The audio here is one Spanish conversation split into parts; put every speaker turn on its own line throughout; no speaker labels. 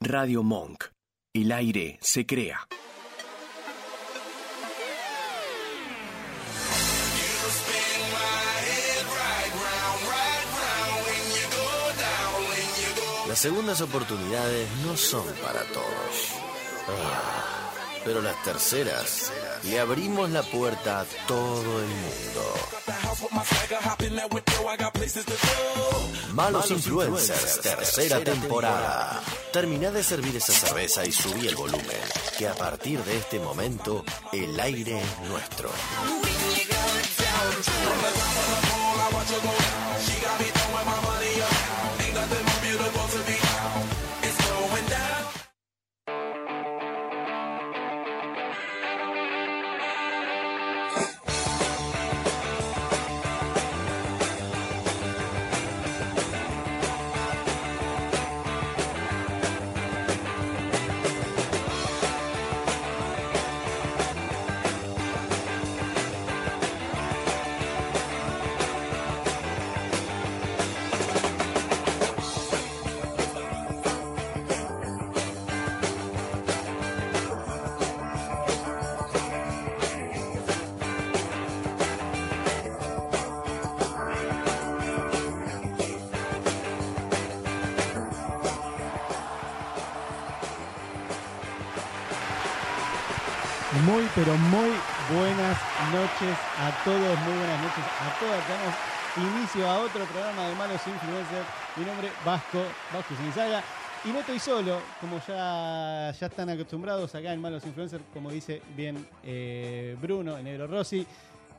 Radio Monk. El aire se crea.
Las segundas oportunidades no son para todos. Ah, pero las terceras le abrimos la puerta a todo
Mm.
el mundo. Malos Influencers, tercera temporada. Termina de servir esa cerveza y subí el volumen, que a partir de este momento el aire es nuestro.
Muy, pero muy buenas noches a todos, muy buenas noches a todas. Damos inicio a otro programa de Malos Influencers. Mi nombre es Vasco, Vasco Sinizaga. Y no estoy solo, como ya, ya están acostumbrados acá en Malos Influencers, como dice bien eh, Bruno, el negro Rossi.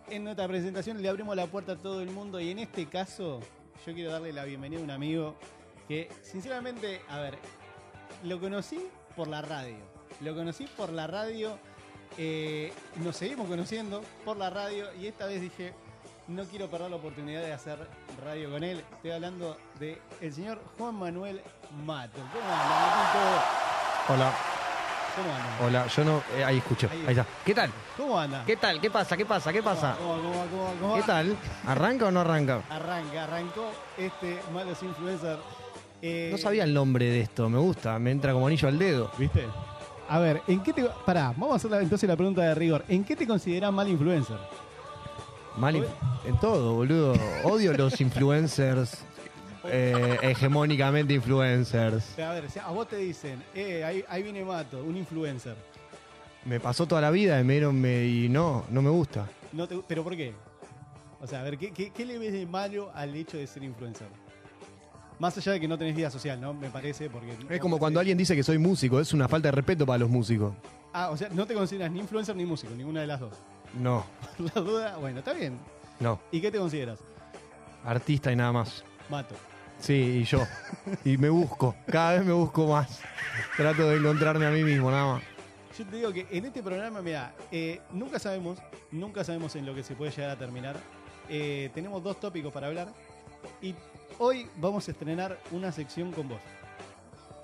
En nuestra presentación le abrimos la puerta a todo el mundo y en este caso yo quiero darle la bienvenida a un amigo que sinceramente, a ver, lo conocí por la radio. Lo conocí por la radio. Eh, nos seguimos conociendo por la radio y esta vez dije, no quiero perder la oportunidad de hacer radio con él. Estoy hablando de el señor Juan Manuel Mato. ¿Cómo anda,
Hola,
Matito? ¿Cómo anda?
hola, yo no. eh, ahí escucho,
Ahí.
ahí está. ¿Qué tal?
¿Cómo anda?
¿Qué tal? ¿Qué pasa? ¿Qué pasa? ¿Qué pasa?
¿Cómo, va? cómo, va? cómo, va? cómo va?
¿Qué tal? ¿Arranca o no arranca?
Arranca, arrancó este Malos Influencer. Eh,
No sabía el nombre de esto, me gusta, me entra como anillo al dedo.
¿Viste? A ver, ¿en qué te... Pará, vamos a hacer la- entonces la pregunta de rigor. ¿En qué te consideras mal influencer?
Mal in- en todo, boludo. Odio los influencers, eh, hegemónicamente influencers.
A ver, si a vos te dicen, eh, ahí, ahí viene Mato, un influencer.
Me pasó toda la vida y me dieron me- y no, no me gusta.
No te- ¿Pero por qué? O sea, a ver, ¿qué, qué, qué le ves de malo al hecho de ser influencer? Más allá de que no tenés vida social, ¿no? Me parece, porque...
Es como cuando alguien dice que soy músico, es una falta de respeto para los músicos.
Ah, o sea, no te consideras ni influencer ni músico, ninguna de las dos.
No,
Por la duda, bueno, está bien.
no.
¿Y qué te consideras?
Artista y nada más.
Mato.
Sí, y yo. Y me busco, cada vez me busco más. Trato de encontrarme a mí mismo, nada más.
Yo te digo que en este programa, mira, eh, nunca sabemos, nunca sabemos en lo que se puede llegar a terminar. Eh, tenemos dos tópicos para hablar y hoy vamos a estrenar una sección con vos.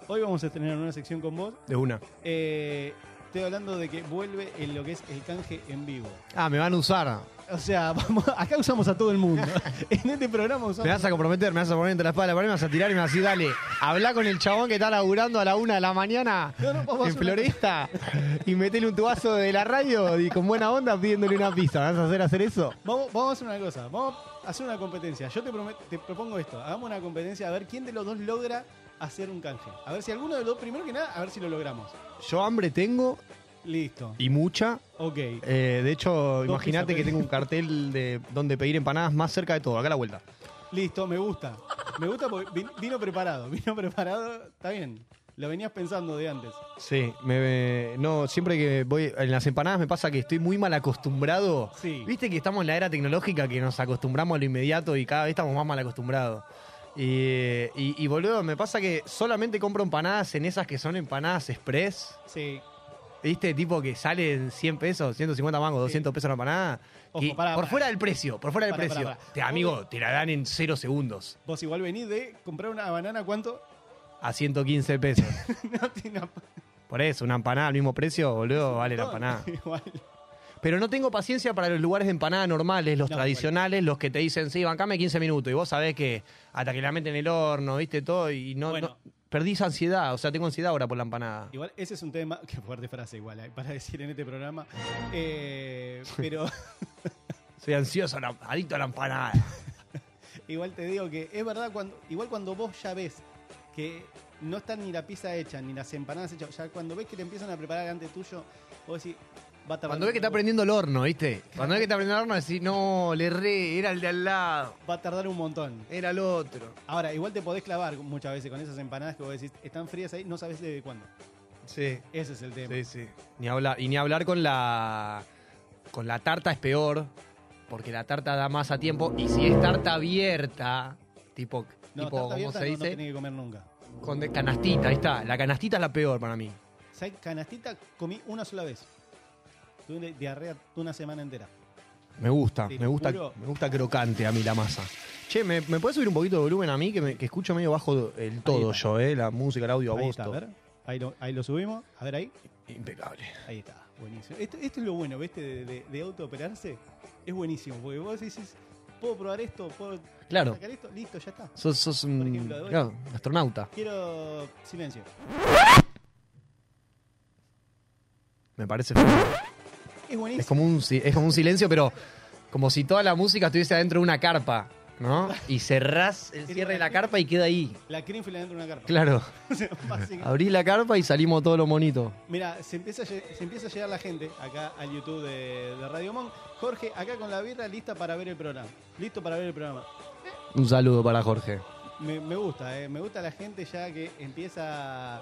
Hoy vamos a estrenar una sección con vos.
De una.
Eh, estoy hablando de que vuelve en lo que es el canje en vivo.
Ah, me van a usar.
O sea, Ah, vamos, acá usamos a todo el mundo. en este programa
Me
usamos.
vas a comprometer, me vas a poner entre la espada y la pared, me vas a tirar y me vas a decir, dale, habla con el chabón que está laburando a la una de la mañana
No, no, vamos a
en
hacer
Floresta y metele un tubazo de la radio y con buena onda pidiéndole una pizza. ¿Vas a hacer hacer eso?
Vamos, vamos a hacer una cosa, vamos a hacer una competencia. Yo te, promet- te propongo esto, hagamos una competencia a ver quién de los dos logra hacer un canje. A ver si alguno de los dos, primero que nada, a ver si lo logramos.
Yo hambre tengo
Listo.
y mucha.
Ok.
Eh, de hecho,
Dos
imagínate
pizzas pues.
que
pedí.
tengo un cartel de donde pedir empanadas más cerca de todo, acá a la vuelta.
Listo, me gusta. Me gusta porque vin- vino preparado. Vino preparado, está bien. Lo venías pensando de antes.
Sí, me, me- no, siempre que voy en las empanadas me pasa que estoy muy mal acostumbrado.
Sí.
Viste que estamos en la era tecnológica que nos acostumbramos a lo inmediato y cada vez estamos más mal acostumbrados. Y, eh, y- y, boludo, me pasa que solamente compro empanadas en esas que son empanadas express.
Sí.
Viste, tipo que salen 100 pesos, 150 mangos,
Sí.
200 pesos la empanada.
Ojo,
Y
pará,
por
pará.
fuera del precio, por fuera del
Pará,
precio.
pará, pará.
Te- amigo, te la dan en 0 segundos.
Vos igual venís de comprar una banana, ¿cuánto?
A 115 pesos.
No tiene una-
Por eso, una empanada al mismo precio, boludo, vale la
No,
empanada.
Igual.
Pero no tengo paciencia para los lugares de empanada normales, los
No,
tradicionales, los que te dicen, sí, bancame 15 minutos. Y vos sabés que hasta que la meten en el horno, viste, todo, y no...
bueno,
no- perdí esa ansiedad, o sea, tengo ansiedad ahora por la empanada.
Igual, ese es un tema, que fuerte frase igual, eh, para decir en este programa. Eh, pero
Soy ansioso, la- adicto a la empanada.
igual te digo que es verdad, cuando, igual cuando vos ya ves que no está ni la pizza hecha, ni las empanadas hechas, ya cuando ves que te empiezan a preparar delante tuyo, vos decís, va a tardar
Cuando
un
ves que está
poco-
prendiendo el horno, ¿viste? Cuando ves que está prendiendo el horno, decís, no, le erré, era el de al lado,
va a tardar un montón.
era el otro.
Ahora, igual te podés clavar muchas veces con esas empanadas que vos decís, están frías ahí, no sabes de cuándo.
Sí,
Ese es el tema.
sí, sí. Ni hablar, y ni hablar con la. Con la tarta es peor, porque la tarta da más a tiempo. Y si es tarta abierta, tipo,
No,
tipo
tarta
¿cómo
abierta
se
no, no
dice?
tenés que comer nunca.
Con de- canastita, ahí está. La canastita es la peor para mí.
¿Sabes? Canastita comí una sola vez. Tuve diarrea una semana entera.
Me gusta,
Te
me gusta,
juro.
me gusta crocante a mí la masa. Che, ¿me, ¿me puedes subir un poquito de volumen a mí? Que, me- que escucho medio bajo el todo
está.
yo, ¿eh? La música, el audio, a
Ahí
vos.
está, a
todo.
ver. Ahí lo, ahí lo subimos. A ver ahí.
Impecable.
Ahí está. Buenísimo. Esto, esto es lo bueno, ¿viste? De, de, de autooperarse. Es buenísimo. Porque vos decís, puedo probar esto, puedo
Claro.
sacar esto. Listo, ya está.
Sos, sos un
ejemplo, de hoy.
claro, astronauta.
Quiero silencio.
Me parece.
Es buenísimo.
Es como un, si- es como un silencio, pero como si toda la música estuviese adentro de una carpa, ¿no? Y cerrás el cierre de la carpa y queda ahí.
La crínfila dentro de una carpa.
Claro.
O sea, básicamente.
Abrí la carpa y salimos todos los monitos.
Mira, se empieza, a, lle- se empieza a llegar la gente acá al YouTube de, de Radio Monk. Jorge, acá con la birra lista para ver el programa. Listo para ver el programa.
Un saludo para Jorge.
Me, me gusta, eh, me gusta la gente ya que empieza,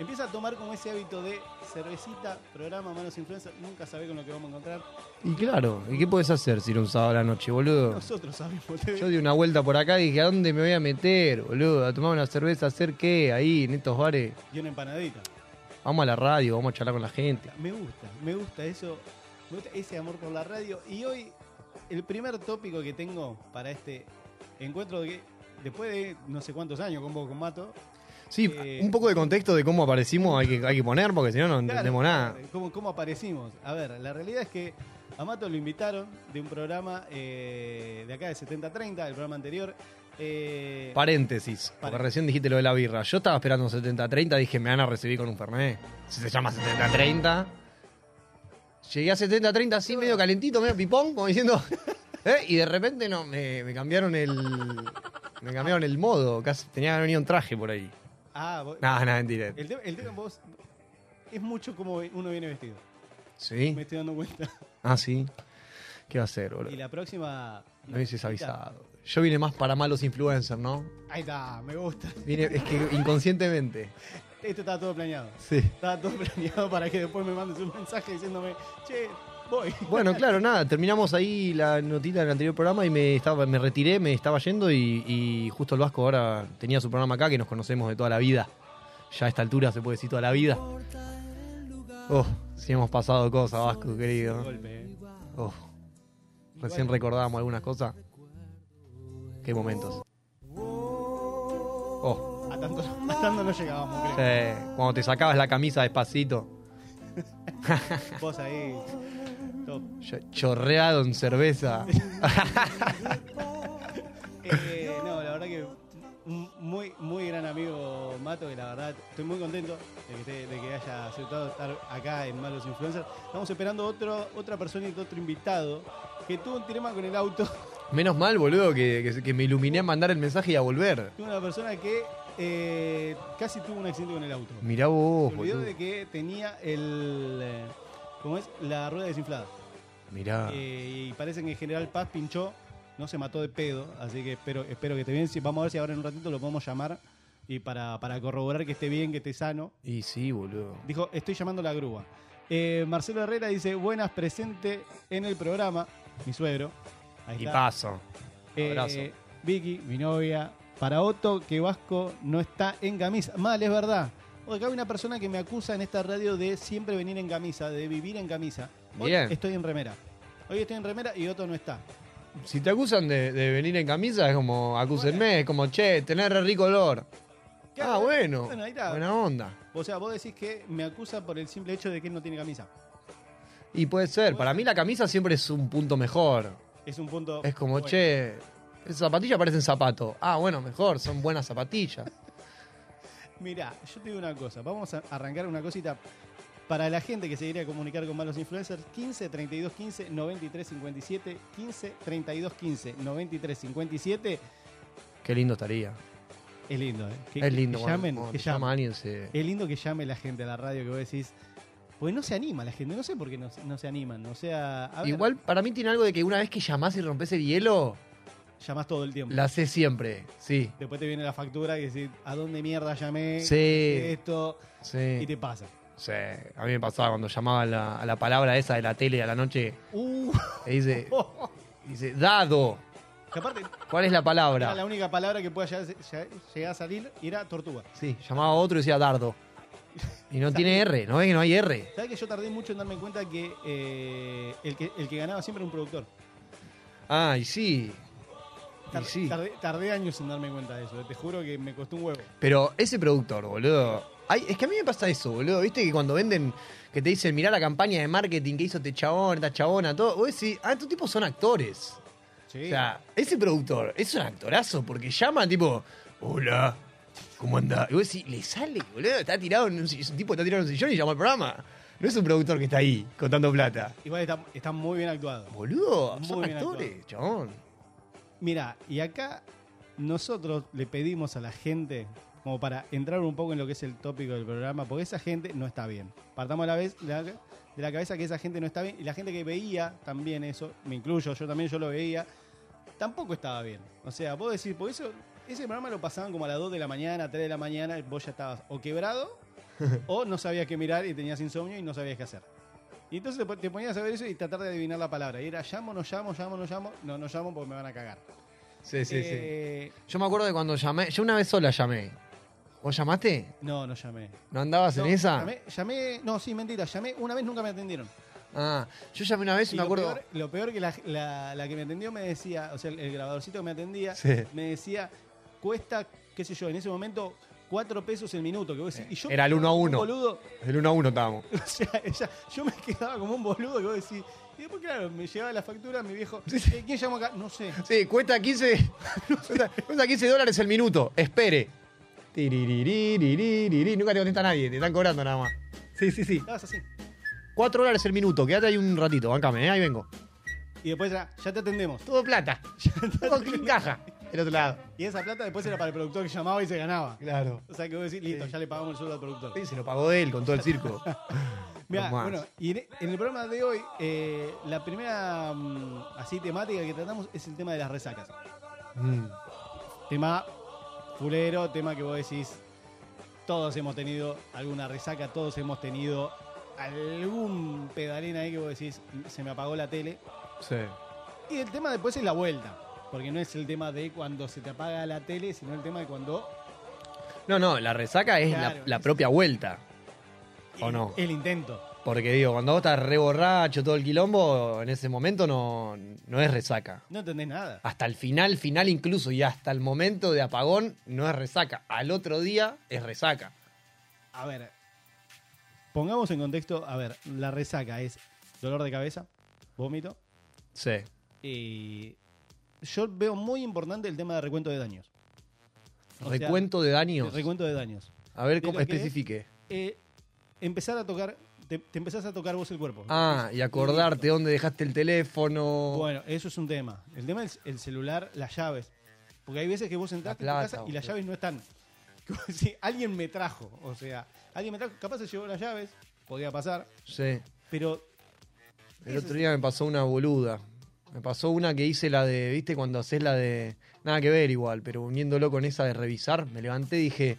empieza a tomar como ese hábito de cervecita, programa, manos influencers. Nunca sabe con lo que vamos a encontrar.
Y claro, ¿y qué puedes hacer si era un sábado a la noche, boludo?
Nosotros sabemos.
Yo di una vuelta por acá y dije, ¿a dónde me voy a meter, boludo? ¿A tomar una cerveza? ¿A hacer qué? Ahí, en estos bares.
Y una empanadita.
Vamos a la radio, vamos a charlar con la gente.
Me gusta, me gusta eso. Me gusta ese amor por la radio. Y hoy, el primer tópico que tengo para este encuentro de que después de no sé cuántos años con vos, con Mato,
Sí,
Eh,
un poco de contexto de cómo aparecimos hay que, hay que poner, porque si no, no
Claro,
entendemos nada.
claro, ¿Cómo, cómo aparecimos? A ver, la realidad es que a Mato lo invitaron de un programa eh, de acá de 7030, el programa anterior. eh,
Paréntesis, porque
Paréntesis.
recién dijiste lo de la birra. Yo estaba esperando un 70-30, dije, me van a recibir con un Fernet. Si se llama 70-30. Llegué a 70-30 así, medio calentito, medio pipón, como diciendo. ¿eh? Y de repente no, me, me cambiaron el. Me cambiaron el modo, casi tenía que haber venido un traje por ahí.
ah, vos-
Nada, nada, mentira.
el tema, el tema vos- es mucho como uno viene vestido. Me
¿Sí?
estoy dando cuenta.
Ah, sí. ¿Qué va a hacer,
Y
boludo?
la próxima.
No hubieses avisado. Yo vine más para malos influencers, ¿no?
Ahí está, me gusta.
Vine, es que inconscientemente.
Esto estaba todo planeado.
Sí.
Estaba todo planeado para que después me mandes un mensaje diciéndome, che, voy.
Bueno, claro, nada, terminamos ahí la notita del anterior programa y me estaba, me retiré, me estaba yendo y, y justo el Vasco ahora tenía su programa acá que nos conocemos de toda la vida. Ya a esta altura se puede decir toda la vida. Oh, si hemos pasado cosas, Vasco,
De
querido.
golpe, eh.
Oh, recién recordábamos algunas cosas. Qué momentos. Oh,
A tanto, a tanto no llegábamos, creo.
eh, cuando te sacabas la camisa despacito,
Vos ahí. top.
ch- chorreado en cerveza.
Eh, no, la verdad que un muy, muy gran amigo Mato, que la verdad estoy muy contento de que, esté- de que haya aceptado estar acá en Malos Influencers. Estamos esperando otro, otra persona y otro invitado que tuvo un tema con el auto.
Menos mal, boludo, que, que- que me iluminé a mandar el mensaje y a volver.
Tuvo una persona que eh, casi tuvo un accidente con el auto.
Mirá vos,
Se olvidó
boludo.
de que tenía el. eh, ¿Cómo es? La rueda desinflada.
Mirá.
Eh, y parece que en general Paz pinchó, no se mató de pedo, así que espero, espero que esté bien. Si, vamos a ver si ahora en un ratito lo podemos llamar y para, para corroborar que esté bien, que esté sano.
Y sí, boludo.
Dijo, estoy llamando a la grúa. Eh, Marcelo Herrera dice, buenas, presente en el programa, mi suegro. Ahí
Y
está.
paso.
Eh,
abrazo.
Vicky, mi novia. Para Otto, que Vasco no está en camisa. Mal, es verdad. Oye, Acá hay una persona que me acusa en esta radio de siempre venir en camisa, de vivir en camisa. Hoy
Bien.
estoy en remera. Hoy estoy en remera y Otto no está.
Si te acusan de, de venir en camisa, es como, acúsenme, es como, che, tenés re rico olor.
Claro.
Ah, bueno.
Bueno, ahí está.
Buena onda.
O sea, vos decís que me acusa por el simple hecho de que él no tiene camisa.
Y puede ser, para mí la camisa siempre es un punto mejor.
Es un punto.
Es como,
bueno.
che, esas zapatillas parecen zapato. Ah, bueno, mejor, son buenas zapatillas.
Mirá, yo te digo una cosa. Vamos a arrancar una cosita. Para la gente que se quiere comunicar con malos influencers, 15 32 15 93 57, 15 32 15 93 57.
Qué lindo estaría.
Es lindo, ¿eh? Que-
es lindo.
Que
cuando-
llamen,
cuando
que
te llama
llamen.
alguien se...
Es lindo que llame la gente a la radio que vos decís. Pues no se anima la gente, no sé por qué no, se- no se animan. O sea, a ver,
Igual para mí tiene algo de que una vez que llamás y rompes el hielo,
llamás todo el tiempo.
la sé siempre. Sí,
Después te viene la factura que decís, ¿a dónde mierda llamé?
Sí.
Esto.
sí.
Y te pasa.
Sí, a mí me pasaba cuando llamaba a la, a la palabra esa de la tele a la noche.
Uh,
Y dice, dice, dado.
que aparte,
¿Cuál es la
era la
palabra?
única palabra que pueda llegar, llegar a salir y era tortuga.
Sí, llamaba a otro y decía dardo. Y no tiene R, ¿no ves que no hay R?
¿Sabes que yo tardé mucho en darme cuenta que, eh, el que el que ganaba siempre era un productor?
Ah, y sí. Y
Tar-
sí.
tardé, tardé años en darme cuenta de eso. Te juro que me costó un huevo.
Pero ese productor, boludo. Ay, es que a mí me pasa eso, boludo. Viste que cuando venden, que te dicen, mirá la campaña de marketing que hizo este chabón, esta chabona, todo. Vos decís, ah, estos tipos son actores.
Sí.
O sea, ese productor es un actorazo porque llama tipo, hola, ¿cómo anda? Y vos decís, le sale, boludo, está tirado en un, si- es un tipo que está tirado en un sillón y llama al programa. No es un productor que está ahí contando plata.
Igual está, está muy bien actuado.
Boludo,
Muy
son
bien
actores, chabón.
Mira, y acá nosotros le pedimos a la gente, como para entrar un poco en lo que es el tópico del programa, porque esa gente no está bien. Partamos la vez la- de la cabeza que esa gente no está bien y la gente que veía también eso, me incluyo, yo también yo lo veía, tampoco estaba bien. O sea, puedo decir, por eso ese programa lo pasaban como a las 2 de la mañana, 3 de la mañana, y vos ya estabas o quebrado o no sabías qué mirar y tenías insomnio y no sabías qué hacer. Y entonces te- te ponías a ver eso y tratar de adivinar la palabra. Y era llamo, no llamo, llamo, no llamo, no, no llamo porque me van a cagar.
Sí,
Eh,
Yo me acuerdo de cuando llamé, yo una vez sola llamé. ¿Vos llamaste?
No, no llamé.
¿No andabas
No,
en esa?
Llamé, llamé- no, sí, mentira, llamé una vez, nunca me atendieron.
Ah, yo llamé una vez y
Y lo
me acuerdo.
Peor, lo peor que la, la- la que me atendió me decía, o sea, el, el grabadorcito que me atendía,
Sí.
me decía, cuesta, qué sé yo, en ese momento, cuatro pesos el minuto. Que vos decís, y yo
Eh, Era el uno a
como un
uno.
boludo,
El 1 a 1 estábamos.
o sea, ella- yo me quedaba como un boludo que vos decís. Y después, claro, me llevaba la factura, mi viejo, "Eh, ¿quién llamó acá? No sé.
Sí, Eh, cuesta 15, cuesta, cuesta 15 dólares el minuto. Espere. Tiriririririririri. Nunca te contesta nadie, te están cobrando nada más. Sí, sí, sí.
Estabas así.
4 dólares el minuto, quédate ahí un ratito, bancame, ¿eh? ahí vengo.
Y después era, ya te atendemos.
Todo plata. Todo en caja. El otro lado.
Y esa plata después era para el productor que llamaba y se ganaba.
Claro.
O sea que vos decís, listo, ya le pagamos el sueldo al productor.
Se lo pagó él con todo el circo.
Mirá,
No más.
bueno, y en en el programa de hoy, eh, la primera mm, así temática que tratamos es el tema de las resacas.
Mm.
Tema fulero, tema que vos decís, todos hemos tenido alguna resaca, todos hemos tenido algún pedalín ahí que vos decís, se me apagó la tele.
Sí.
Y el tema después es la vuelta, porque no es el tema de cuando se te apaga la tele, sino el tema de cuando
No, no, la resaca es la-
Claro.
la, propia vuelta. ¿O no?
el intento.
Porque digo, cuando vos estás reborracho todo el quilombo, en ese momento no, no es resaca.
No entendés nada.
hasta el final, final incluso, y hasta el momento de apagón, no es resaca. Al otro día es resaca.
A ver, pongamos en contexto, a ver, la resaca es dolor de cabeza, vómito.
Sí.
Y yo veo muy importante el tema de recuento de daños. O sea,
Recuento de daños.
el recuento de daños.
A ver
de
cómo
lo que
especifique.
Eh, empezar a tocar, te, te empezás a tocar vos el cuerpo.
Ah, y acordarte dónde dejaste el teléfono.
Bueno, eso es un tema. El tema es el celular, las llaves. Porque hay veces que vos entraste
La
en tu
plata,
casa y las
boludo.
llaves no están. Sí, alguien me trajo, o sea, alguien me trajo, capaz se llevó las llaves, podía pasar,
Sí.
pero
El otro día me pasó una boluda. Me pasó una que hice la de, viste, cuando haces la de. Nada que ver igual, pero uniéndolo con esa de revisar, me levanté y dije.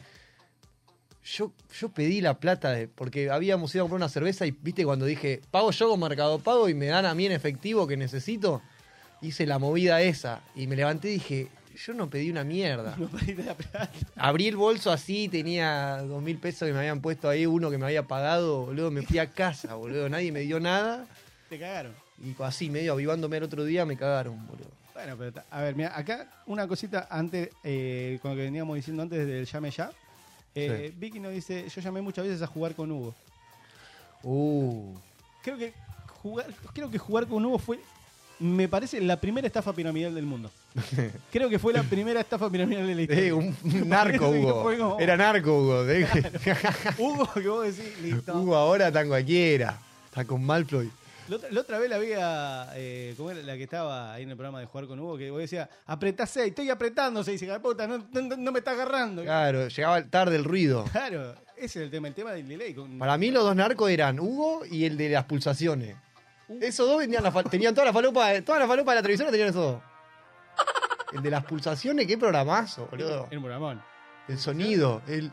Yo, yo pedí la plata de- porque habíamos ido a comprar una cerveza y viste cuando dije, pago yo con mercado pago y me dan a mí en efectivo que necesito, hice la movida esa y me levanté y dije, yo no pedí una mierda.
no perdiste la plata.
Abrí el bolso así, tenía dos mil pesos que me habían puesto ahí, uno que me había pagado, boludo, me fui a casa, boludo, nadie me dio nada.
Te cagaron.
Y así, medio avivándome al otro día, me cagaron, boludo.
Bueno, pero ta- a ver, mira, acá una cosita antes, eh, con lo que veníamos diciendo antes del llame ya. Eh, Vicky nos dice, yo llamé muchas veces a jugar con Hugo.
Uh.
Creo que jugar, creo que jugar con Hugo fue me parece la primera estafa piramidal del mundo. Creo que fue la primera estafa piramidal de la historia.
Eh, un un narco
Parece que
Hugo.
fue como-
Era narco Hugo. de-
Hugo, que vos decís, listo.
Hugo ahora está en cualquiera. Está con Malploy.
La otra, la otra vez la vi a. eh, ¿Cómo era la que estaba ahí en el programa de jugar con Hugo? Que vos decía, apretá 6, estoy apretando 6, hija de puta, no, no- no me está agarrando.
Claro, llegaba tarde el ruido.
Claro, ese es el tema, el tema del delay. con-
Para mí los dos narcos eran Hugo y el de las pulsaciones. Esos dos vendían la fal- tenían toda la falopa, eh, toda la falopa de la televisión la tenían esos dos. El de las pulsaciones, qué programazo, boludo.
Era un programón.
El sonido, el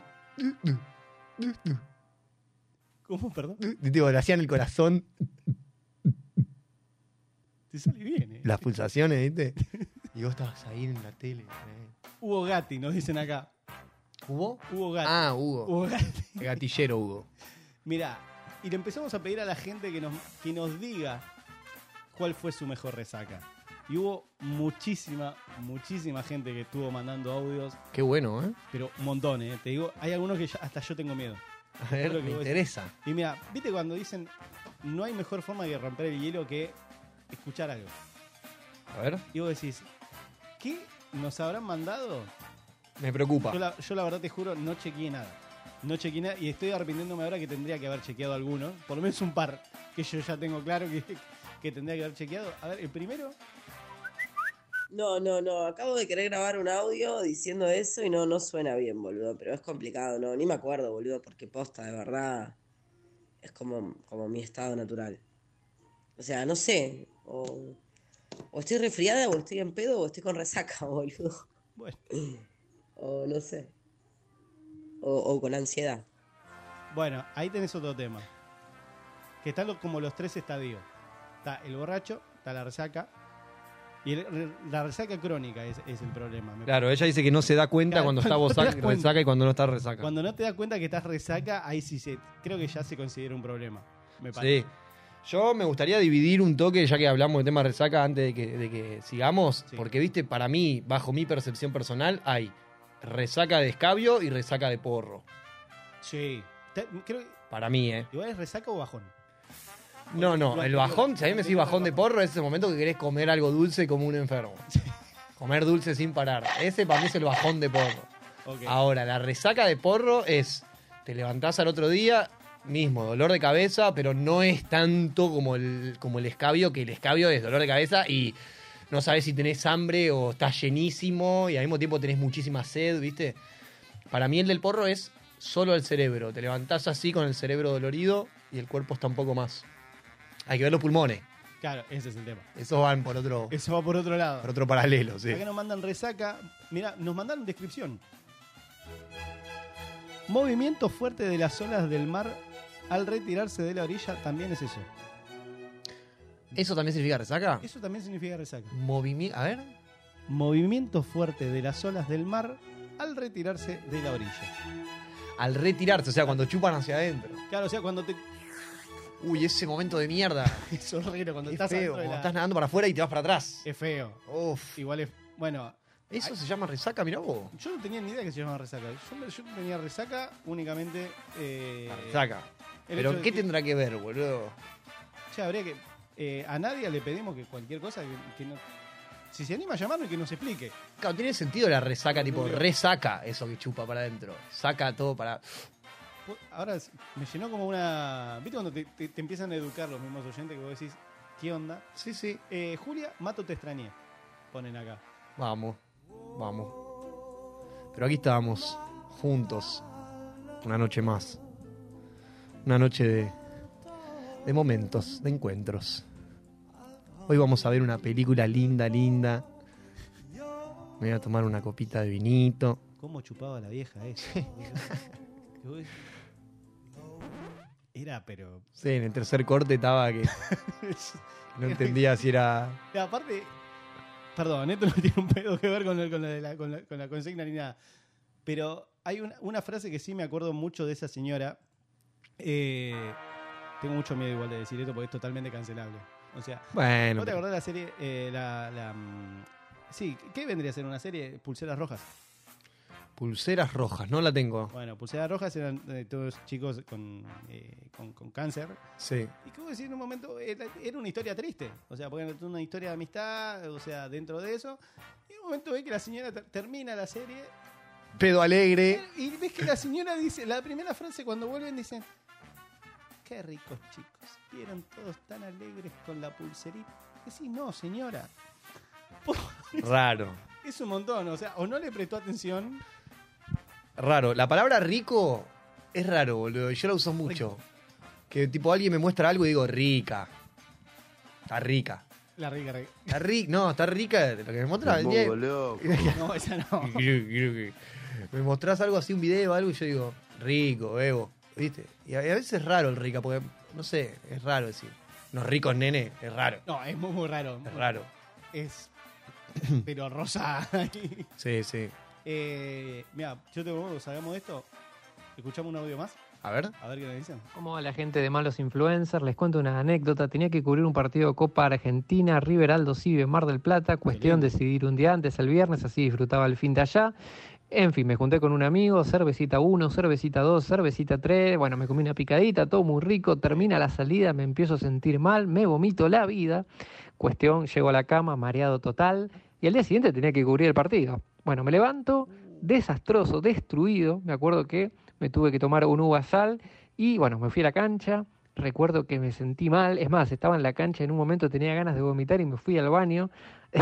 ¿Cómo? Perdón.
digo, le hacían el corazón,
Te sale bien, eh.
las pulsaciones, ¿viste? Y vos estabas ahí en la tele. ¿eh?
Hugo Gatti, nos dicen acá.
¿Hugo?
Hugo Gatti.
Ah, Hugo.
Hugo Gatti.
El gatillero Hugo.
Mirá, y le empezamos a pedir a la gente que nos, que nos diga cuál fue su mejor resaca. Y hubo muchísima, muchísima gente que estuvo mandando audios,
Qué bueno, ¿eh?
pero un montón, ¿eh? Te digo, hay algunos que ya- hasta yo tengo miedo.
A ver,
Lo que
me
vos
interesa.
Y mira, viste cuando dicen, no hay mejor forma de romper el hielo que escuchar algo.
A ver,
Y vos decís, ¿qué nos habrán mandado?
me preocupa.
Yo la, yo la verdad te juro, no chequeé nada. No chequeé nada y estoy arrepintiéndome ahora que tendría que haber chequeado alguno. Por lo menos un par que yo ya tengo claro que, que tendría que haber chequeado. A ver, el primero.
No, no, no. Acabo de querer grabar un audio diciendo eso y no, no suena bien, boludo. Pero es complicado, no. Ni me acuerdo, boludo, porque posta, de verdad. Es como, como mi estado natural. O sea, no sé. O, o estoy resfriada, o estoy en pedo, o estoy con resaca, boludo.
Bueno,
O no sé. O, o con ansiedad.
bueno, ahí tenés otro tema. Que están lo- como los tres estadios. Está el borracho, está la resaca. Y el- la resaca crónica es, es el problema. me
Claro, ella dice que no se da cuenta
Claro,
cuando está
cuando no te
bosa-
das cuenta.
resaca y cuando no está resaca.
Cuando no te das cuenta que estás resaca, ahí sí se, creo que ya se considera un problema. Me parece.
Sí. Yo me gustaría dividir un toque, ya que hablamos de tema resaca, antes de que, de que sigamos,
Sí.
porque, viste, para mí, bajo mi percepción personal, hay resaca de escabio y resaca de porro.
Sí. Te- creo que
Para mí, ¿eh?
igual es resaca o bajón.
No, no, el bajón, si a mí me decís bajón de porro, es ese momento que querés comer algo dulce como un enfermo. Comer dulce sin parar. Ese para mí es el bajón de porro.
Ok.
Ahora, la resaca de porro es, te levantás al otro día, mismo, dolor de cabeza, pero no es tanto como el, como el escabio, que el escabio es dolor de cabeza y no sabes si tenés hambre o estás llenísimo y al mismo tiempo tenés muchísima sed, ¿viste? Para mí el del porro es solo el cerebro, te levantás así con el cerebro dolorido y el cuerpo está un poco más. Hay que ver los pulmones,
Claro, ese es el tema.
esos van por otro,
Eso va por otro lado.
por otro paralelo, sí.
Acá nos mandan resaca. Mira, nos mandaron descripción. Movimiento fuerte de las olas del mar al retirarse de la orilla también es eso.
¿Eso también significa resaca?
Eso también significa resaca.
Movimiento, a ver.
Movimiento fuerte de las olas del mar al retirarse de la orilla.
Al retirarse, o sea, cuando chupan hacia adentro.
Claro, o sea, cuando te.
Uy, ese momento de mierda.
Es horrible, cuando
Qué
estás, adentro
feo,
de
cuando
la-
estás nadando para afuera y te vas para atrás.
Es feo.
Uf.
Igual es. Bueno,
Eso se llama resaca, mirá vos.
yo no tenía ni idea que se llamaba resaca. Yo, yo tenía resaca únicamente. eh,
La resaca.
el hecho
Pero
de
¿qué
que-
tendrá que ver, boludo?
Che, habría que. eh, a nadie le pedimos que cualquier cosa que, que no. Si se anima a llamarnos, que nos explique.
Claro, tiene sentido la resaca, tipo,
Entendido.
resaca eso que chupa para adentro. Saca todo para.
Pu- Pues, Ahora es- me llenó como una. ¿Viste cuando te, te- te empiezan a educar los mismos oyentes que vos decís, ¿qué onda?
Sí, sí.
Eh, Julia, mato te extrañé. Ponen acá.
Vamos, vamos. Pero aquí estábamos, juntos. Una noche más. Una noche de, de momentos, de encuentros. Hoy vamos a ver una película linda, linda. Me voy a tomar una copita de vinito.
¿Cómo chupaba la vieja esa? boludo? Que vos decís- Era, pero.
Sí, en el tercer corte estaba que no entendía si era...
Y aparte. Perdón, esto no tiene un pedo que ver con, el- con la, de la- con la- con la consigna ni nada. Pero hay una, una frase que sí me acuerdo mucho de esa señora. Eh, tengo mucho miedo igual de decir esto porque es totalmente cancelable. O sea, ¿no
Bueno,
te
pero-
acordás de la serie? eh, la, la, mm, sí, ¿qué vendría a ser una serie? Pulseras rojas.
Pulseras rojas, no la tengo.
Bueno, pulseras rojas eran eh, todos chicos con, eh, con, con cáncer.
Sí.
Y que vos decís, en un momento era, era una historia triste. O sea, porque era una historia de amistad, o sea, dentro de eso. Y en un momento ves que la señora ter- termina la serie
Pedo alegre.
y ves que la señora dice, la primera frase cuando vuelven dicen, qué ricos chicos, vieron todos tan alegres con la pulserita. Decís, no, señora.
Raro.
Es un montón, o sea, o no le prestó atención.
Raro. La palabra rico es raro, boludo. y Yo la uso mucho. Que tipo alguien me muestra algo y digo rica. Está rica.
La rica, rica.
Está rica. No, está rica. Lo que me muestra. bien.
No, esa no.
me mostrás algo así, un video o algo, y yo digo, rico, bebo. ¿Viste? Y a, y a veces es raro el rica, porque, no sé, es raro decir. Los ricos nene, es raro.
No, es muy, muy raro.
Es raro.
Es. Pero rosa.
Sí, sí.
eh, Mira, yo te propongo que salgamos de esto. Escuchamos un audio más.
A ver.
A ver qué nos dicen.
¿Cómo va la gente de Malos Influencers? Les cuento una anécdota. Tenía que cubrir un partido de Copa Argentina, Riveraldo Cibe, Mar del Plata. Cuestión decidir un día antes, el viernes, así disfrutaba el fin de allá. En fin, me junté con un amigo, cervecita 1, cervecita 2, cervecita 3. Bueno, me comí una picadita, todo muy rico. Termina la salida, me empiezo a sentir mal, me vomito la vida. Cuestión, llego a la cama, mareado total. Y al día siguiente tenía que cubrir el partido. Bueno, me levanto, desastroso, destruido. Me acuerdo que me tuve que tomar un uva sal. Y bueno, me fui a la cancha. Recuerdo que me sentí mal. Es más, estaba en la cancha en un momento, tenía ganas de vomitar y me fui al baño.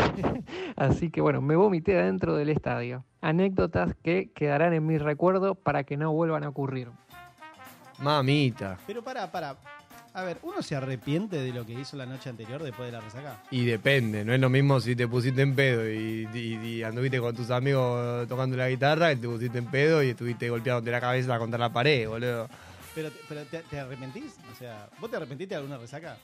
Así que bueno, me vomité dentro del estadio. Anécdotas que quedarán en mi recuerdo para que no vuelvan a ocurrir.
Mamita.
Pero para, para. A ver, ¿uno se arrepiente de lo que hizo la noche anterior después de la resaca?
Y depende, no es lo mismo si te pusiste en pedo y, y- y anduviste con tus amigos tocando la guitarra que te pusiste en pedo y estuviste golpeándote la cabeza contra la pared, boludo.
¿Pero, te- pero te, te arrepentís? O sea, ¿vos te arrepentiste de alguna resaca?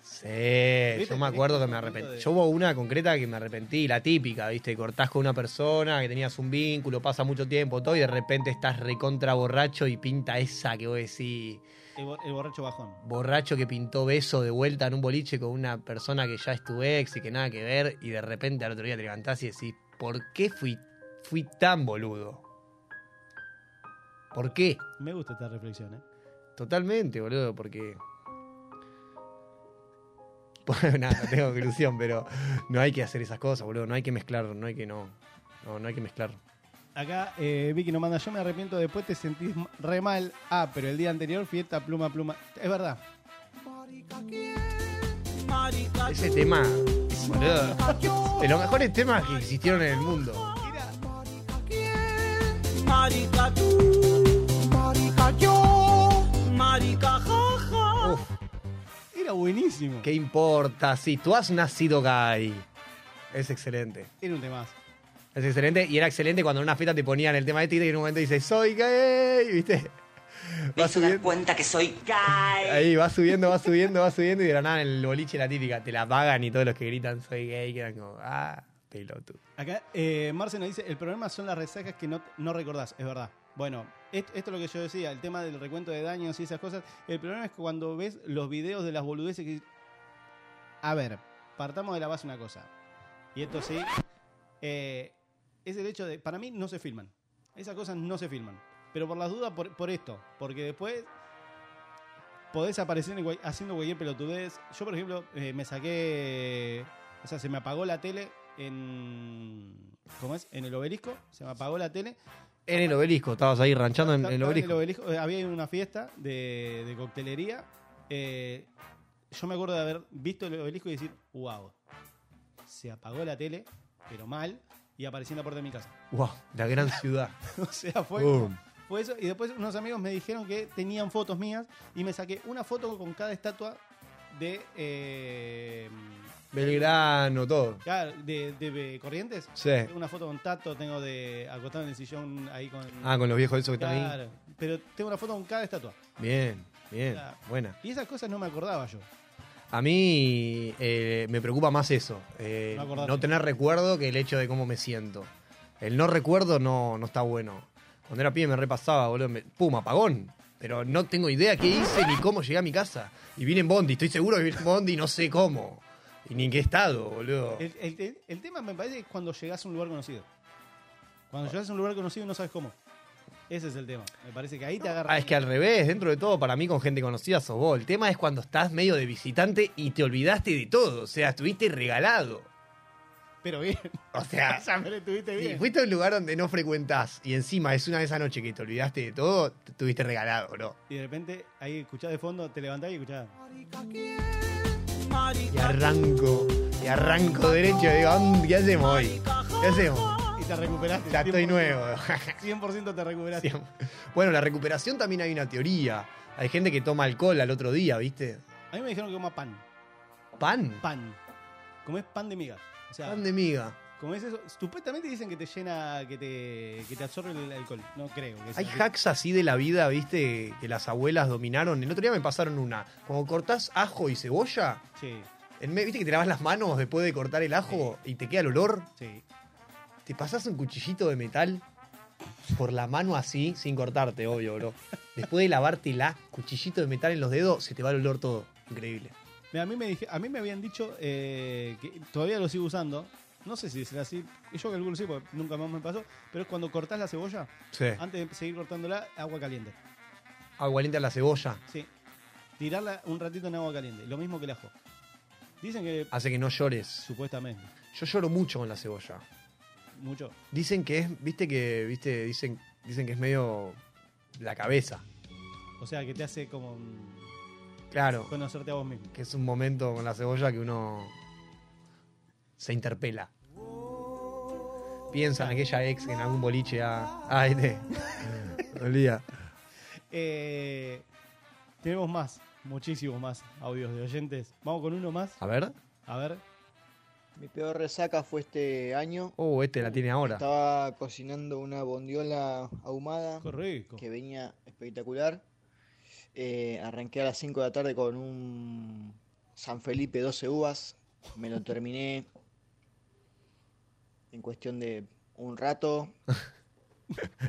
Sí, yo me acuerdo que me arrepentí. Yo hubo una concreta que me arrepentí, la típica, ¿viste? Cortás con una persona, que tenías un vínculo, pasa mucho tiempo, todo, y de repente estás recontra borracho y pinta esa que vos decís,
El, bo- el borracho bajón.
borracho que pintó beso de vuelta en un boliche con una persona que ya es tu ex y que nada que ver, y de repente al otro día te levantás y decís, ¿por qué fui, fui tan boludo? ¿Por qué?
Me gusta esta reflexión, ¿eh?
Totalmente, boludo, porque. Bueno, nada, no tengo conclusión, pero no hay que hacer esas cosas, boludo. No hay que mezclar, no hay que no. No, no hay que mezclar.
Acá eh, Vicky nos manda, yo me arrepiento, después te sentís m- re mal. Ah, pero el día anterior fiesta, pluma, pluma. Es verdad.
Ah, Ese tema, boludo. De Eh, los mejores temas que existieron en el mundo. Uf,
Era buenísimo.
¿qué importa? Si tú has nacido gay. Es excelente.
Era un temazo.
Es excelente. Y era excelente cuando en una fiesta te ponían el tema de Tite y en un momento dices, soy gay, ¿viste? Va subiendo.
cuenta que soy gay.
Ahí va subiendo, va subiendo, va subiendo y de la nada en el boliche la típica, te la pagan y todos los que gritan soy gay quedan como, ah, pelotudo.
Acá eh, Marce nos dice, el problema son las resacas que no, no recordás, es verdad. Bueno, et- esto, es lo que yo decía, el tema del recuento de daños y esas cosas. El problema es cuando ves los videos de las boludeces que... A ver, partamos de la base una cosa. Y esto sí, eh, es el hecho de, para mí no se filman. Esas cosas no se filman. Pero por las dudas, por, por esto. Porque después podés aparecer en cual- haciendo cualquier pelotudez. Yo, por ejemplo, eh, me saqué. O sea, se me apagó la tele en. ¿Cómo es? En el obelisco. Se me apagó la tele.
En el obelisco, estabas ahí ranchando en,
Estaba
el obelisco.
eh, Había una fiesta de, de coctelería. Eh, yo me acuerdo de haber visto el obelisco y decir, wow. Se apagó la tele, pero mal, y aparecí en la puerta de mi casa.
Wow, la gran ciudad.
O sea, fue.
Boom.
Fue eso. Y después unos amigos me dijeron que tenían fotos mías y me saqué una foto con cada estatua de. eh,
Belgrano, todo.
claro, de, de- de Corrientes.
Sí.
Tengo Una foto con Tato, tengo de acostado en el sillón ahí con.
Ah, con los viejos esos que están ahí.
Claro. Pero tengo una foto con cada estatua.
Bien, bien,
Claro.
buena.
Y esas cosas no me acordaba yo.
A mí eh, me preocupa más eso, eh,
No acordate.
no tener recuerdo que el hecho de cómo me siento. El no recuerdo no, no está bueno. Cuando era pibe me repasaba, boludo, me- pum, apagón. Pero no tengo idea qué hice ni cómo llegué a mi casa. Y vine en Bondi, estoy seguro que vine en Bondi, no sé cómo. Y ni en qué estado, boludo.
El, el- el tema me parece que es cuando llegas a un lugar conocido. Cuando llegas a un lugar conocido y no sabes cómo. Ese es el tema. Me parece que ahí te agarras.
Ah, es que al revés, dentro de todo, para mí con gente conocida sos vos. El tema es cuando estás medio de visitante y te olvidaste de todo. O sea, estuviste regalado.
Pero bien.
O sea,
ya me lo tuviste
si
bien.
fuiste a un lugar donde no frecuentás y encima es una de esas noches que te olvidaste de todo, te estuviste regalado, bro.
Y de repente ahí escuchás de fondo, te levantás y escuchás.
Y arranco, y arranco derecho y digo, "Mm, ¿qué hacemos hoy? ¿Qué hacemos?
Y te recuperaste.
Ya estoy
100%.
nuevo.
100% te recuperaste.
bueno, la recuperación también hay una teoría. Hay gente que toma alcohol al otro día, ¿viste?
A mí me dijeron que coma pan.
Pan.
Pan. Comés pan de miga. O sea,
Pan de miga.
comés eso. Supuestamente dicen que te llena, que te, que te absorbe el alcohol. No creo. Que sea
Hay
así.
hacks así de la vida, viste, que las abuelas dominaron. El otro día me pasaron una. Cuando cortás ajo y cebolla,
Sí,
en me- viste que te lavas las manos después de cortar el ajo y te queda el olor.
sí.
Te pasás un cuchillito de metal por la mano así, sin cortarte, obvio, bro. Después de lavártela, cuchillito de metal en los dedos, se te va el olor todo. Increíble.
Mira, a, mí me dije, a mí me habían dicho eh, que todavía lo sigo usando. No sé si será así. y Yo calculo sí, porque nunca más me pasó. Pero es cuando cortás la cebolla,
Sí.
antes de seguir cortándola, agua caliente.
Agua caliente a la cebolla.
Sí. Tirarla un ratito en agua caliente. Lo mismo que el ajo. Dicen que
Hace que no llores.
supuestamente.
Yo lloro mucho con la cebolla.
Mucho.
Dicen que es, viste que, viste, dicen, dicen que es medio la cabeza.
O sea, que te hace como mm,
Claro.
conocerte a vos mismo.
que es un momento con la cebolla que uno se interpela. Piensa en aquella ex que en algún boliche ah, ah, este. Olía.
Eh, tenemos más, muchísimos más audios de oyentes. Vamos con uno más.
A ver.
A ver.
Mi peor resaca fue este año.
Oh, este la tiene ahora.
Estaba cocinando una bondiola ahumada
Qué rico.
que venía espectacular. Eh, arranqué a las 5 de la tarde con un San Felipe 12 uvas. Me lo terminé en cuestión de un rato.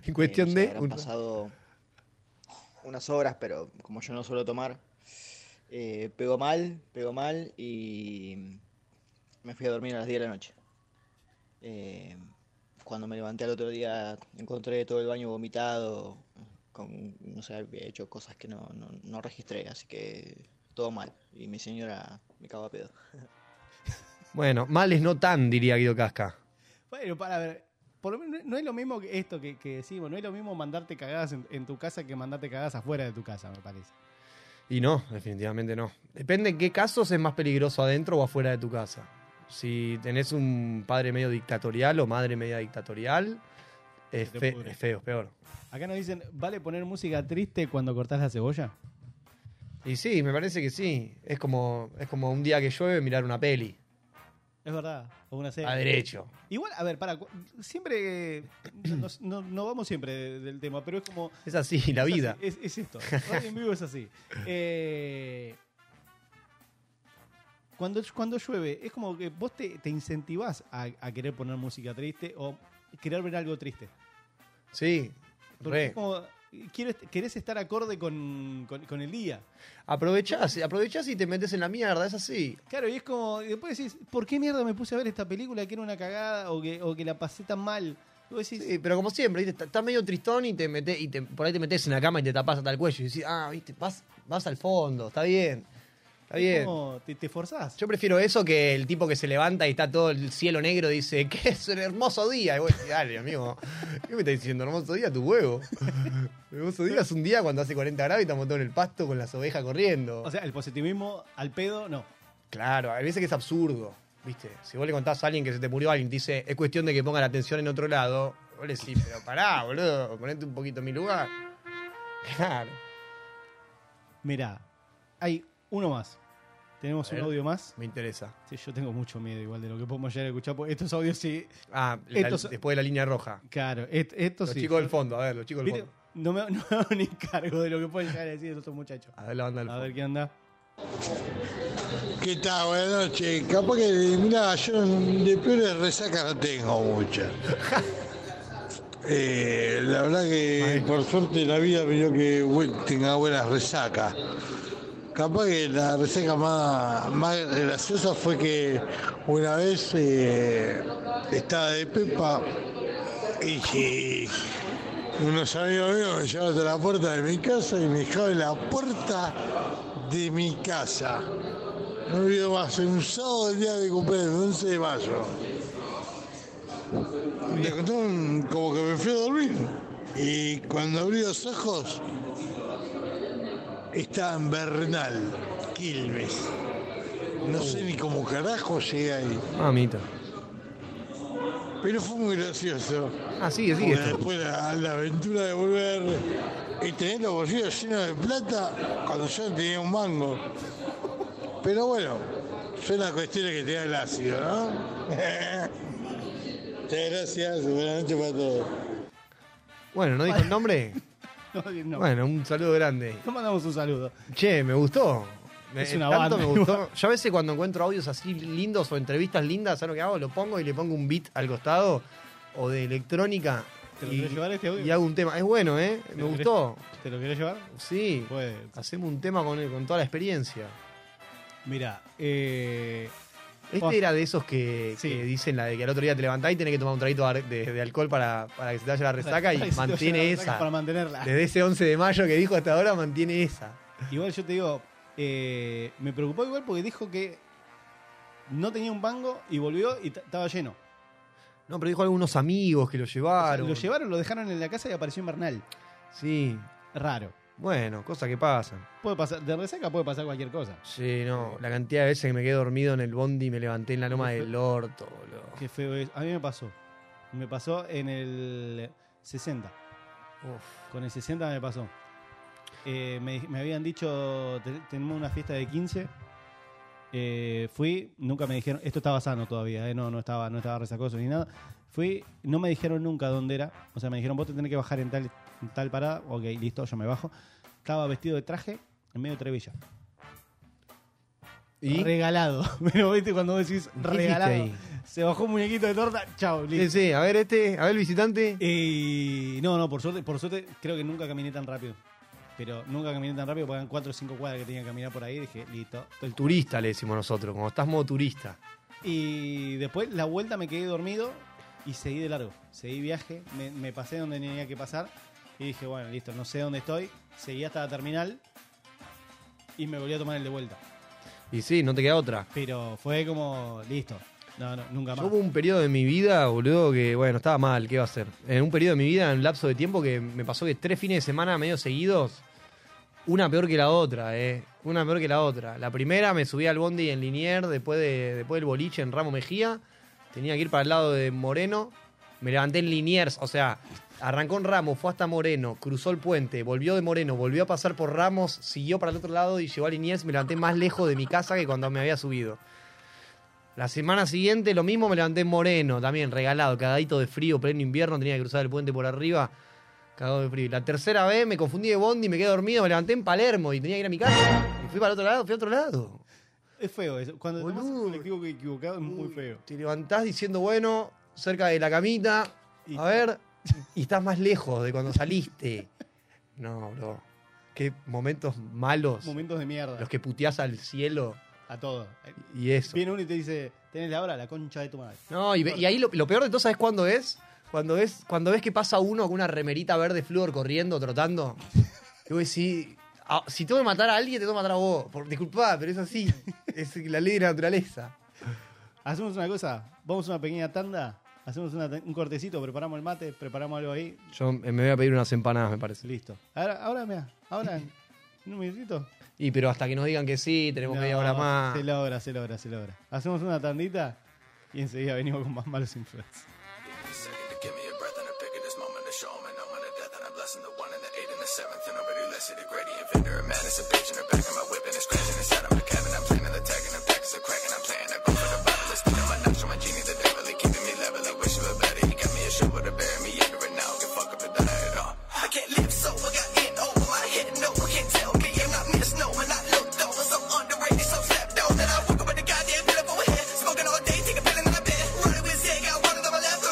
En cuestión
Eh, no sé,
de.
habrán
un-
pasado unas horas, pero como yo no suelo tomar, eh, pegó mal, pegó mal y me fui a dormir a las 10 de la noche. Eh, cuando me levanté al otro día encontré todo el baño vomitado, con, no sé, había hecho cosas que no, no, no registré, así que todo mal. Y mi señora me cagó a pedo.
Bueno, males no tan, diría Guido Casca.
Bueno, para ver. Por lo menos no es lo mismo que esto que, que decimos, no es lo mismo mandarte cagadas en, en tu casa que mandarte cagadas afuera de tu casa, me parece.
Y no, definitivamente no. Depende en qué casos es más peligroso adentro o afuera de tu casa. Si tenés un padre medio dictatorial o madre media dictatorial, es,
Se te
fe-
pudre.
es feo, es peor.
Acá nos dicen, ¿vale poner música triste cuando cortás la cebolla?
Y sí, me parece que sí. Es como, es como un día que llueve mirar una peli.
Es verdad, o una serie.
A derecho.
Igual, a ver, para, cu- siempre, eh, nos- no, no vamos siempre de- del tema, pero es como
Es así, la
Es
vida.
así, Es, es esto. Radio en vivo es así. Eh, cuando, cuando llueve, es como que vos te, te incentivás a, a querer poner música triste o querer ver algo triste.
Sí.
Porque
Re.
es como, quiero est- querés estar acorde con, con- con el día.
Aprovechás, aprovechás y te metes en la mierda, es así.
Claro, y es como, y después decís, ¿por qué mierda me puse a ver esta película que era una cagada o que, o que la pasé tan mal? Y vos decís,
Sí, pero como siempre, ¿viste? estás medio tristón y te metes, y te- por ahí te metes en la cama y te tapás hasta el cuello. Y decís, ah, viste, vas, vas al fondo, está bien. Está
es
bien.
como, te, te forzás.
Yo prefiero eso que el tipo que se levanta y está todo el cielo negro y dice, que es un hermoso día. Y vos decís, dale, amigo, ¿qué me estás diciendo? Hermoso día, tu huevo. Hermoso día es un día cuando hace 40 grados y estamos todos en el pasto con las ovejas corriendo.
o sea, el positivismo al pedo, no.
claro, hay veces que es absurdo, ¿viste? Si vos le contás a alguien que se te murió alguien, te dice, es cuestión de que ponga la atención en otro lado. Vos le decís, pero pará, boludo, ponete un poquito en mi lugar. Claro.
Mirá, hay uno más. Tenemos
A
un
ver.
audio más.
Me interesa.
Sí, yo tengo mucho miedo igual de lo que podemos llegar a escuchar. Porque estos audios sí.
Ah, la-
Estos-
después de la línea roja.
Claro, et- estos
Los
sí.
chicos del fondo, a ver, los chicos del
Mire,
fondo.
no me no me hago ni cargo de lo que pueden llegar a decir estos muchachos.
A ver la banda del
A
fondo.
ver qué anda.
¿Qué tal? Buenas noches. Capaz que, mira, yo de peores resacas no tengo muchas. Eh, la verdad que por suerte la vida me dio que bu- tenga buenas resacas. Capaz que la resaca más, más graciosa fue que una vez eh, estaba de pepa Y que unos amigos míos me llevaron hasta la puerta de mi casa y me dejaron en la puerta de mi casa. No olvido más, un sábado del día de cumpleaños, 11 de mayo. De costón, como que me fui a dormir. Y cuando abrí los ojos, estaba en Bernal, Quilmes. No sé ni cómo carajo llegué ahí.
Mamita.
Pero fue muy gracioso.
Ah, sigue, sigue.
Porque
esto.
después la, la aventura de volver y tener los bolsillos llenos de plata cuando yo no tenía un mango. Pero bueno, son las cuestiones que te da el ácido, ¿no? Muchas gracias, buenas noches para todos.
Bueno, ¿no dijo el nombre?
No, bien, no.
Bueno, un saludo grande.
¿Cómo mandamos un saludo?
Che, me gustó. Me-
Es una banda.
tanto me gustó. Yo a veces cuando encuentro audios así lindos o entrevistas lindas, ¿sabes lo que hago? Lo pongo y le pongo un beat al costado o de electrónica
¿Te lo
y,
querés llevar este audio?
y hago un tema. Es bueno, ¿eh? Me
lo querés-
gustó.
¿Te lo querés llevar?
Sí.
Puede.
Hacemos un tema con, con toda la experiencia.
Mirá, eh,
Este
Oh.
era de esos que,
Sí.
que dicen la de que al otro día te levantás y tenés que tomar un traguito de, de- de alcohol para, para que se te vaya la resaca
Ay,
y
si te voy a
mantiene
llevar la placa Para
esa.
mantenerla.
Desde ese 11 de mayo que dijo hasta ahora, mantiene esa.
Igual yo te digo, eh, me preocupó igual porque dijo que no tenía un banco y volvió y t- estaba lleno.
No, pero dijo algunos amigos que lo llevaron.
Lo llevaron, lo dejaron en la casa y apareció en Bernal.
Sí.
Raro.
Bueno, cosas que pasan.
Puede pasar, de resaca puede pasar cualquier cosa.
Sí, no. La cantidad de veces que me quedé dormido en el bondi y me levanté en la loma del orto, boludo.
Qué feo es. A mí me pasó. Me pasó en el 60.
Uf.
Con el 60 me pasó. Eh, me, me habían dicho, "Ten- tenemos una fiesta de 15. Eh, fui, nunca me dijeron, esto estaba sano todavía, eh, no, no estaba, no estaba resacoso ni nada. Fui, no me dijeron nunca dónde era. O sea, me dijeron, vos te tenés que bajar en tal, en tal parada. Ok, listo, yo me bajo. Estaba vestido de traje en medio de trevilla.
¿Y?
Regalado. Pero viste cuando vos decís
¿Qué
regalado.
hiciste
Se bajó un muñequito de torta, chao, listo.
Sí, sí. A ver este, a ver el visitante.
Eh, no, no, por suerte, por suerte creo que nunca caminé tan rápido. Pero nunca caminé tan rápido porque eran 4 o 5 cuadras que tenía que caminar por ahí. Dije, listo.
El turista le decimos nosotros, como estás modo turista.
Y después la vuelta me quedé dormido y seguí de largo. Seguí viaje, me, me pasé donde tenía que pasar. Y dije, bueno, listo, no sé dónde estoy. Seguí hasta la terminal y me volví a tomar el de vuelta.
Y sí, no te queda otra.
Pero fue como, listo. No, no, nunca
Yo
más.
hubo un periodo de mi vida, boludo, que bueno, estaba mal, ¿qué va a hacer? En un periodo de mi vida, en un lapso de tiempo, que me pasó que tres fines de semana medio seguidos, una peor que la otra, ¿eh? Una peor que la otra. La primera me subí al bondi en Linier, después, de, después del boliche en Ramo Mejía, tenía que ir para el lado de Moreno, me levanté en Liniers, o sea, arrancó en Ramos, fue hasta Moreno, cruzó el puente, volvió de Moreno, volvió a pasar por Ramos, siguió para el otro lado y llegó a Liniers, me levanté más lejos de mi casa que cuando me había subido. La semana siguiente lo mismo, me levanté en Moreno, también regalado, cagadito de frío, pleno invierno, tenía que cruzar el puente por arriba, cagado de frío. Y La tercera vez me confundí de bondi, me quedé dormido, me levanté en Palermo y tenía que ir a mi casa. Y fui para el otro lado, fui a otro lado.
Es feo eso. Cuando tomas un
Boludo.
colectivo equivocado es muy feo.
Te levantás diciendo, bueno, cerca de la camita,
Y-
a ver, y estás más lejos de cuando saliste. No, bro. Qué momentos malos.
Momentos de mierda.
Los que puteás al cielo
A todos.
y eso.
Viene uno y te dice, tenés la hora, la concha de tu madre.
No, y, ve- y ahí lo, lo peor de todo, ¿sabes cuándo es? Cuando ves, cuando ves que pasa uno con una remerita verde flúor corriendo, trotando. Y vos decís, "Ah, si tengo que matar a alguien, te tengo que matar a vos. Por, disculpá, pero es así. Es la ley de la naturaleza.
Hacemos una cosa, vamos a una pequeña tanda, hacemos una- un cortecito, preparamos el mate, preparamos algo ahí,
Yo me voy a pedir unas empanadas, me parece.
listo. Ahora, ahora mira, ahora, en un minutito.
Y pero hasta que nos digan que sí, tenemos media
No,
hora más.
Se logra, se logra, se logra. Hacemos una tandita y enseguida venimos con más malos influencers.
Smoking all day, take a pill in my bed. Running with Zig, I wanted them a left.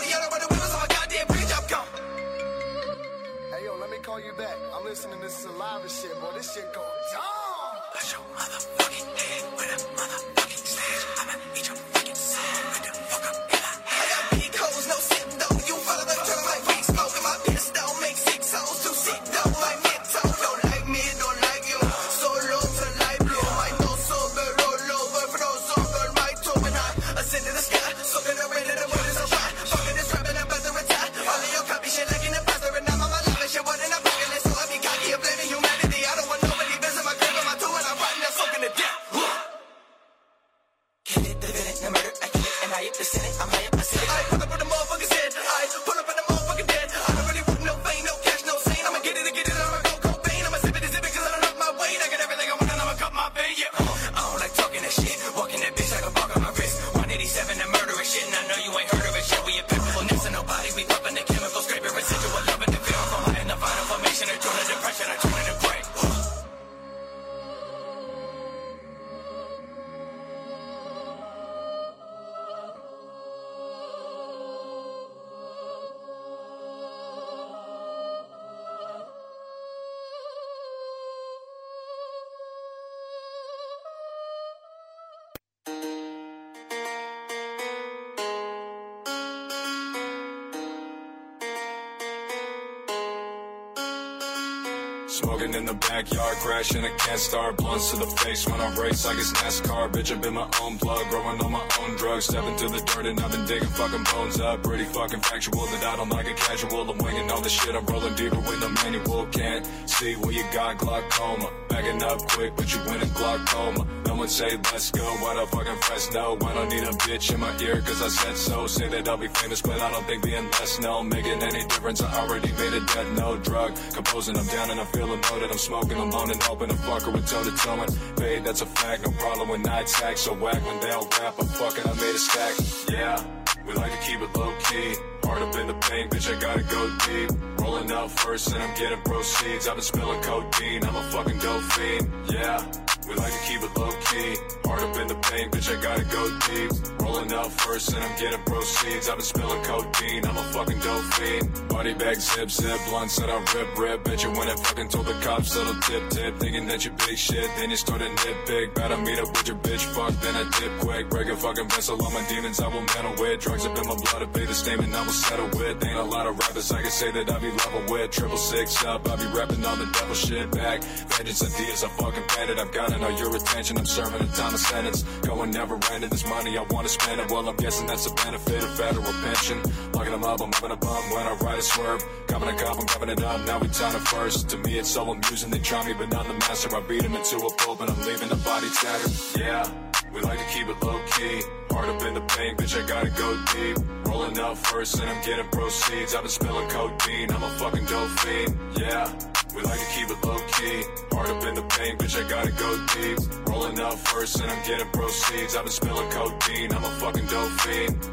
Smoking in the backyard, crashing a can't star. Blunts to the face when I race like it's NASCAR. Bitch, I've been my own plug, growing on my own drugs. Stepping through the dirt and I've been digging fucking bones up. Pretty fucking factual that I don't like a casual. I'm winging all the shit, I'm rolling deeper with the manual. Can't see where you got glaucoma. Backing up quick, but you winning glaucoma. No one say let's go, why the fucking Fresno? I don't need a bitch in my ear, cause I said so. Say that I'll be famous, but I don't think being less known making any difference. I already made a death no drug. Composing, I'm down and I feel a know that I'm smoking alone and hoping to fucker with toe to toe. And babe, that's a fact, no problem when I attack. So whack when they'll rap, I'm fucking, I made a stack. Yeah, we like to keep it low key. Hard up in the paint, bitch, I gotta go deep. Rolling out first and I'm getting proceeds. I've been spilling codeine, I'm a fucking dope fiend. Yeah, we like to keep it low key. Hard up in the paint, bitch, I gotta go deep. Rolling out first and I'm getting proceeds. I've been spilling codeine, I'm a fucking dope fiend. Body bag zip zip, blunt said I rip rip. Bet you when I fucking told the cops little tip tip. Thinking that you big shit, then you started nitpick. Better meet up with your bitch, fuck, then I dip quick. Break a fucking vessel on my demons, I will meddle with. Drugs up in my blood, I pay the statement, I will settle with. Ain't a lot of rappers I can say that I be level with. Triple six up, I be rapping all the devil shit back. Vengeance ideas, I fucking planted. I've gotten all your attention, I'm serving a time of sentence. Going never ending, this money I wanna spend it. Well, I'm guessing that's a benefit of federal pension. Locking them up, I'm having a bum when I ride a swerve. Copping a cop, I'm copping it up, now we time to first. To me, it's so amusing, they try me, but not the master. I beat 'em into a pulp and I'm leaving the body tattered. Yeah. We like to keep it low key. Hard up in the paint, bitch, I gotta go deep. Rolling out first and I'm getting proceeds. I've been spilling codeine, I'm a fucking dope fiend. Yeah, we like to keep it low key. Hard up in the paint, bitch, I gotta go deep. Rolling out first and I'm getting proceeds. I've been spilling codeine, I'm a fucking dope fiend.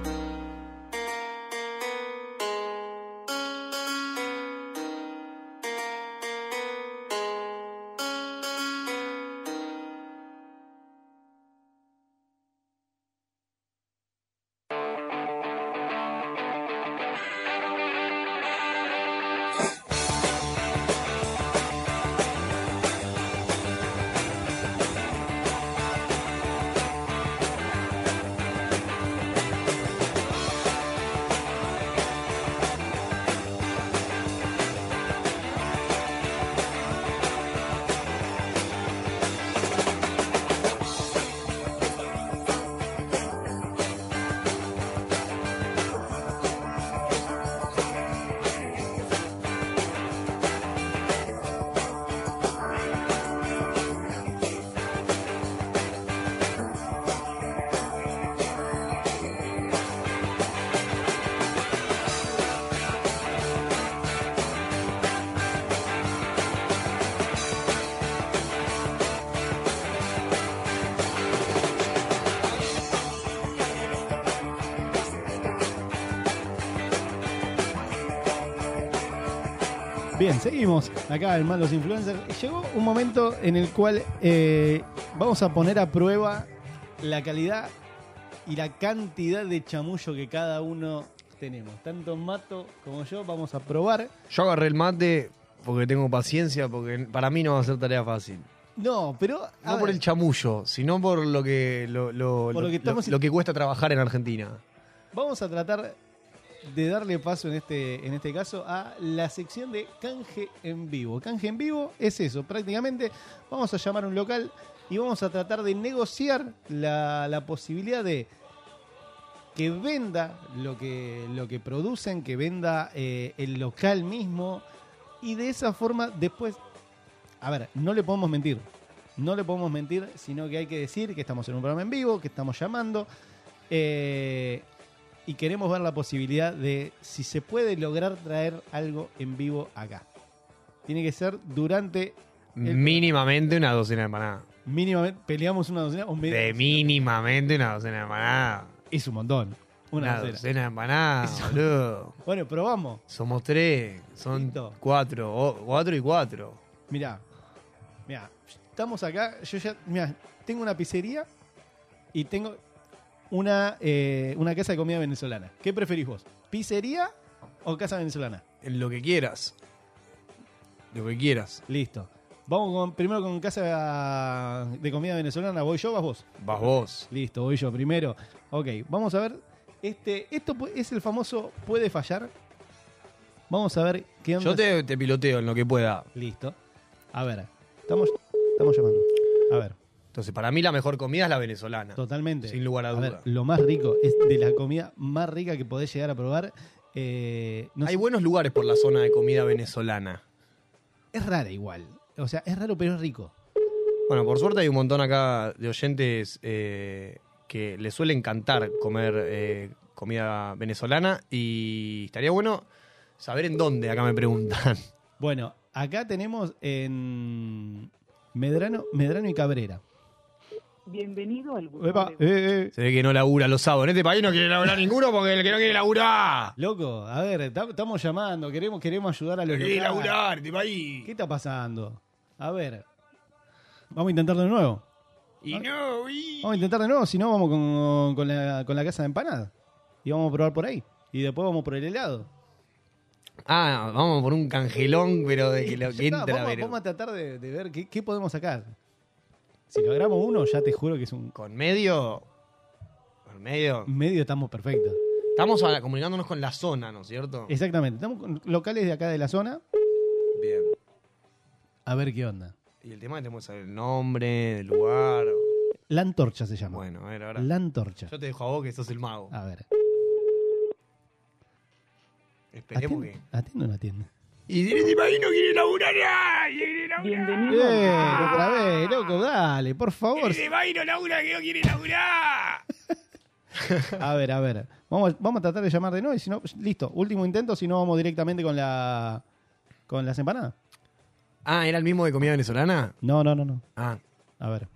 Bien, seguimos acá en Malos Influencers. Llegó un momento en el cual eh, vamos a poner a prueba la calidad y la cantidad de chamullo que cada uno tenemos. Tanto Mato como yo vamos a probar.
Yo agarré el mate porque tengo paciencia, porque para mí no va a ser tarea fácil.
No, pero. a
No
ver,
por el chamullo, sino por lo que lo, lo-
Ah, eh. Por lo
lo-
que estamos-
lo- lo que cuesta trabajar en Argentina.
vamos a tratar de darle paso en este, en este caso a la sección de canje en vivo. Canje en vivo es eso, prácticamente vamos a llamar a un local y vamos a tratar de negociar la, la posibilidad de que venda lo que, lo que producen, que venda eh, el local mismo y de esa forma después, a ver, no le podemos mentir. No le podemos mentir, sino que hay que decir que estamos en un programa en vivo, que estamos llamando. Eh, y queremos ver la posibilidad de si se puede lograr traer algo en vivo acá. Tiene que ser durante El-
Mínimamente una docena de empanadas.
mínimamente peleamos una docena o media
De
docena.
mínimamente una docena de empanadas.
es un montón, una,
Una
docena.
docena de empanadas,
Eso.
boludo.
Bueno, probamos.
Somos tres, son
Listo.
cuatro, o- cuatro y cuatro.
Mirá. Mirá, estamos acá, yo ya mirá, tengo una pizzería y tengo una eh, una casa de comida venezolana. ¿Qué preferís vos? ¿Pizzería o casa venezolana?
En lo que quieras. Lo que quieras.
Listo. Vamos con- primero con casa de comida venezolana. ¿Voy yo o vas vos?
Vas vos.
Listo, voy yo primero. Ok, vamos a ver. Este, esto pu- es el famoso puede fallar. Vamos a ver qué onda.
Yo te, te piloteo en lo que pueda.
Listo. A ver, estamos, estamos llamando. A ver.
Entonces, para mí la mejor comida es la venezolana.
Totalmente.
Sin lugar a
A ver,
duda.
lo más rico es de la comida más rica que podés llegar a probar. eh, no
Hay
sé,
buenos lugares por la zona de comida venezolana.
es rara igual. O sea, es raro, pero es rico.
Bueno, por suerte hay un montón acá de oyentes eh, que les suele encantar comer eh, comida venezolana y estaría bueno saber en dónde, acá me preguntan.
Bueno, acá tenemos en Medrano, Medrano y Cabrera.
Bienvenido al buzón
Epa,
de-
eh, eh.
Se ve que no labura los sábados. En este país no quiere laburar ninguno porque el que no quiere laburar.
Loco, a ver, ta- estamos llamando, queremos, queremos ayudar a los
Quiere
locales.
laburar, este país.
¿Qué está pasando? A ver. Vamos a intentar de nuevo.
Y no, y...
Vamos a intentar de nuevo, si no vamos con, con la, con la casa de empanada. Y vamos a probar por ahí. Y después vamos por el helado.
Ah, vamos por un cangelón, pero de que lo
Ya
que
está,
entra,
vamos,
pero-
vamos a tratar de, de ver qué, qué podemos sacar. Si logramos uno, ya te juro que es un
Con medio. Con medio.
medio, estamos perfectos.
Estamos a- comunicándonos con la zona, ¿no es cierto?
Exactamente, estamos con locales de acá de la zona.
Bien.
A ver qué onda.
Y el tema es que tenemos que saber el nombre, el lugar.
La antorcha se llama.
Bueno, a ver, ahora.
la antorcha.
Yo te dejo a vos que sos el mago.
A ver.
Esperemos
¿Atiende, atiende o no atiende?
que. Y en este país no quiere laburar nadie, quiere laburar.
Bienvenido al
Eh, otra vez, loco, dale, por favor.
En este país no labura que no quiere laburar.
A ver, a ver. Vamos, vamos a tratar de llamar de nuevo y si no, pues, listo, último intento, si no vamos directamente con la con las empanadas.
Ah, ¿era el mismo de comida venezolana?
No, no, no, no.
Ah,
A ver.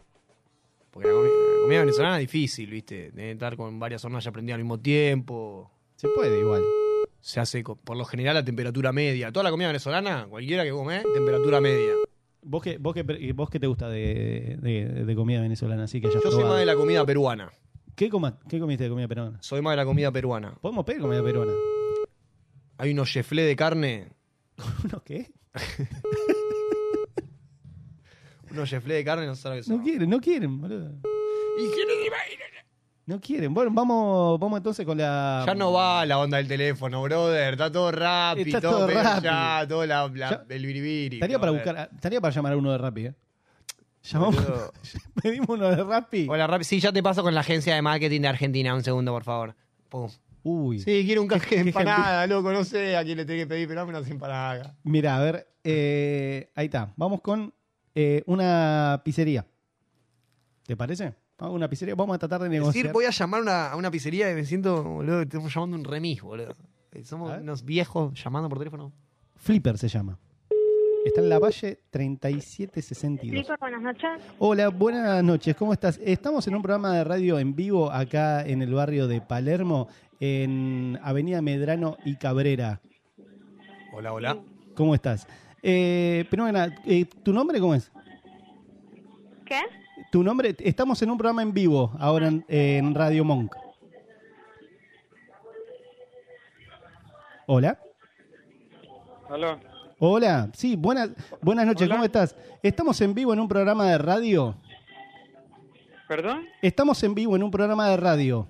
porque la comi- la comida, venezolana es difícil, ¿viste? Debe estar con varias hornallas prendidas al mismo tiempo.
Se puede igual.
Se hace co- por lo general a temperatura media. Toda la comida venezolana, cualquiera que come, ¿eh? temperatura media.
¿Vos qué, vos qué, pre- vos qué te gusta de, de- de comida venezolana? Así que ya
Yo soy más de la comida peruana.
¿Qué, coma- qué comiste de comida peruana?
Soy más de la comida peruana.
¿Podemos pedir comida peruana?
Hay unos cheflé de carne.
¿No qué?
Unos cheflé de carne, no sé lo que son.
No quieren, no quieren, boludo.
¿Y quién es Ibai?
No quieren. Bueno, vamos, vamos entonces con la.
Ya no va la onda del teléfono, brother. Está todo rápido,
Está
todo,
todo
pero
Rappi.
ya, todo la, la-
Ya-
el biribiri.
Estaría para
todo, eh.
buscar, estaría para llamar a uno de Rappi, eh. Llamamos,
Boludo.
pedimos uno de Rappi.
Hola, Rappi. Sí, ya te paso con la agencia de marketing de Argentina. Un segundo, por favor. Pum.
Uy.
Sí, quiero un canje de
qué
empanada, loco. No sé a quién le tengo que pedir, pero dame unas empanadas.
Mira, a ver, eh, ahí está. Vamos con eh, una pizzería. ¿Te parece? Vamos a una pizzería. Vamos a tratar de
Es
negociar.
decir, voy a llamar una- a una pizzería y me siento, boludo, estamos llamando un remis, boludo. Eh,
A
Somos
ver.
unos viejos llamando por teléfono.
Flipper se llama. Está en la valle 3762.
Flipper, buenas noches.
Hola, buenas noches. ¿Cómo estás? Estamos en un programa de radio en vivo acá en el barrio de Palermo, en Avenida Medrano y Cabrera.
Hola, hola.
¿Cómo estás? Eh, primero que nada, eh, ¿tu nombre cómo es?
¿Qué?
Tu nombre, estamos en un programa en vivo ahora en, en Radio Monk. Hola.
Aló.
Hola, sí, buenas, buenas noches,
Hola.
¿cómo estás? Estamos en vivo en un programa de radio.
¿Perdón?
Estamos en vivo en un programa de radio.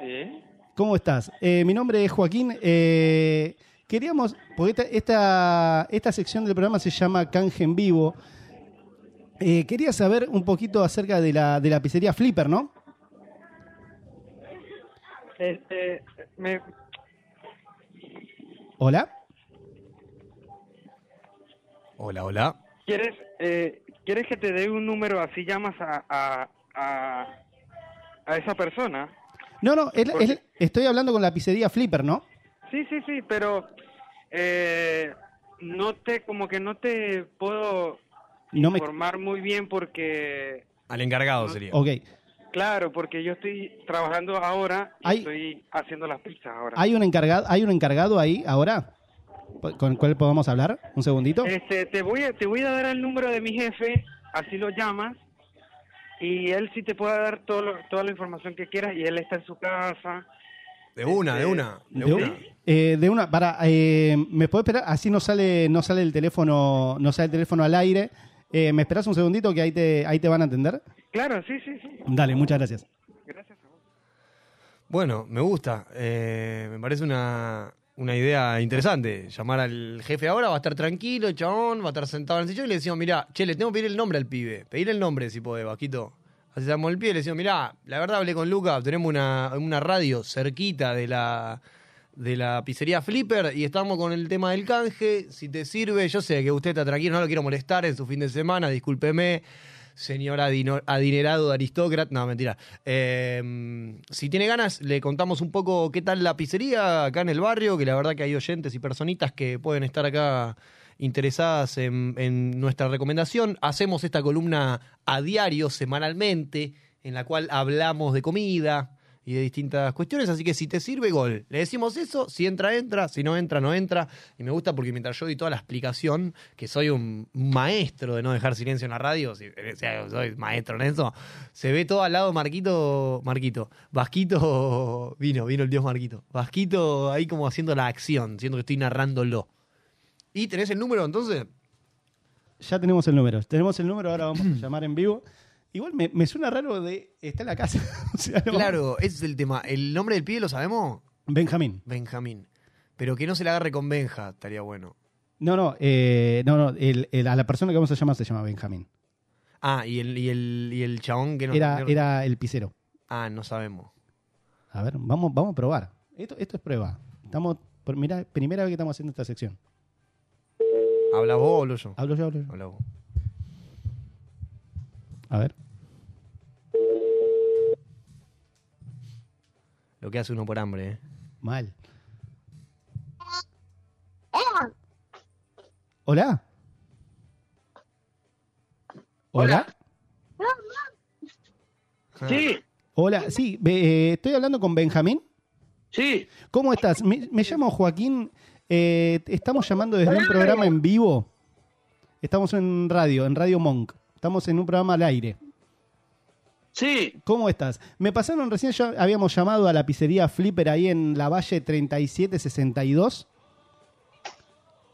Sí.
¿Cómo estás? Eh, mi nombre es Joaquín. eh, queríamos, porque esta, esta, esta sección del programa se llama Canje en Vivo. Eh, quería saber un poquito acerca de la, de la pizzería Flipper, ¿no?
Este, me,
Hola.
Hola, hola.
¿quieres, eh, ¿Quieres que te dé un número así llamas a, a, a, a esa persona?
No, no, es la- es la- estoy hablando con la pizzería Flipper, ¿no?
Sí, sí, sí, pero eh, no te, como que no te puedo
No me-
informar muy bien porque,
Al encargado sería.
Ok.
claro, porque yo estoy trabajando ahora y
Hay-
estoy haciendo las pizzas ahora.
¿Hay un encargado, hay un encargado ahí ahora? ¿Con el cual podamos hablar? ¿Un segundito?
Este, te voy a, te voy a dar el número de mi jefe, así lo llamas y él sí te puede dar todo lo- toda la información que quieras y él está en su casa. Este,
De una, de una, de
De,
una.
un- eh, de una, para, eh, ¿me puedo esperar? Así no sale, no sale el teléfono, no sale el teléfono al aire. Eh, ¿Me esperas un segundito que ahí te, ahí te van a atender?
Claro, sí, sí, sí.
Dale, muchas gracias.
Gracias a vos.
Bueno, me gusta. Eh, me parece una, una idea interesante. Llamar al jefe ahora, va a estar tranquilo, el chabón, va a estar sentado en el sillón y le decimos, mirá, che, le tengo que pedir el nombre al pibe. Pedir el nombre, si podés, Vasquito. Así damos el pie y le decimos, mirá, la verdad hablé con Luca, tenemos una, una radio cerquita de la de la pizzería Flipper y estamos con el tema del canje. Si te sirve, yo sé que usted está tranquilo, no lo quiero molestar en su fin de semana, discúlpeme, señor adino- adinerado de aristócrata. No, mentira. Eh, si tiene ganas, le contamos un poco qué tal la pizzería acá en el barrio, que la verdad que hay oyentes y personitas que pueden estar acá interesadas en, en nuestra recomendación. Hacemos esta columna a diario, semanalmente, en la cual hablamos de comida y de distintas cuestiones. Así que si te sirve, gol. Le decimos eso, si entra, entra, si no entra, no entra. Y me gusta porque mientras yo doy toda la explicación, que soy un maestro de no dejar silencio en la radio, si- eh, o sea, soy maestro en eso, se ve todo al lado Marquito, Marquito, Vasquito, vino, vino el dios Marquito, Vasquito ahí como haciendo la acción, siento que estoy narrándolo. ¿Y tenés el número entonces?
Ya tenemos el número. Tenemos el número, ahora vamos a llamar en vivo. Igual me, me suena raro de. Está en la casa. O sea, no-
Claro, ese es el tema. ¿El nombre del pibe lo sabemos?
Benjamín.
Benjamín. Pero que no se la agarre con Benja, estaría bueno.
No, no, eh, no, no. el- el- a la persona que vamos a llamar se llama Benjamín.
Ah, y el, y el, y el chabón que no.
Era,
no-
era el pisero.
Ah, no sabemos.
A ver, vamos, vamos a probar. Esto, esto es prueba. Estamos, por, mira, primera vez que estamos haciendo esta sección.
¿Habla vos o hablo yo?
Hablo yo, hablo yo.
Habla vos.
A ver.
Lo que hace uno por hambre, ¿eh?
Mal. Hola. Hola.
Sí.
Hola, sí, be- eh, estoy hablando con Benjamín.
Sí.
¿Cómo estás? Me, me llamo Joaquín. eh, estamos llamando desde un programa en vivo. Estamos en radio, en Radio Monk. Estamos en un programa al aire.
Sí.
¿Cómo estás? Me pasaron recién, ya habíamos llamado a la pizzería Flipper ahí en la Valle 3762.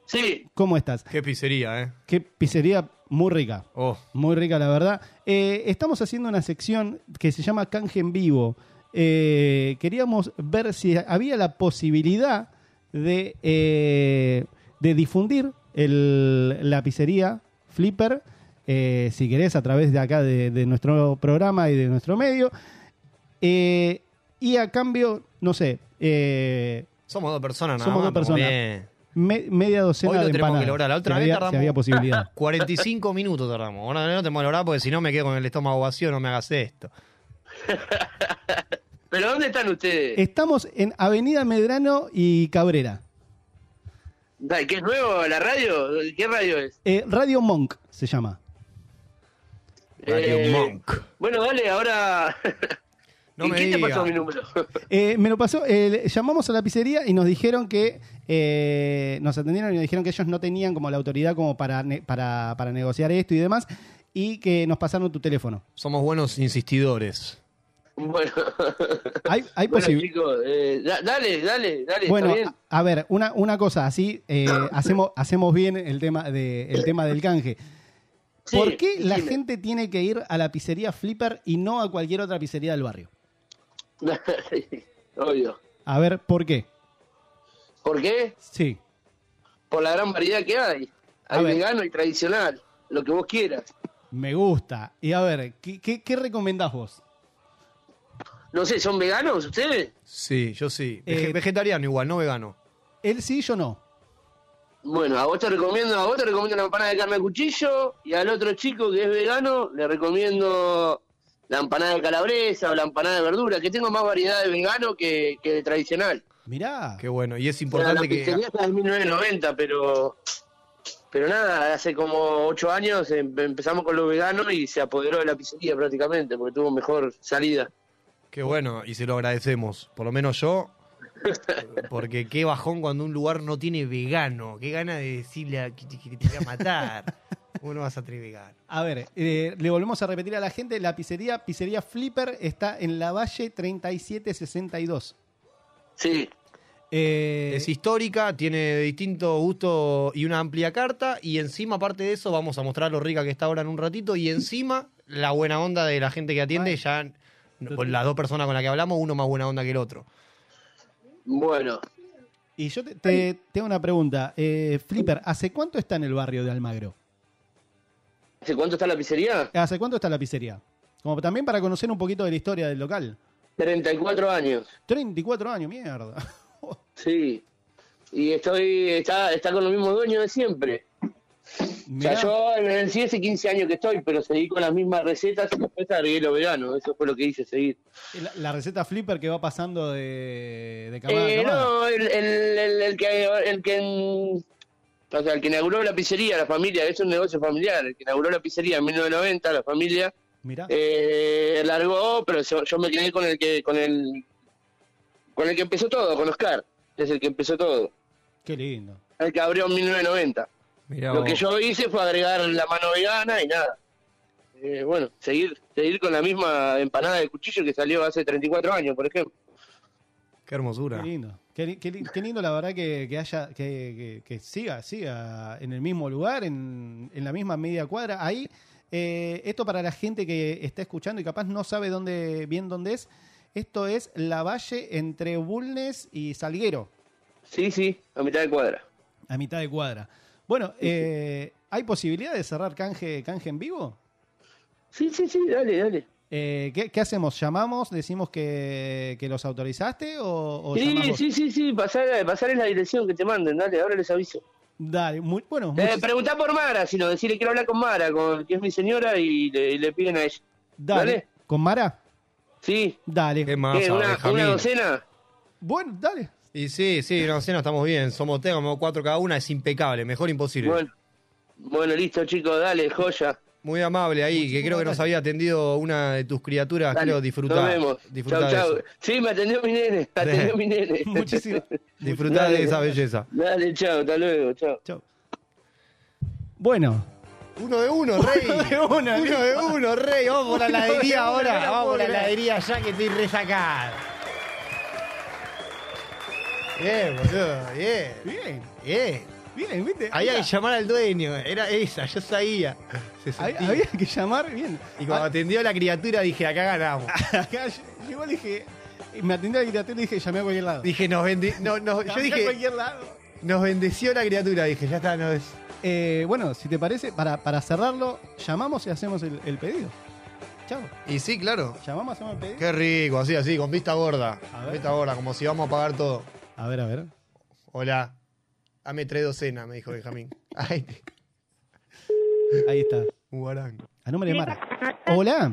Sí.
¿Cómo estás?
Qué pizzería, ¿eh?
Qué pizzería muy rica.
Oh.
Muy rica, la verdad. Eh, estamos haciendo una sección que se llama Canje en Vivo. Eh, queríamos ver si había la posibilidad de, eh, de difundir el- la pizzería Flipper, eh, si querés, a través de acá de, de nuestro programa y de nuestro medio. Eh, y a cambio, no sé, eh,
Somos dos personas, nada
Somos
más,
dos
pero
personas.
bien.
me- media
Hoy
docena
lo
de
tenemos que
empanadas.
lograr. La otra
si
vez
había-
tardamos
si había posibilidad.
45 minutos tardamos. Ahora no tenemos que lograr porque si no me quedo con el estómago vacío, no me hagas esto.
¿Pero dónde están ustedes?
Estamos en Avenida Medrano y Cabrera.
Dai, ¿Qué es nuevo la radio? ¿Qué radio es?
Eh, Radio Monk se llama.
Eh, Bueno, dale, ahora.
No
¿Y
me
qué te
diga.
pasó mi número?
Eh, me lo pasó, eh, le- llamamos a la pizzería y nos dijeron que eh, nos atendieron y nos dijeron que ellos no tenían como la autoridad como para, ne- para, para negociar esto y demás y que nos pasaron tu teléfono.
Somos buenos insistidores.
bueno.
Hay, hay
Bueno,
posibil-
chicos, eh, da- dale, dale, dale.
Bueno,
está bien.
a, a ver, una, una cosa, así eh, hacemos, hacemos bien el tema, de, el tema del canje.
Sí,
¿Por qué la
decime.
gente tiene que ir a la pizzería Flipper y no a cualquier otra pizzería del barrio?
Obvio.
A ver, ¿por qué?
¿Por qué?
Sí.
Por la gran variedad que hay. Hay vegano y tradicional, lo que vos quieras.
Me gusta. Y a ver, ¿qué, qué, qué recomendás vos?
No sé, ¿son veganos ustedes?
Sí, yo sí. Vege- vegetariano igual, no vegano.
Eh, Él sí, yo no.
Bueno, a vos te recomiendo, a vos te recomiendo la empanada de carne a cuchillo y al otro chico que es vegano le recomiendo la empanada de calabresa o la empanada de verdura, que tengo más variedad de vegano que, que de tradicional.
Mirá.
Qué bueno. Y es
O sea, la
importante que.
pizzería está de 1990, pero pero nada, hace como ocho años em- empezamos con los veganos y se apoderó de la pizzería prácticamente, porque tuvo mejor salida.
Qué bueno, y se lo agradecemos. Por lo menos yo. Porque qué bajón cuando un lugar no tiene vegano. Qué gana de decirle a- que, que te voy a matar. Vos no vas a tener vegano.
A ver, eh, le volvemos a repetir a la gente, la pizzería, pizzería Flipper está en la Valle 3762.
Sí.
Es histórica, tiene distinto gusto y una amplia carta. Y encima, aparte de eso, vamos a mostrar lo rica que está ahora en un ratito. Y encima, la buena onda de la gente que atiende. Ya con las dos personas con las que hablamos, uno más buena onda que el otro.
Bueno,
Y yo te, te- tengo una pregunta. Eh, Flipper, ¿hace cuánto está en el barrio de Almagro?
¿Hace cuánto está la pizzería?
¿Hace cuánto está la pizzería? Como también para conocer un poquito de la historia del local.
34 años.
34 años, mierda.
Sí. Y estoy, está, está con los mismos dueños de siempre. O sea, yo en el sí hace 15 años que estoy, pero seguí con las mismas recetas y después agregué los veranos. Eso fue lo que hice, seguir.
La, la receta Flipper que va pasando de, de camada a
Eh,
camada.
no, el, el- el- el que, el que, mm, o sea, el que inauguró la pizzería, la familia, es un negocio familiar. El que inauguró la pizzería en 1990, la familia,
Mirá.
eh, largó, pero yo, yo me quedé con el que, con el, con el que empezó todo, con Oscar, es el que empezó todo,
Qué lindo.
el que abrió en 1990.
Mirá
Lo
vos.
que yo hice fue agregar la mano vegana y nada. Eh, bueno, seguir, seguir con la misma empanada de cuchillo que salió hace 34 años, por ejemplo.
Qué hermosura.
Qué lindo. Qué, li- qué li- qué lindo, la verdad, que, que haya, que, que- que siga, siga en el mismo lugar, en, en la misma media cuadra. Ahí, eh, esto para la gente que está escuchando y capaz no sabe dónde, bien dónde es. Esto es la valle entre Bulnes y Salguero,
Sí, sí, a mitad de cuadra.
a mitad de cuadra. Bueno, eh, ¿hay posibilidad de cerrar canje, canje en vivo? Eh,
Sí, sí, sí, dale, dale.
¿qué, qué hacemos? ¿Llamamos? ¿Decimos que, que los autorizaste? ¿O, o llamás
Sí,
vos?
sí, sí, sí, pasar, pasar es la dirección que te manden, dale, ahora les aviso.
Dale, muy, bueno,
Eh,
muchis-
preguntá por Mara, si no, decirle quiero hablar con Mara, con, que es mi señora, y le, y le piden a ella.
dale.
dale.
¿Con Mara?
Sí.
Dale.
Eh, una, una docena?
Bueno, dale.
Y sí, sí, una docena estamos bien. Somos tres, como cuatro cada una, es impecable, mejor imposible.
Bueno, bueno, listo, chicos, dale, joya.
Muy amable ahí, que creo que nos había atendido una de tus criaturas,
Dale,
Ah, creo, disfrutar.
Nos vemos.
Disfrutá
Chau, chau.
de eso.
Sí, me atendió mi nene, me atendió mi nene.
Muchísimas
Disfrutá
Dale.
de esa belleza.
Dale, chao, hasta luego, chao.
Chao. Bueno,
Uno de uno, rey. Uno de
uno,
de uno, rey. Vamos por la
Uno de
heladería
uno, no
ahora.
la
Vamos por la
puedo creer.
heladería ya que estoy resacado. Bien, boludo, bien.
Bien.
Bien.
Bien, ¿viste?
Había que
Había,
llamar al dueño, era esa, yo sabía. Se sentía.
había que llamar bien. Ah.
Y cuando atendió a la criatura dije, acá ganamos.
Acá llegó, le dije, me atendió la criatura y dije, llamé a cualquier lado.
Dije, nos bendi- no, no, yo
Llamé a
dije,
cualquier lado.
nos bendeció la criatura, dije, ya está, no es.
Eh, bueno, si te parece, para, para cerrarlo, llamamos y hacemos el, el pedido. Chao.
Y sí, claro.
Llamamos, hacemos el pedido.
Qué rico, así, así, con vista gorda.
A
Con
ver.
vista gorda, como si vamos a pagar todo.
A ver, a ver.
Hola. Dame tres docenas, me dijo Benjamín. Ay,
Ahí está.
Guarán.
A nombre de Mara. Hola.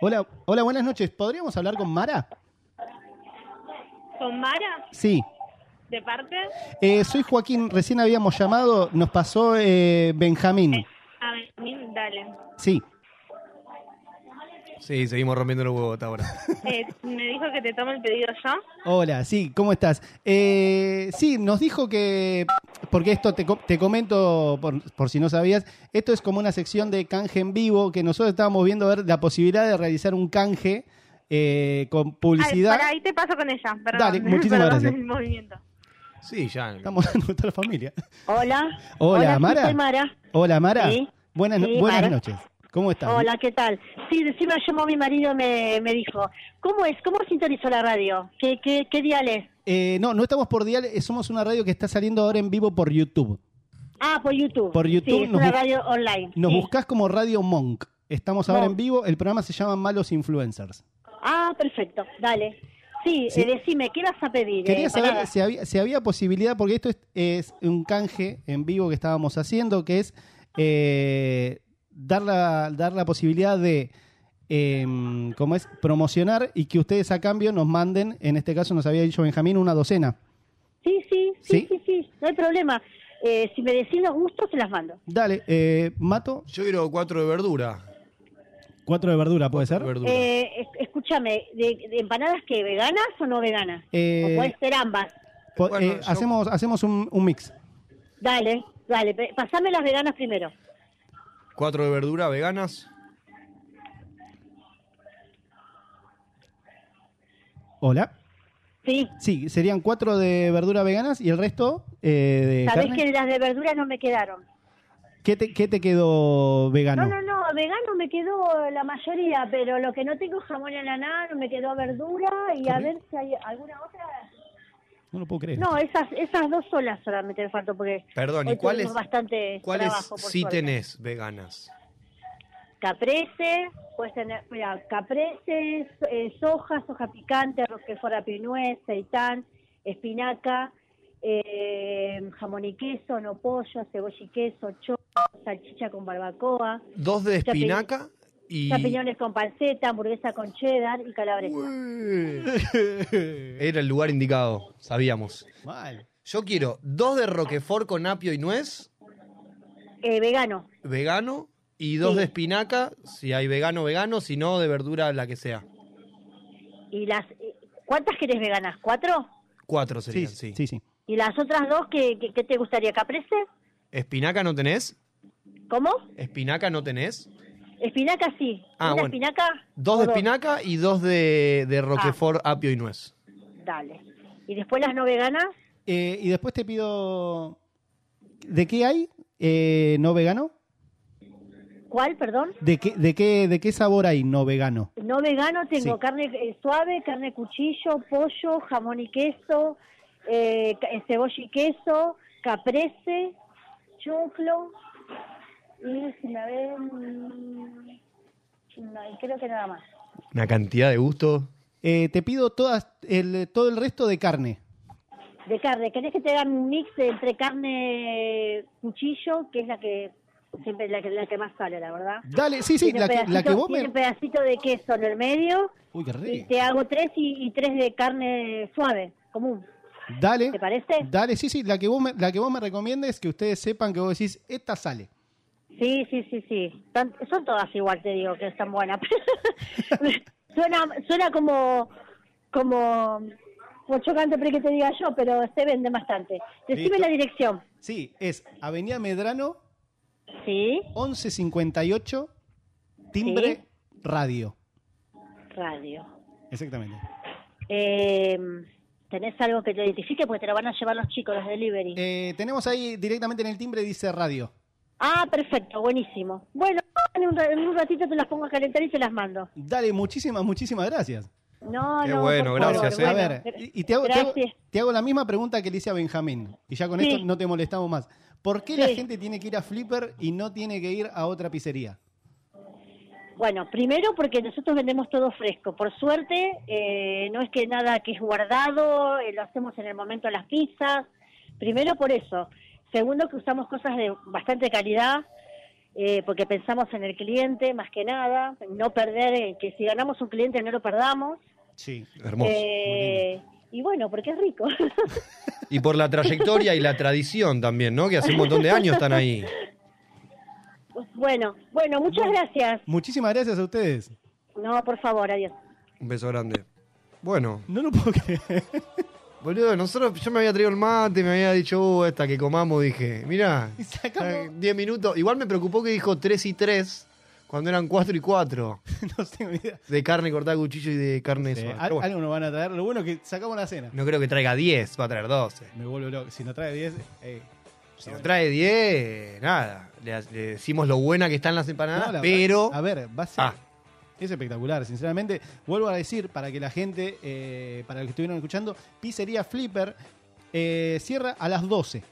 Hola, hola, buenas noches. ¿Podríamos hablar con Mara?
¿Con Mara?
Sí.
¿De parte?
Eh, soy Joaquín, recién habíamos llamado, nos pasó eh, Benjamín.
A ver, dale.
Sí.
Sí, seguimos rompiendo los huevos hasta ahora.
Eh, me dijo que te tome el pedido yo.
Hola, sí, ¿cómo estás? Eh, sí, nos dijo que, porque esto te, co- te comento por, por si no sabías, esto es como una sección de canje en vivo que nosotros estábamos viendo a ver la posibilidad de realizar un canje eh, con publicidad.
Ay, para ahí te paso con ella. Perdón.
Dale, muchísimas
Perdón
gracias.
el movimiento.
Sí, ya.
Estamos en toda la familia.
Hola.
Hola,
sí,
Mara.
soy Mara.
Hola, Mara.
Sí.
Buenas, no-
Sí,
buenas
Mara.
noches. ¿Cómo estás?
Hola, ¿qué tal? Sí, encima llamó mi marido, me, me dijo, ¿cómo es? ¿Cómo sintonizó la radio? ¿Qué, qué, qué dial es?
Eh, no, no estamos por dial, eh, somos una radio que está saliendo ahora en vivo por YouTube.
Ah, por YouTube.
Por YouTube
Sí, es
nos
una
bu-
radio online.
Nos
sí.
buscás como Radio Monk. Estamos ahora
Monk.
en vivo, el programa se llama Malos Influencers.
Ah, perfecto, dale. Sí,
Sí.
eh, decime, ¿qué vas a pedir?
Quería
Eh,
saber
empanadas?
si había, si había posibilidad, porque esto es, es un canje en vivo que estábamos haciendo, que es eh, dar, la, dar la posibilidad de, em, ¿cómo es?, promocionar y que ustedes a cambio nos manden, en este caso nos había dicho Benjamín, una docena.
Sí, sí,
¿Sí?
sí, sí, sí, no hay problema. Eh, si me decís los gustos, se las mando.
Dale, eh, Mato,
Yo quiero cuatro de verdura.
cuatro de verdura, ¿puede ser?
Verdura.
Eh, es- escúchame, de, de empanadas qué? ¿Veganas o no veganas?
Eh,
o puede ser ambas.
Po-
Bueno,
eh,
yo-
hacemos, hacemos un, un mix.
Dale, dale, pe- pasame las veganas primero.
Cuatro de verdura veganas.
Hola.
Sí.
Sí, serían cuatro de verdura veganas y el resto eh, de
Sabés
carne.
que las de verduras no me quedaron.
¿Qué, te, qué te quedó vegano?
No, no, no, vegano me quedó la mayoría, pero lo que no tengo es jamón y ananá, no me quedó verdura y a ver si hay alguna otra.
No lo puedo creer.
No, esas, esas dos solas solamente me faltó porque.
Eh. Perdón, ¿y
hoy
cuáles-
tuvimos bastante
¿Cuáles
trabajo, por
sí
suerte.
tenés veganas?
Caprese, puedes tener, mira, caprese, eh, soja, soja picante, roquefort pinuez, seitán, espinaca, eh, jamón y queso, no pollo, cebolla y queso, chorro, salchicha con barbacoa.
Dos de
Chapi-
espinaca y...
Champiñones con panceta, hamburguesa con cheddar y calabresa.
Era el lugar indicado, sabíamos.
Mal.
Yo quiero dos de roquefort con apio y nuez,
Eh, vegano.
vegano, y dos de espinaca, si hay vegano, vegano, si no, de verdura, la que sea.
¿Y las eh, cuántas querés veganas? ¿Cuatro?
Cuatro serían, sí.
Sí, sí.
¿Y las otras dos qué, qué- qué te gustaría? ¿Caprese?
¿Espinaca no tenés?
¿Cómo?
¿Espinaca no tenés?
Espinaca sí.
Ah,
¿Una
bueno.
espinaca?
Dos de
o
espinaca y dos de, de roquefort, apio y nuez.
Dale. ¿Y después las no veganas?
Eh, y después te pido. ¿De qué hay? Eh, ¿No vegano?
¿Cuál, perdón?
¿De qué, de, qué, ¿De qué sabor hay no vegano?
No vegano tengo
Sí.
carne eh, suave, carne cuchillo, pollo, jamón y queso, eh, ca- eh, cebolla y queso, caprese, choclo y si me ven... No, y creo que nada más.
Una cantidad de gusto.
Eh, te pido todas, el, todo el resto de carne.
De carne, ¿querés que te hagan un mix entre carne eh, cuchillo, que es la que siempre la que, la que más sale, la verdad?
Dale, sí, sí,
Tiene
la que- la
pedacito-
que vos me-
tiene pedacito de queso en el medio
Uy, qué
y
rico.
te hago tres y, y tres de carne suave, común.
Dale.
¿Te parece?
Dale, sí, sí, la que vos me, la que vos me recomiendes que ustedes sepan que vos decís, esta sale.
Sí, sí, sí, sí. Tan- son todas igual, te digo, que están buenas. suena, suena como, como, como chocante pero que te diga yo, pero se vende bastante. Decime
Listo.
la dirección.
Sí, es Avenida Medrano.
Sí.
1158, timbre radio.
Radio.
Exactamente.
Eh, ¿Tenés algo que te identifique? Porque te lo van a llevar los chicos, los delivery.
Eh, tenemos ahí directamente en el timbre dice radio.
Ah, perfecto, buenísimo. Bueno, en un, ra- en un ratito te las pongo a calentar y te las mando.
Dale, muchísimas, muchísimas gracias.
Ah, No,
Qué
no.
bueno,
por favor,
gracias, eh.
A
bueno.
ver, y y te hago, te, hago,
Gracias.
te hago la misma pregunta que le hice a Benjamín. Y ya con
Sí.
esto no te molestamos más. ¿Por qué la
Sí.
gente tiene que ir a Flipper y no tiene que ir a otra pizzería?
Bueno, primero porque nosotros vendemos todo fresco. Por suerte, eh, no es que nada que es guardado, eh, lo hacemos en el momento a las pizzas. Primero por eso. Segundo que usamos cosas de bastante calidad, eh, porque pensamos en el cliente más que nada, no perder, eh, que si ganamos un cliente no lo perdamos.
Sí,
Eh, y bueno, porque es rico.
Y por la trayectoria y la tradición también, ¿no? Que hace un montón de años están ahí.
bueno, bueno, muchas gracias.
Muchísimas gracias a ustedes.
No, por favor, adiós.
Un beso grande. Bueno.
No lo puedo creer.
Boludo, nosotros, yo me había traído el mate, me había dicho, uh, esta que comamos, dije, mirá, eh, 10 minutos. Igual me preocupó que dijo 3 y 3 cuando eran 4 y 4.
No tengo idea.
De carne cortada a cuchillo y de carne
Eh,
suave.
al-
Pero bueno,
algo nos van a traer. Lo bueno es que sacamos la cena.
no creo que traiga 10, va a traer 12.
Me vuelvo loco. Si nos trae 10, eh,
Si no trae 10, nada. Le, le decimos lo buena que están las empanadas,
No, la-
pero... Ah.
A ver, va a ser. Es espectacular, sinceramente. Vuelvo a decir, para que la gente, eh, para los que estuvieron escuchando, Pizzería Flipper eh, cierra a las 12.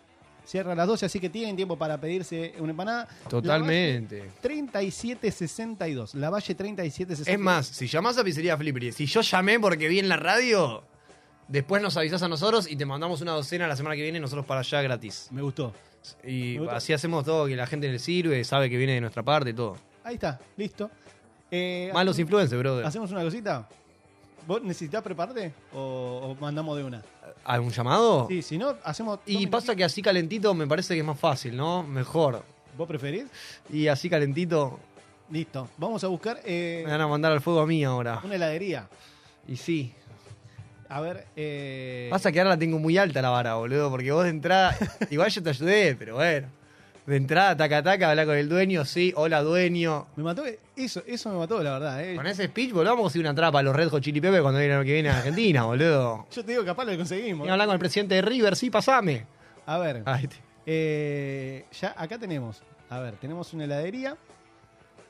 Cierra a las 12, así que tienen tiempo para pedirse una empanada.
Totalmente.
La Valle 3762. La Valle 3762.
Es más, si llamás a Pizzería Flipper y si yo llamé porque vi en la radio, después nos avisás a nosotros y te mandamos una docena la semana que viene nosotros para allá gratis.
Me gustó.
Y
Me gustó.
así hacemos todo, que la gente le sirve, sabe que viene de nuestra parte y todo.
Ahí está, listo. Eh,
Malos
hacemos-
influencers, brother.
¿Hacemos una cosita? ¿Vos necesitas prepararte o, o mandamos de una?
¿Algún llamado?
Sí, si no, hacemos.
Y pasa que así calentito me parece que es más fácil, ¿no? Mejor.
¿Vos preferís?
Y así calentito
Listo. Vamos a buscar eh,
me van a mandar al fuego a mí ahora.
una heladería.
Y sí.
A ver, eh,
Pasa que ahora la tengo muy alta la vara, boludo, porque vos de entrada, igual yo te ayudé, pero bueno. De entrada, taca, taca, habla con el dueño, sí, hola dueño.
Me mató, eso, eso me mató, la verdad. eh.
Con ese speech, boludo, vamos a conseguir una trapa a los Red Hot Chili Peppers cuando vienen que viene a Argentina, boludo.
Yo te digo, capaz lo conseguimos.
Y hablar con el presidente de River, sí, pasame.
A ver,
Ay, te-
eh, ya acá tenemos. A ver, tenemos una heladería.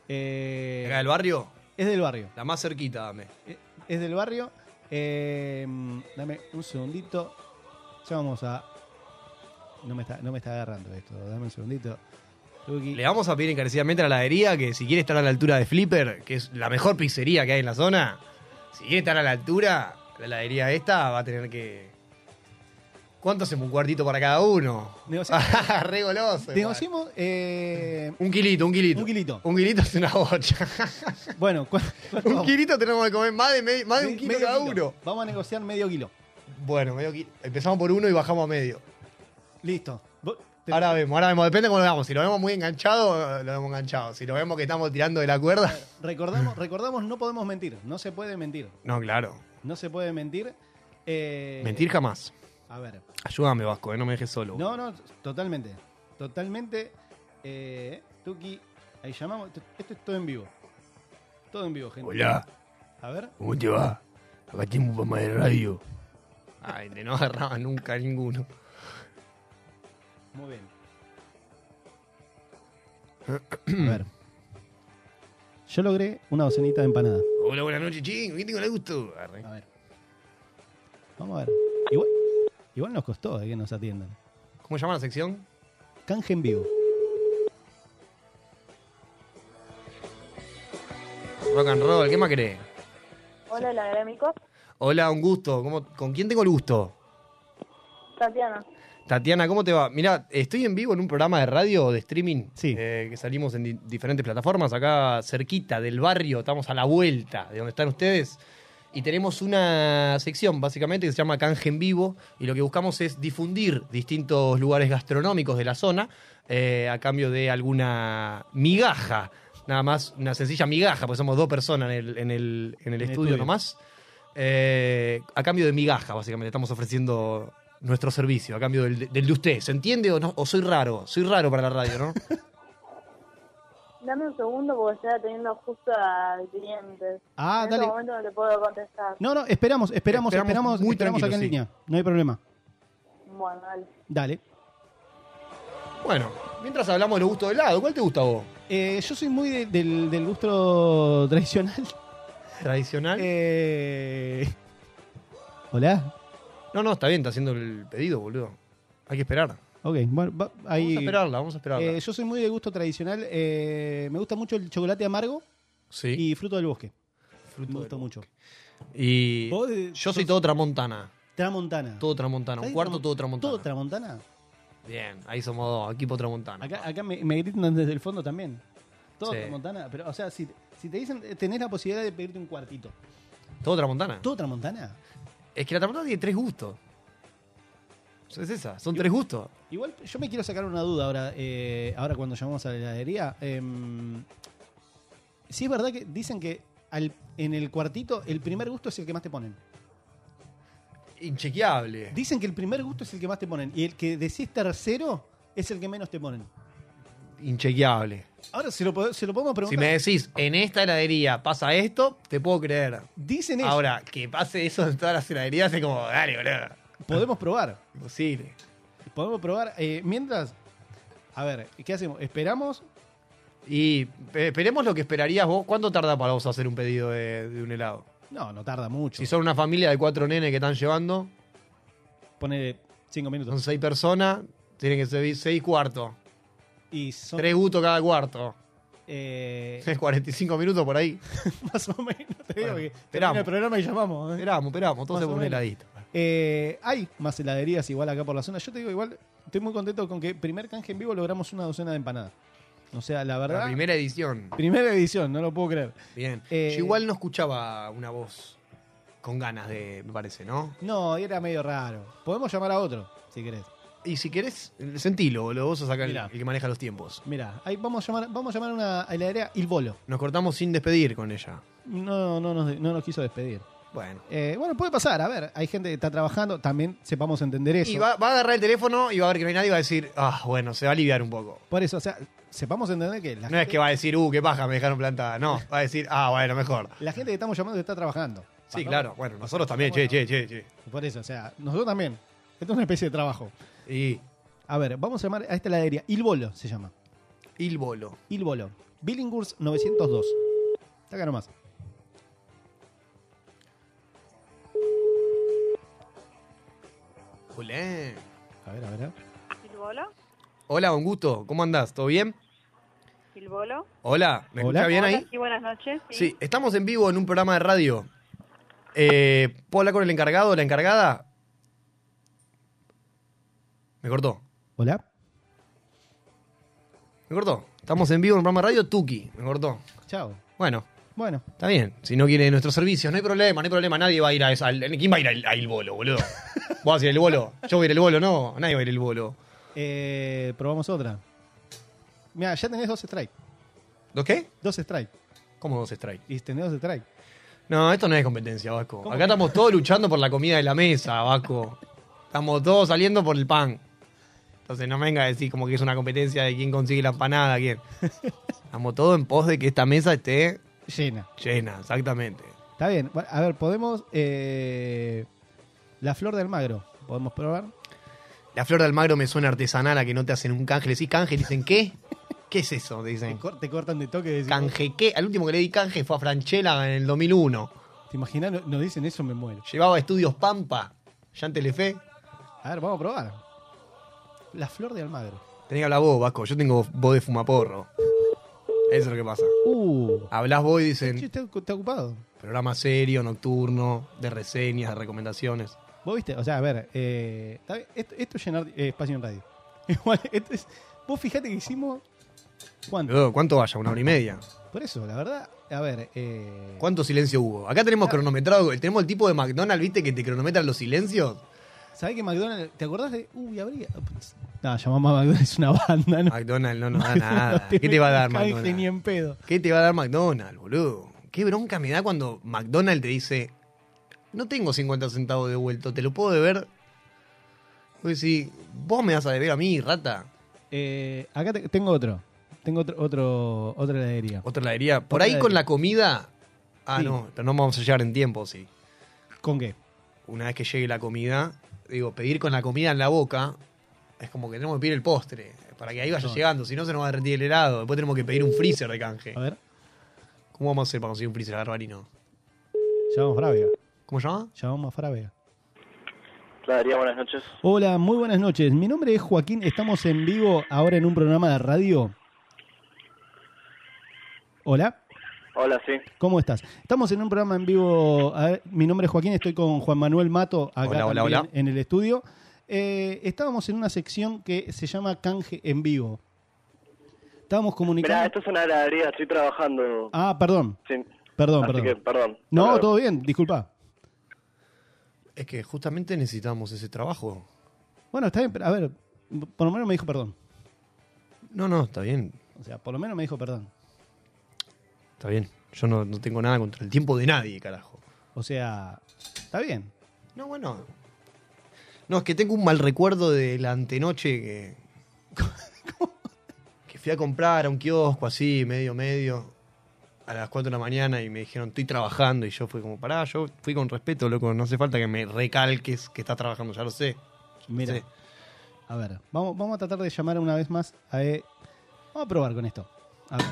eh,
¿Acá del barrio?
Es del barrio.
La más cerquita, dame.
Es del barrio. Eh, dame un eh, segundito. Ya vamos a. No me está, no me está agarrando esto. Dame un segundito.
Le vamos a pedir encarecidamente a la heladería que si quiere estar a la altura de Flipper, que es la mejor pizzería que hay en la zona, si quiere estar a la altura, la heladería esta va a tener que. ¿Cuánto hacemos? Un cuartito para cada uno. Ah, Re goloso. igual.
Negociemos. eh,
Un kilito, un kilito.
Un kilito.
Un kilito es una bocha.
bueno,
un kilito tenemos que comer más de, me- más de un
Me-
kilo
medio
cada
kilo.
uno.
Vamos a negociar medio kilo.
Bueno, medio kilo. Empezamos por uno y bajamos a medio.
Listo. Vo- te-
Ahora vemos, ahora vemos. Depende de cómo lo veamos. Si lo vemos muy enganchado, lo vemos enganchado. Si lo vemos que estamos tirando de la cuerda.
Recordamos, recordamos, no podemos mentir. No se puede mentir.
No, claro.
No se puede mentir. Eh,
Mentir jamás.
A ver.
Ayúdame, Vasco, eh, no me dejes solo.
No, no, totalmente. Totalmente. Eh, Tuki, ahí llamamos. T- Esto es todo en vivo. Todo en vivo, gente.
Hola.
A ver.
¿Cómo te va? Acá tengo un programa de radio.
Ay, te no agarraba nunca ninguno.
Muy bien. A ver. Yo logré una docenita de empanada.
Hola, buenas noches, ching. ¿Qué tengo el gusto? Arre.
Vamos a ver. Igual, igual nos costó eh, que nos atiendan.
¿Cómo se llama la sección?
Canje en vivo.
Rock and roll, ¿qué más querés?
Hola, la de mi cop,
Hola, un gusto. ¿Cómo- ¿Con quién tengo el gusto?
Tatiana.
Tatiana, ¿cómo te va? Mira, estoy en vivo en un programa de radio o de streaming eh, que salimos en di- diferentes plataformas, acá cerquita del barrio, estamos a la vuelta de donde están ustedes. Y tenemos una sección, básicamente, que se llama Canje en Vivo. Y lo que buscamos es difundir distintos lugares gastronómicos de la zona eh, a cambio de alguna migaja. Nada más, una sencilla migaja, porque somos dos personas en el, en el- en el estudio,
estudio.
nomás. Eh, a cambio de migaja, básicamente, estamos ofreciendo nuestro servicio, a cambio del, del de usted. ¿Se entiende o no? ¿O soy raro? Soy raro para la radio, ¿no?
Dame un segundo porque estoy atendiendo justo al cliente.
Ah,
en
dale.
este momento no le puedo contestar.
No, no, esperamos, esperamos,
Esperamos
esperamos,
muy
esperamos acá en
tranquilo,
línea. No hay problema.
Bueno, dale.
Dale.
Bueno, mientras hablamos de los gustos de helado, ¿cuál te gusta a vos?
Eh, yo soy muy de- del, del gusto tradicional. Eh.
¿Tradicional?
Hola.
No, no, está bien, está haciendo el pedido, boludo. Hay que esperar.
Ok, bueno, va- ahí.
Vamos a esperarla, vamos a esperarla.
Eh, yo soy muy de gusto tradicional. eh, me gusta mucho el chocolate amargo
Sí.
y fruto del bosque.
Fruto
me gusta mucho.
Y,
Vos, eh,
yo soy
sos-
todo tramontana.
Tramontana.
Todo tramontana. Un
¿Sabés
cuarto
Tramon-
todo tramontana.
¿Todo tramontana?
Bien, ahí somos dos, equipo tramontana.
Acá, acá me, me gritan desde el fondo también. Todo
Sí.
tramontana. Pero, o sea, si, si te dicen, eh, tenés la posibilidad de pedirte un cuartito.
¿Todo tramontana?
¿Todo tramontana?
Es que la tramontana tiene tres gustos. Es esa, son tres gustos.
Igual yo me quiero sacar una duda ahora, eh, ahora cuando llamamos a la heladería. si es verdad que dicen que al- en el cuartito el primer gusto es el que más te ponen.
Inchequeable.
Dicen que el primer gusto es el que más te ponen y el que decís tercero es el que menos te ponen.
Inchequeable.
Ahora se lo, po- se lo podemos
Si
preguntar.
me decís, en esta heladería pasa esto, te puedo creer.
Dicen eso.
Ahora, que pase eso en todas las heladerías es como, dale, boludo.
Podemos probar.
Imposible.
Podemos probar. eh, mientras, a ver, ¿qué hacemos? ¿Esperamos?
Y eh, esperemos lo que esperarías vos. ¿Cuánto tarda para vos hacer un pedido de, de un helado?
No, no tarda mucho.
Si son una familia de cuatro nenes que están llevando,
Pone cinco minutos.
son seis personas, tienen que servir seis cuartos.
Y son-
Tres gustos cada cuarto.
Eh,
Es 45 minutos por ahí.
más o menos te digo que
Esperamos.
termina el programa y llamamos. ¿eh?
Esperamos, esperamos. Todo
Más
se
o
pone
menos.
heladito.
Eh, hay más heladerías igual acá por la zona. Yo te digo, igual, estoy muy contento con que primer canje en vivo logramos una docena de empanadas. O sea, la verdad.
La primera edición.
primera edición, no lo puedo creer.
Bien.
Eh,
Yo igual no escuchaba una voz con ganas de, me parece, ¿no?
No, era medio raro. Podemos llamar a otro, si querés.
Y si querés, sentilo, boludo. Vos sos acá el,
Mirá.
el que maneja los tiempos.
Mirá, ahí vamos a llamar, vamos a llamar a una heladería Il Bolo.
Nos cortamos sin despedir con ella.
No, no, nos, no nos quiso despedir.
Bueno.
Eh, bueno, puede pasar, a ver, hay gente que está trabajando, también sepamos entender eso.
Y va, va a agarrar el teléfono y va a ver que no hay nadie y va a decir, ah, bueno, se va a aliviar un poco.
Por eso, o sea, sepamos entender que la,
No es que va a decir, uh, qué paja, me dejaron plantada. No, va a decir, ah, bueno, mejor.
la gente que estamos llamando está trabajando.
Sí, claro. Bueno, nosotros también, che, che, che, che.
Por eso, o sea, nosotros también. Esto es una especie de trabajo.
Y
A ver, vamos a llamar a esta heladería. Il Bolo se llama.
Il Bolo.
Il Bolo. Billinghurst 902. Está acá nomás.
Julén.
A ver, a ver.
¿Silbolo?
Hola, un gusto. ¿Cómo andás? ¿Todo bien?
¿Silbolo?
Hola, ¿me escuchas bien
Hola,
ahí?
Sí, buenas noches. Sí.
Sí, estamos en vivo en un programa de radio. Eh, ¿Puedo hablar con el encargado o la encargada? Me cortó.
Hola.
Me cortó. Estamos en vivo en un programa de radio Tuki. Me cortó.
Chao.
Bueno,
Bueno.
está bien. Si no quiere nuestros servicios, no hay problema, no hay problema. Nadie va a ir a esa. al- ¿Quién va a ir al, al bolo, boludo? ¿Vos vas a ir al bolo? ¿Yo voy a ir al bolo? No, nadie va a ir al bolo.
Eh, probamos otra. Mira, ya tenés dos strikes.
¿Dos qué?
Dos strikes.
¿Cómo dos strikes?
Y tenés dos strikes.
No, esto no es competencia, Vasco.
¿Cómo
Acá
que?
estamos todos luchando por la comida de la mesa, Vasco. Estamos todos saliendo por el pan. Entonces no venga a decir como que es una competencia de quién consigue la empanada, quién. Estamos todos en pos de que esta mesa esté
llena.
Llena, exactamente.
Está bien. Bueno, a ver, podemos. eh, la flor del magro. ¿Podemos probar?
La flor de Almagro me suena artesanal a que no te hacen un canje. Le decís canje y dicen, ¿qué? ¿Qué es eso? Te dicen.
Te cortan de toque.
Canje, ¿qué? Al último que le di canje fue a Franchella en el 2001.
¿Te imaginas? No- Nos dicen eso, me muero.
Llevaba estudios Pampa, ya en Telefe.
A ver, vamos a probar. La flor de Almagro.
Tenés que hablar vos, Vasco. Yo tengo voz de fumaporro. Eso es lo que pasa.
Uh.
Hablás vos y
Che,
dicen
¿Está, está ocupado?
programa serio, nocturno, de reseñas, de recomendaciones.
¿Vos viste? O sea, a ver. eh, está bien. esto, esto es llenar eh, espacio en radio. Igual, esto es- vos fijate que hicimos. ¿Cuánto?
Boludo, ¿Cuánto vaya? ¿Una hora y media?
Por eso, la verdad. A ver. eh, Ah.
¿Cuánto silencio hubo? Acá tenemos cronometrado. Tenemos el tipo de McDonald's, ¿viste? Que te cronometran los silencios.
¿Sabés que McDonald's, ¿te acordás de. Uy, habría. No, llamamos a McDonald's es una banda, ¿no?
McDonald's no nos da
McDonald's
nada.
te
¿Qué te va a
vende
dar
canje
McDonald's?
ni en pedo.
¿Qué te va a dar McDonald's, boludo? Qué bronca me da cuando McDonald's te dice, no tengo 50 centavos de vuelto, te lo puedo deber. Vos decís, vos me vas a deber a mí, rata.
Eh, acá te- tengo otro. Tengo otro, otro, otra heladería.
Otra heladería. Por ahí con la comida... Ah,
Sí.
no, pero no vamos a llegar en tiempo, sí.
¿Con qué?
Una vez que llegue la comida, digo, pedir con la comida en la boca es como que tenemos que pedir el postre, para que ahí vaya
No.
llegando, si no se nos va a derretir el helado. Después tenemos que pedir un freezer de canje.
A ver.
¿Cómo vamos a hacer para conseguir un freezer, Garbarino?
Llamamos a Fravia.
¿Cómo llama?
Llamamos a Fravia.
Daría, buenas noches.
Hola, muy buenas noches. Mi nombre es Joaquín. Estamos en vivo ahora en un programa de radio. Hola,
Hola, sí.
¿cómo estás? Estamos en un programa en vivo. a ver, mi nombre es Joaquín. Estoy con Juan Manuel Mato acá
Hola, hola,
también
hola.
en el estudio. Eh, estábamos en una sección que se llama Canje en vivo. Estábamos comunicando.
Mirá, esto es una heladería, estoy trabajando.
Ah, perdón.
Sí.
Perdón,
Así
perdón.
que, perdón.
No,
Claro.
todo bien, disculpa.
Es que justamente necesitamos ese trabajo.
Bueno, está bien, pero a ver, por lo menos me dijo perdón.
No, no, está bien,
O sea, por lo menos me dijo perdón.
está bien. Yo no, no tengo nada contra el tiempo de nadie, carajo.
O sea, está bien.
No, bueno. No, es que tengo un mal recuerdo de la antenoche que. que fui a comprar a un kiosco así, medio, medio, a las 4 de la mañana y me dijeron, estoy trabajando. Y yo fui como, pará, yo fui con respeto, loco, no hace falta que me recalques que estás trabajando, ya lo sé.
Mira.
Sí.
A ver, vamos, vamos a tratar de llamar una vez más a... eh, vamos a probar con esto. A ver.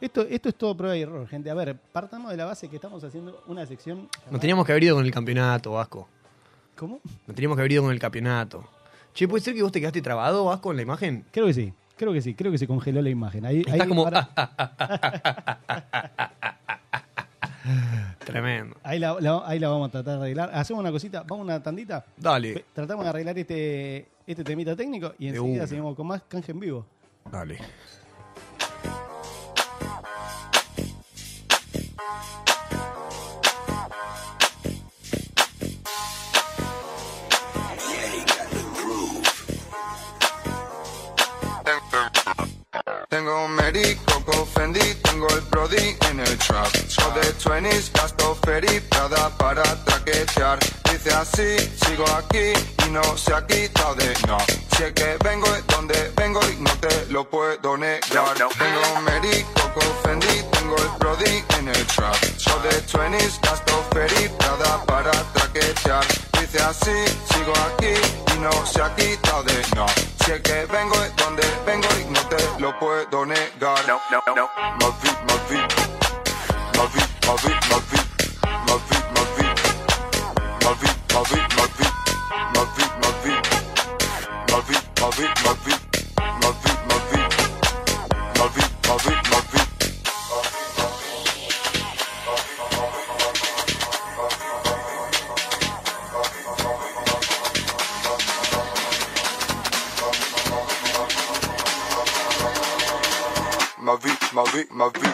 Esto, esto es todo prueba y error, gente. A ver, partamos de la base que estamos haciendo una sección...
Nos teníamos que haber ido con el campeonato, Vasco.
¿Cómo?
Nos teníamos que haber ido con el campeonato. Che, ¿puede ser que vos te quedaste trabado, Vasco, en la imagen?
Creo que sí, creo que sí, creo que se congeló la imagen. Ahí,
Estás
ahí
como. ah,
ahora-
ah. Tremendo.
Ahí la, la- ahí la vamos a tratar de arreglar. Hacemos una cosita, vamos a una tandita.
Dale.
Ve- Tratamos de arreglar este, este temita técnico y
De
enseguida
una.
seguimos con más canje en vivo.
Dale.
Tengo un médico con Fendi, tengo el Brody en el trap. Yo de 20s, gasto Ferry, Prada para traquetear. Dice así, sigo aquí y no se ha quitado de no. Sé que vengo es donde vengo y no te lo puedo negar. Tengo un médico con Fendi, tengo el Brody en el trap. Yo de 20s, gasto Ferry, Prada para traquetear. Dice así, sigo aquí y no se ha quitado de no. Sé que vengo es donde vengo y no te lo puedo negar. No, no, no. Moví, moví. Moví, moví, moví. Moví, moví. Moví, moví, moví. Moví, moví. moví, moví.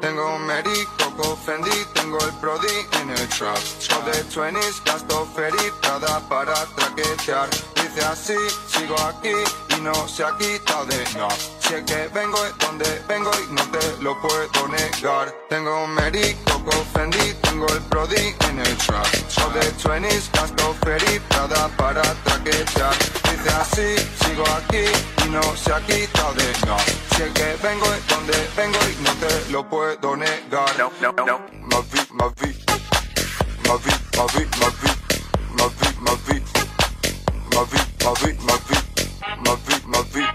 Tengo Mary, Coco, Fendi, tengo el Prodi en el trap. Yo de 20s, gasto Ferry, Prada para traquetear. Dice así, sigo aquí y no se ha quitado de no. Si es que vengo es donde vengo y no te lo puedo negar. Tengo Mary, Coco, Fendi, tengo el Prodi en el trap. Yo de 20s, gasto Ferry, Prada para traquetear. Dice así, sigo aquí y no se ha quitado de no. Si es que vengo es donde vengo y no te lo puedo negar. No, no, no. Moví, moví. Moví, moví, moví. Moví, moví. Moví, moví, moví. Moví, moví.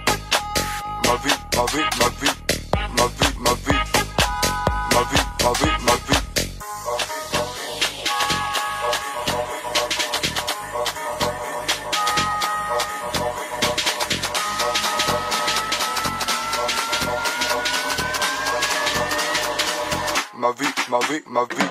Moví, moví, moví. Moví, moví. Moví, moví, moví. Moví, moví, moví.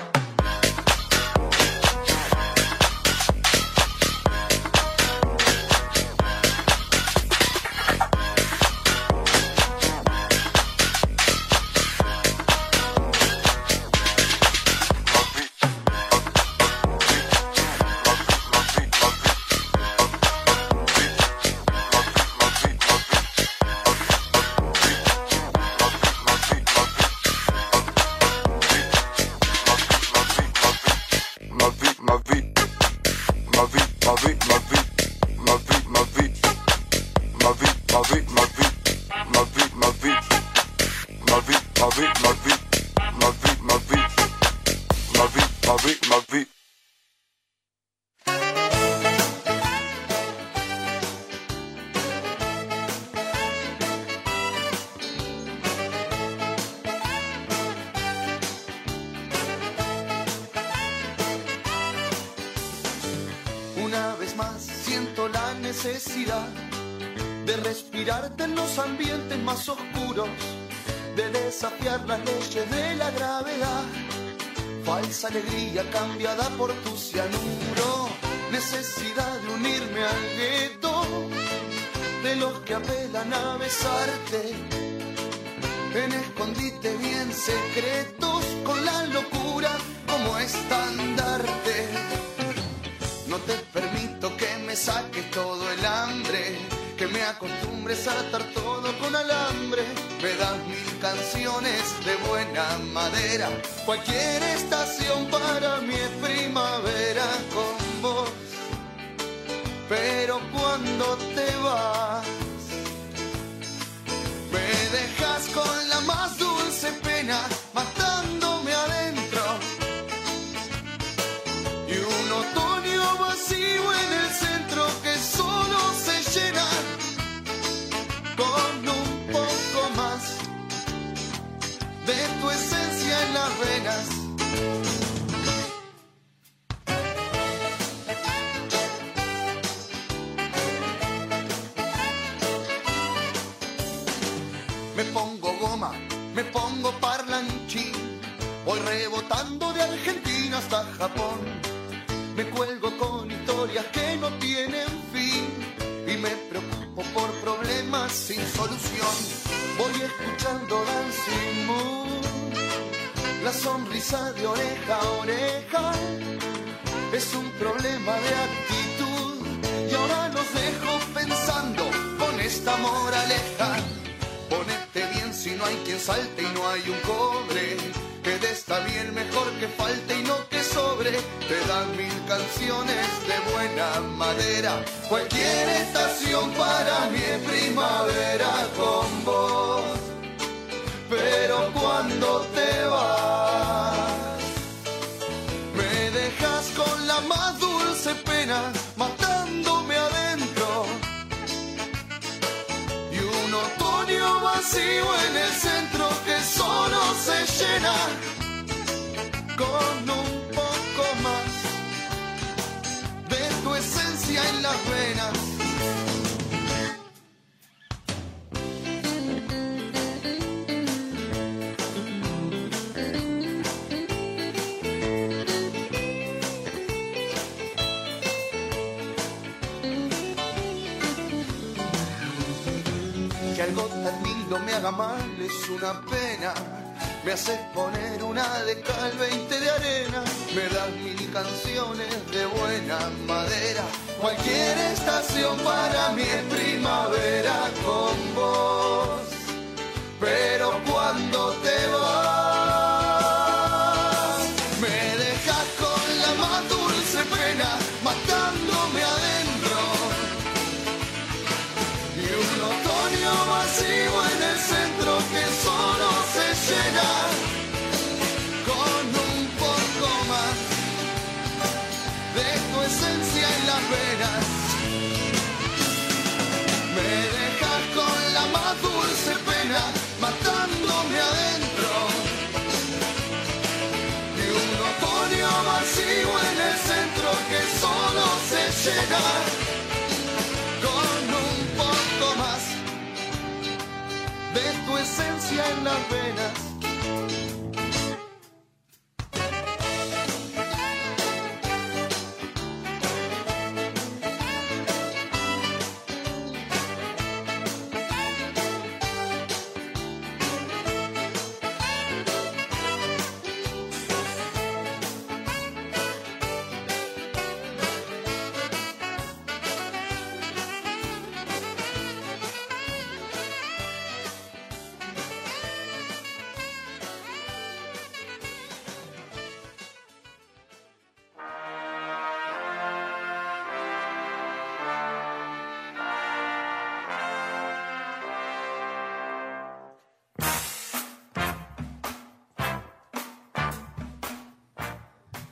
Moví, moví. Moví, moví, moví. Moví, moví. Moví, moví, moví. Moví, moví. Moví, moví, moví. Moví, moví. Moví, moví, moví.
Una vez más siento la necesidad de respirarte en los ambientes más oscuros, de desafiar las leyes de la gravedad. Falsa alegría cambiada por tu cianuro, necesidad de unirme al gueto de los que apelan a besarte en escondite bien secretos con la locura como estandarte. No te permito que me saques todo el hambre, que me acostumbres a atar todo con alambre. Me das mil canciones de buena madera, cualquier estación para mí es primavera con vos. Pero cuando te vas, me dejas con la más dulce pena, matándome adentro. Y un otoño vacío en el centro que solo se llena con un poco más de tu esencia en las venas. Me pongo goma, me pongo parlanchín, voy rebotando de Argentina hasta Japón. Me cuelgo con historias que no tienen fin y me preocupo por problemas sin solución. Voy escuchando Dancing Moon, la sonrisa de oreja a oreja es un problema de actitud y ahora los dejo pensando con esta moraleja. Ponete bien si no hay quien salte y no hay un cobre. Que de esta bien mejor que falte y no que sobre. Te dan mil canciones de buena madera. Cualquier estación para mi primavera con vos. pero cuando te vas, me dejas con la más dulce pena, matándome adentro. Y un otoño vacío en el centro que solo se llena con un poco más de tu esencia en las venas. Que algo tan lindo me haga mal es una pena. Me haces poner una de cal, veinte de arena. Me das mil canciones de buena madera. Cualquier estación para mí es primavera con vos. Pero cuando te vas, me dejas con la más dulce pena, matándome adentro. Y un otoño vacío en el centro que solo se llena con un poco más de tu esencia en las venas. Me dejas con la más dulce pena, matándome adentro. Y un otoño vacío en el centro que solo se llena con un poco más de tu esencia en las venas.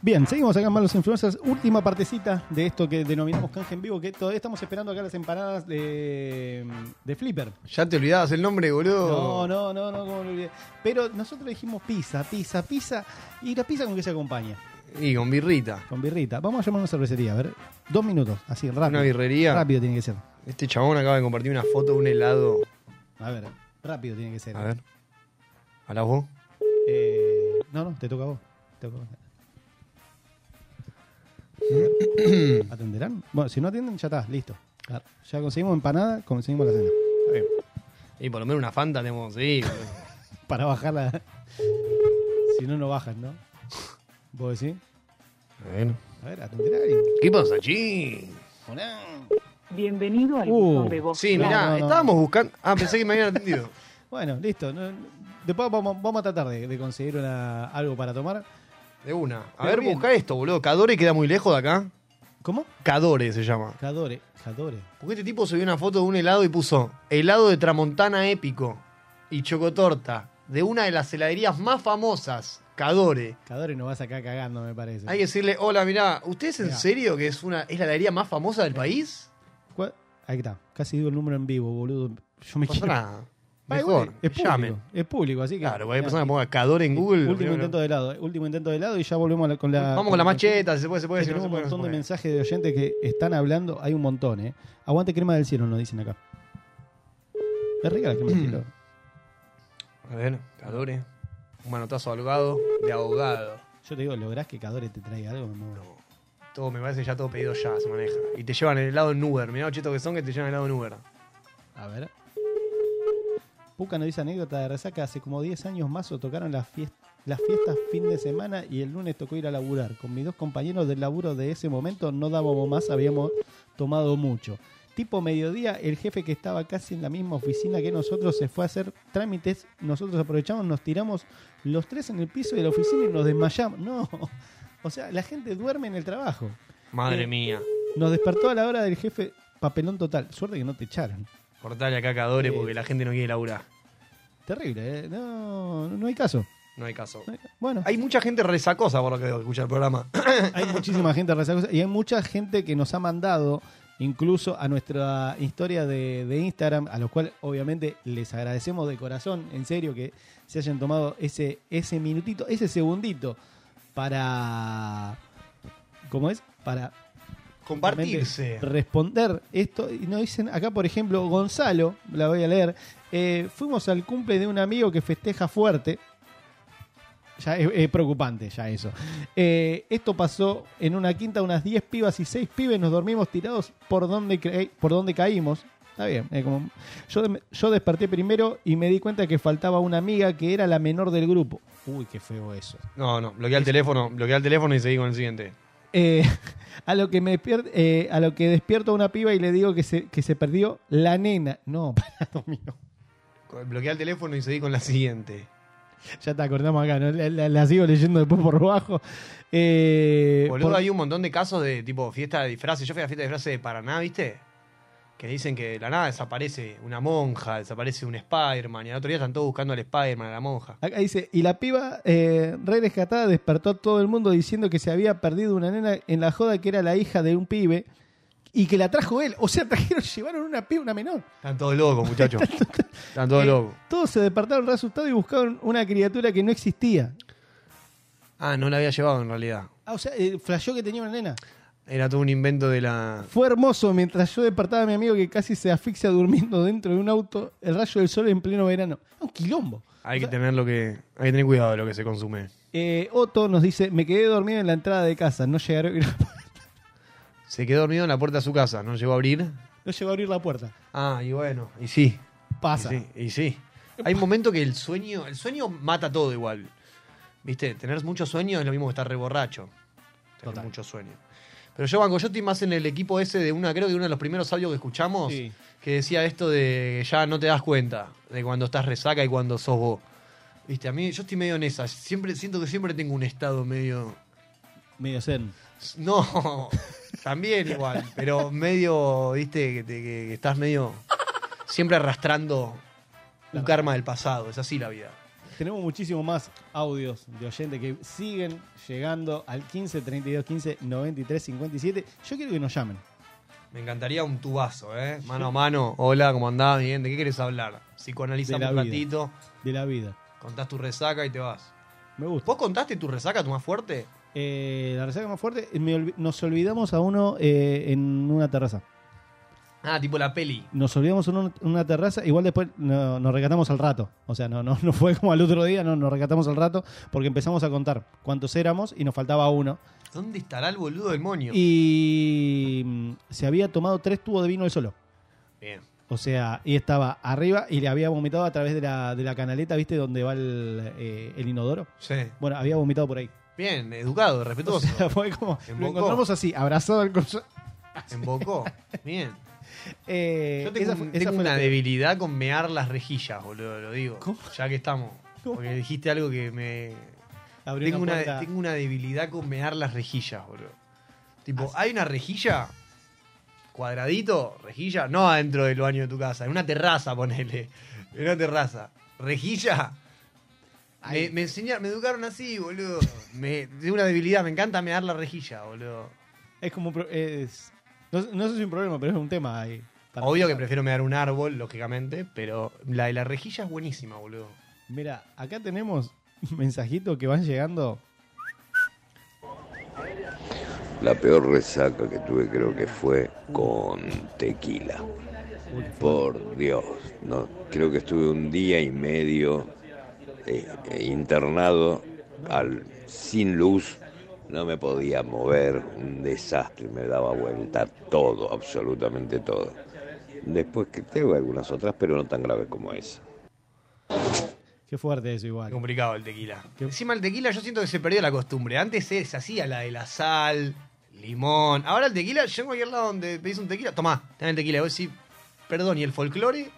Bien, seguimos acá en Malos Influencers. Última partecita de esto que denominamos canje en vivo, que todavía estamos esperando acá las empanadas de, de Flipper.
Ya te olvidabas el nombre, boludo.
No, no, no, no, como lo olvidé. Pero nosotros dijimos pizza, pizza, pizza. ¿Y la pizza con qué se acompaña?
Y con birrita.
Con birrita. Vamos a llamar a una cervecería, a ver. Dos minutos, así, rápido.
Una birrería.
Rápido tiene que ser.
Este chabón acaba de compartir una foto de un helado.
A ver, rápido tiene que ser.
A ver. ¿Habla vos?
Eh, no, no, te toca a vos. Te toca a vos. ¿Atenderán? Bueno, si no atienden, ya está, listo. Ya conseguimos empanada, conseguimos la cena. Está bien.
Y por lo menos una Fanta tenemos, sí. boludo.
Para bajarla. Si no, no bajan, ¿no? ¿Vos decís?
Bueno.
A ver, atenderán. alguien.
¿Qué pasa, chi?
Bienvenido al
Uh,
buzón de voz.
Sí,
No,
mirá,
no, no.
estábamos buscando. Ah, pensé que me habían atendido.
Bueno, listo. no- no- después vamos, vamos a tratar de, de conseguir una- algo para tomar.
De una. A
Pero
ver,
bien.
busca esto, boludo. Cadore queda muy lejos de acá.
¿Cómo?
Cadore se llama.
Cadore, Cadore.
Porque este tipo subió una foto de un helado y puso helado de tramontana épico y chocotorta de una de las heladerías más famosas, Cadore.
Cadore nos va a sacar cagando, me parece.
Hay que decirle, hola, mirá, ¿usted es en
Mirá. Eh.
serio que es una es la heladería más famosa del país?
¿Cuál? Ahí está. Casi digo el número en vivo, boludo. Yo me
No pasa
quiero.
nada.
Ah, igual,
Mejor,
es público,
llamen.
Es público, así que.
Claro, porque hay
Mirá,
personas que pongan Cadore en Google.
Último
primero.
intento de helado, eh, último intento de helado y ya volvemos a la- con la.
Vamos con la macheta, si se puede, se puede,
Que
si no
tenemos
se puede,
un
no se
montón de
puede.
mensajes de oyentes que están hablando, hay un montón, ¿eh? Aguante crema del cielo, nos dicen acá. Es rica la crema del cielo.
A ver, Cadore. Un manotazo ahogado de ahogado.
Yo te digo, lográs que Cadore te traiga algo, me muero.
Todo, me parece que ya todo pedido ya se maneja. Y te llevan el helado en Uber. Mirá lo chetos que son que te llevan el helado en Uber.
A ver. Puca nos dice anécdota de resaca. Hace como 10 años más o tocaron las, fies- las fiestas fin de semana y el lunes tocó ir a laburar. Con mis dos compañeros del laburo de ese momento no dábamos más, habíamos tomado mucho. Tipo mediodía, el jefe que estaba casi en la misma oficina que nosotros se fue a hacer trámites. Nosotros aprovechamos, nos tiramos los tres en el piso de la oficina y nos desmayamos. No, o sea, la gente duerme en el trabajo.
Madre
Eh,
mía.
Nos despertó a la hora del jefe, papelón total. Suerte que no te echaron.
Cortale acá Cadore porque la gente no quiere laburar.
Terrible, ¿eh? No, no hay caso.
No hay caso.
Bueno.
Hay mucha gente resacosa por lo que escucha el programa.
hay muchísima gente resacosa y hay mucha gente que nos ha mandado incluso a nuestra historia de, de Instagram, a los cual obviamente les agradecemos de corazón, en serio, que se hayan tomado ese, ese minutito, ese segundito para... ¿Cómo es? Para
Compartirse.
realmente responder esto. Y nos dicen acá, por ejemplo, Gonzalo, la voy a leer. eh, fuimos al cumple de un amigo que festeja fuerte. Ya es, es preocupante, ya eso. Eh, esto pasó en una quinta, unas 10 pibas y 6 pibes nos dormimos tirados por donde, cre- eh, por donde caímos. Está bien. eh, como- yo, de- yo desperté primero y me di cuenta que faltaba una amiga que era la menor del grupo. Uy, qué feo eso.
No, no, bloquea el teléfono, bloquea el teléfono y seguí con el siguiente.
Eh, a lo que me despier- eh, a lo que despierto a una piba y le digo que se, que se perdió la nena. No, para Domino.
Bloquea el teléfono y seguí con la siguiente.
Ya te acordamos acá, ¿no? La, la- la sigo leyendo después por abajo. Eh,
Boludo,
por-
hay un montón de casos de tipo fiesta de disfraces. Yo fui a la fiesta de disfraces de Paraná, ¿viste? Que dicen que de la nada desaparece una monja, desaparece un Spider-Man, y al otro día están todos buscando al Spider-Man, a la monja.
Acá dice, y la piba eh, re rescatada despertó a todo el mundo diciendo que se había perdido una nena en la joda que era la hija de un pibe y que la trajo él. O sea, trajeron, llevaron una piba, una menor.
Están todos locos, muchachos. están todos
Eh,
locos.
Todos se despertaron re asustados y buscaron una criatura que no existía.
Ah, no la había llevado en realidad.
Ah, o sea, eh, flasheó que tenía una nena.
Era todo un invento de la.
Fue hermoso mientras yo despertaba a mi amigo que casi se asfixia durmiendo dentro de un auto, el rayo del sol en pleno verano. Ah, Un quilombo.
Hay que tener lo que. Hay que tener cuidado de lo que se consume.
Eh, Otto nos dice, me quedé dormido en la entrada de casa, no, llegaron-
Se quedó dormido en la puerta de su casa, no llegó a abrir.
no llegó a abrir la puerta.
Ah, y bueno, y sí.
Pasa.
Y sí, y sí. Hay un momento que el sueño, el sueño mata todo igual. ¿Viste? Tener mucho sueño es lo mismo que estar reborracho. Tener mucho sueño. Pero yo banco, yo estoy más en el equipo ese de una, creo que uno de los primeros audios que escuchamos, que decía esto de ya no te das cuenta de cuando estás resaca y cuando sos vos. Viste, a mí yo estoy medio en esa. Siempre, siento que siempre tengo un estado medio.
Medio zen.
No, también igual, pero medio, viste, que, te- que- que estás medio siempre arrastrando un karma del pasado, es así la vida.
Tenemos muchísimo más audios de oyentes que siguen llegando al 15 32 15 93 57. Yo quiero que nos llamen.
Me encantaría un tubazo, ¿eh? Mano a mano, hola, ¿cómo andás? Bien, ¿de qué quieres hablar?
De
Psicoanalizamos
la
un
vida.
ratito,
De la vida.
contás tu resaca y te vas.
Me gusta.
¿Vos contaste tu resaca, tu más fuerte?
Eh, la resaca más fuerte, me olvi- nos olvidamos a uno eh, en una terraza.
Ah, tipo la peli.
Nos olvidamos en un- en una terraza, igual después no- nos recatamos al rato. O sea, no, no, no fue como al otro día, no, nos recatamos al rato porque empezamos a contar cuántos éramos y nos faltaba uno.
¿Dónde estará el boludo del moño?
Y mm, se había tomado tres tubos de vino él solo.
Bien.
O sea, y estaba arriba y le había vomitado a través de la, de la canaleta, ¿viste? Donde va el, eh, el inodoro.
Sí.
Bueno, había vomitado por ahí.
Bien, educado, respetuoso.
O sea, fue como, lo
Embocó.
encontramos así, abrazado al coso.
En Bocó. Bien.
Eh,
Yo tengo,
esa
un-
fue- esa
tengo
fue la
una
peor.
debilidad con mear las rejillas, boludo, lo digo. Ya que estamos. Porque dijiste algo que me.
Abrió
Tengo
una
una,
puerta.
tengo una debilidad con mear las rejillas, boludo.
Ah,
Tipo, hay una rejilla, cuadradito, rejilla, no adentro del baño de tu casa, en una terraza, ponele. En una terraza. Rejilla. Me, me enseñaron, me educaron así, boludo. Me, tengo una debilidad, me encanta mear la rejilla, Ah, boludo.
Es como un pro- es- no, no sé si es un problema, pero es un tema ahí. Para-
Obvio que prefiero mear un árbol, lógicamente, pero la de la rejilla es buenísima, boludo.
Mira, acá tenemos mensajitos que van llegando.
La peor resaca que tuve creo que fue con tequila. Por Dios, no, creo que estuve un día y medio eh, eh, internado al, sin luz, no me podía mover, un desastre, me daba vuelta todo, absolutamente todo. Después que tengo algunas otras, pero no tan graves como esa.
Qué fuerte eso igual.
Complicado el tequila. Encima el tequila yo siento que se perdió la costumbre. Antes se, se hacía la de la sal, limón. Ahora el tequila, yo en cualquier lado donde pedís un tequila, tomá, tenés el tequila. Y Vos decís, perdón, ¿y el folclore?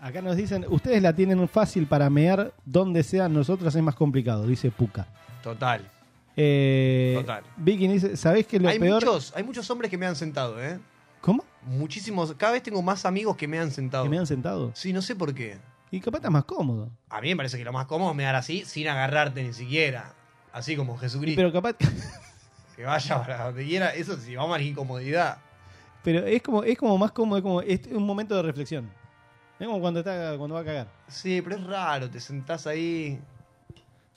Acá nos dicen, ustedes la tienen fácil para mear donde sea, nosotros es más complicado, dice Puca.
Total.
Eh,
Total.
Vicky dice, ¿sabés qué es lo
hay
peor?
muchos, hay muchos hombres que me han sentado, ¿eh?
¿Cómo?
Muchísimos, cada vez tengo más amigos que me han sentado.
¿Que me han sentado?
Sí, no sé por qué.
Y capaz está más cómodo.
A mí me parece que lo más cómodo es mear así, sin agarrarte ni siquiera. Así como Jesucristo.
Pero capaz.
Que vaya para donde quiera. Eso sí, vamos a la incomodidad.
Pero es como, es como más cómodo, es como es un momento de reflexión. Es como cuando está cuando va a cagar.
Sí, pero es raro, te sentás ahí.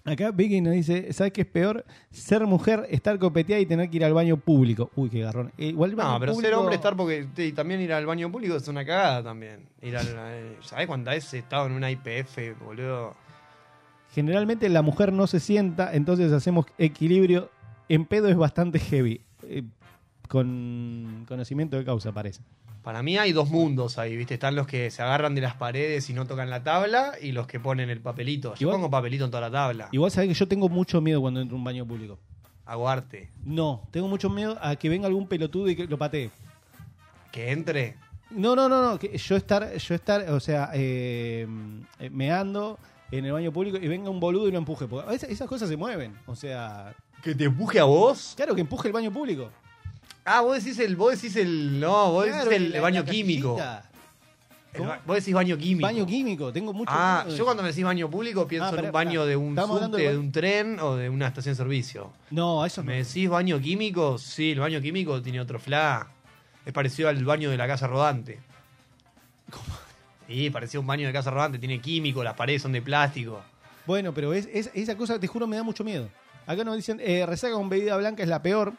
Acá Vicky nos dice, ¿sabes qué es peor? Ser mujer, estar copeteada y tener que ir al baño público. Uy, qué garrón. Eh, Igual el baño
No, pero ser
público-
hombre estar porque te- y también ir al baño público es una cagada también. Ir al, eh, ¿Sabés cuántas veces he estado en una IPF, boludo?
Generalmente la mujer no se sienta, entonces hacemos equilibrio. En pedo es bastante heavy. Eh, con conocimiento de causa, parece.
Para mí hay dos mundos ahí, ¿viste? Están los que se agarran de las paredes y no tocan la tabla y los que ponen el papelito. Yo
Igual-
pongo papelito en toda la tabla.
Igual sabés que yo tengo mucho miedo cuando entro a un baño público.
Aguarte.
No, tengo mucho miedo a que venga algún pelotudo y que lo patee.
¿Que entre?
No, no, no, no. que yo estar, yo estar, o sea, eh, eh, meando en el baño público y venga un boludo y lo empuje. Porque a veces esas cosas se mueven. O sea.
¿Que te empuje a vos?
Claro, que empuje el baño público.
Ah, vos decís el, vos decís el. No, vos
Claro,
decís el
la- la
baño químico.
cajita.
El ba- vos decís baño químico.
Baño químico, tengo mucho
ah,
miedo de
yo
eso.
cuando me decís baño público pienso
Ah,
en
pará,
un baño
pará.
de un
Estamos hablando
subte,
del
de
baño-
un tren o de una estación de servicio.
No, eso
¿Me decís baño químico? Sí, el baño químico tiene otro fla. Es parecido al baño de la casa rodante. Sí, parecía un baño de casa rodante. Tiene químico, las paredes son de plástico.
Bueno, pero es, es- esa cosa, te juro, me da mucho miedo. Acá nos dicen, eh, resaca con bebida blanca es la peor.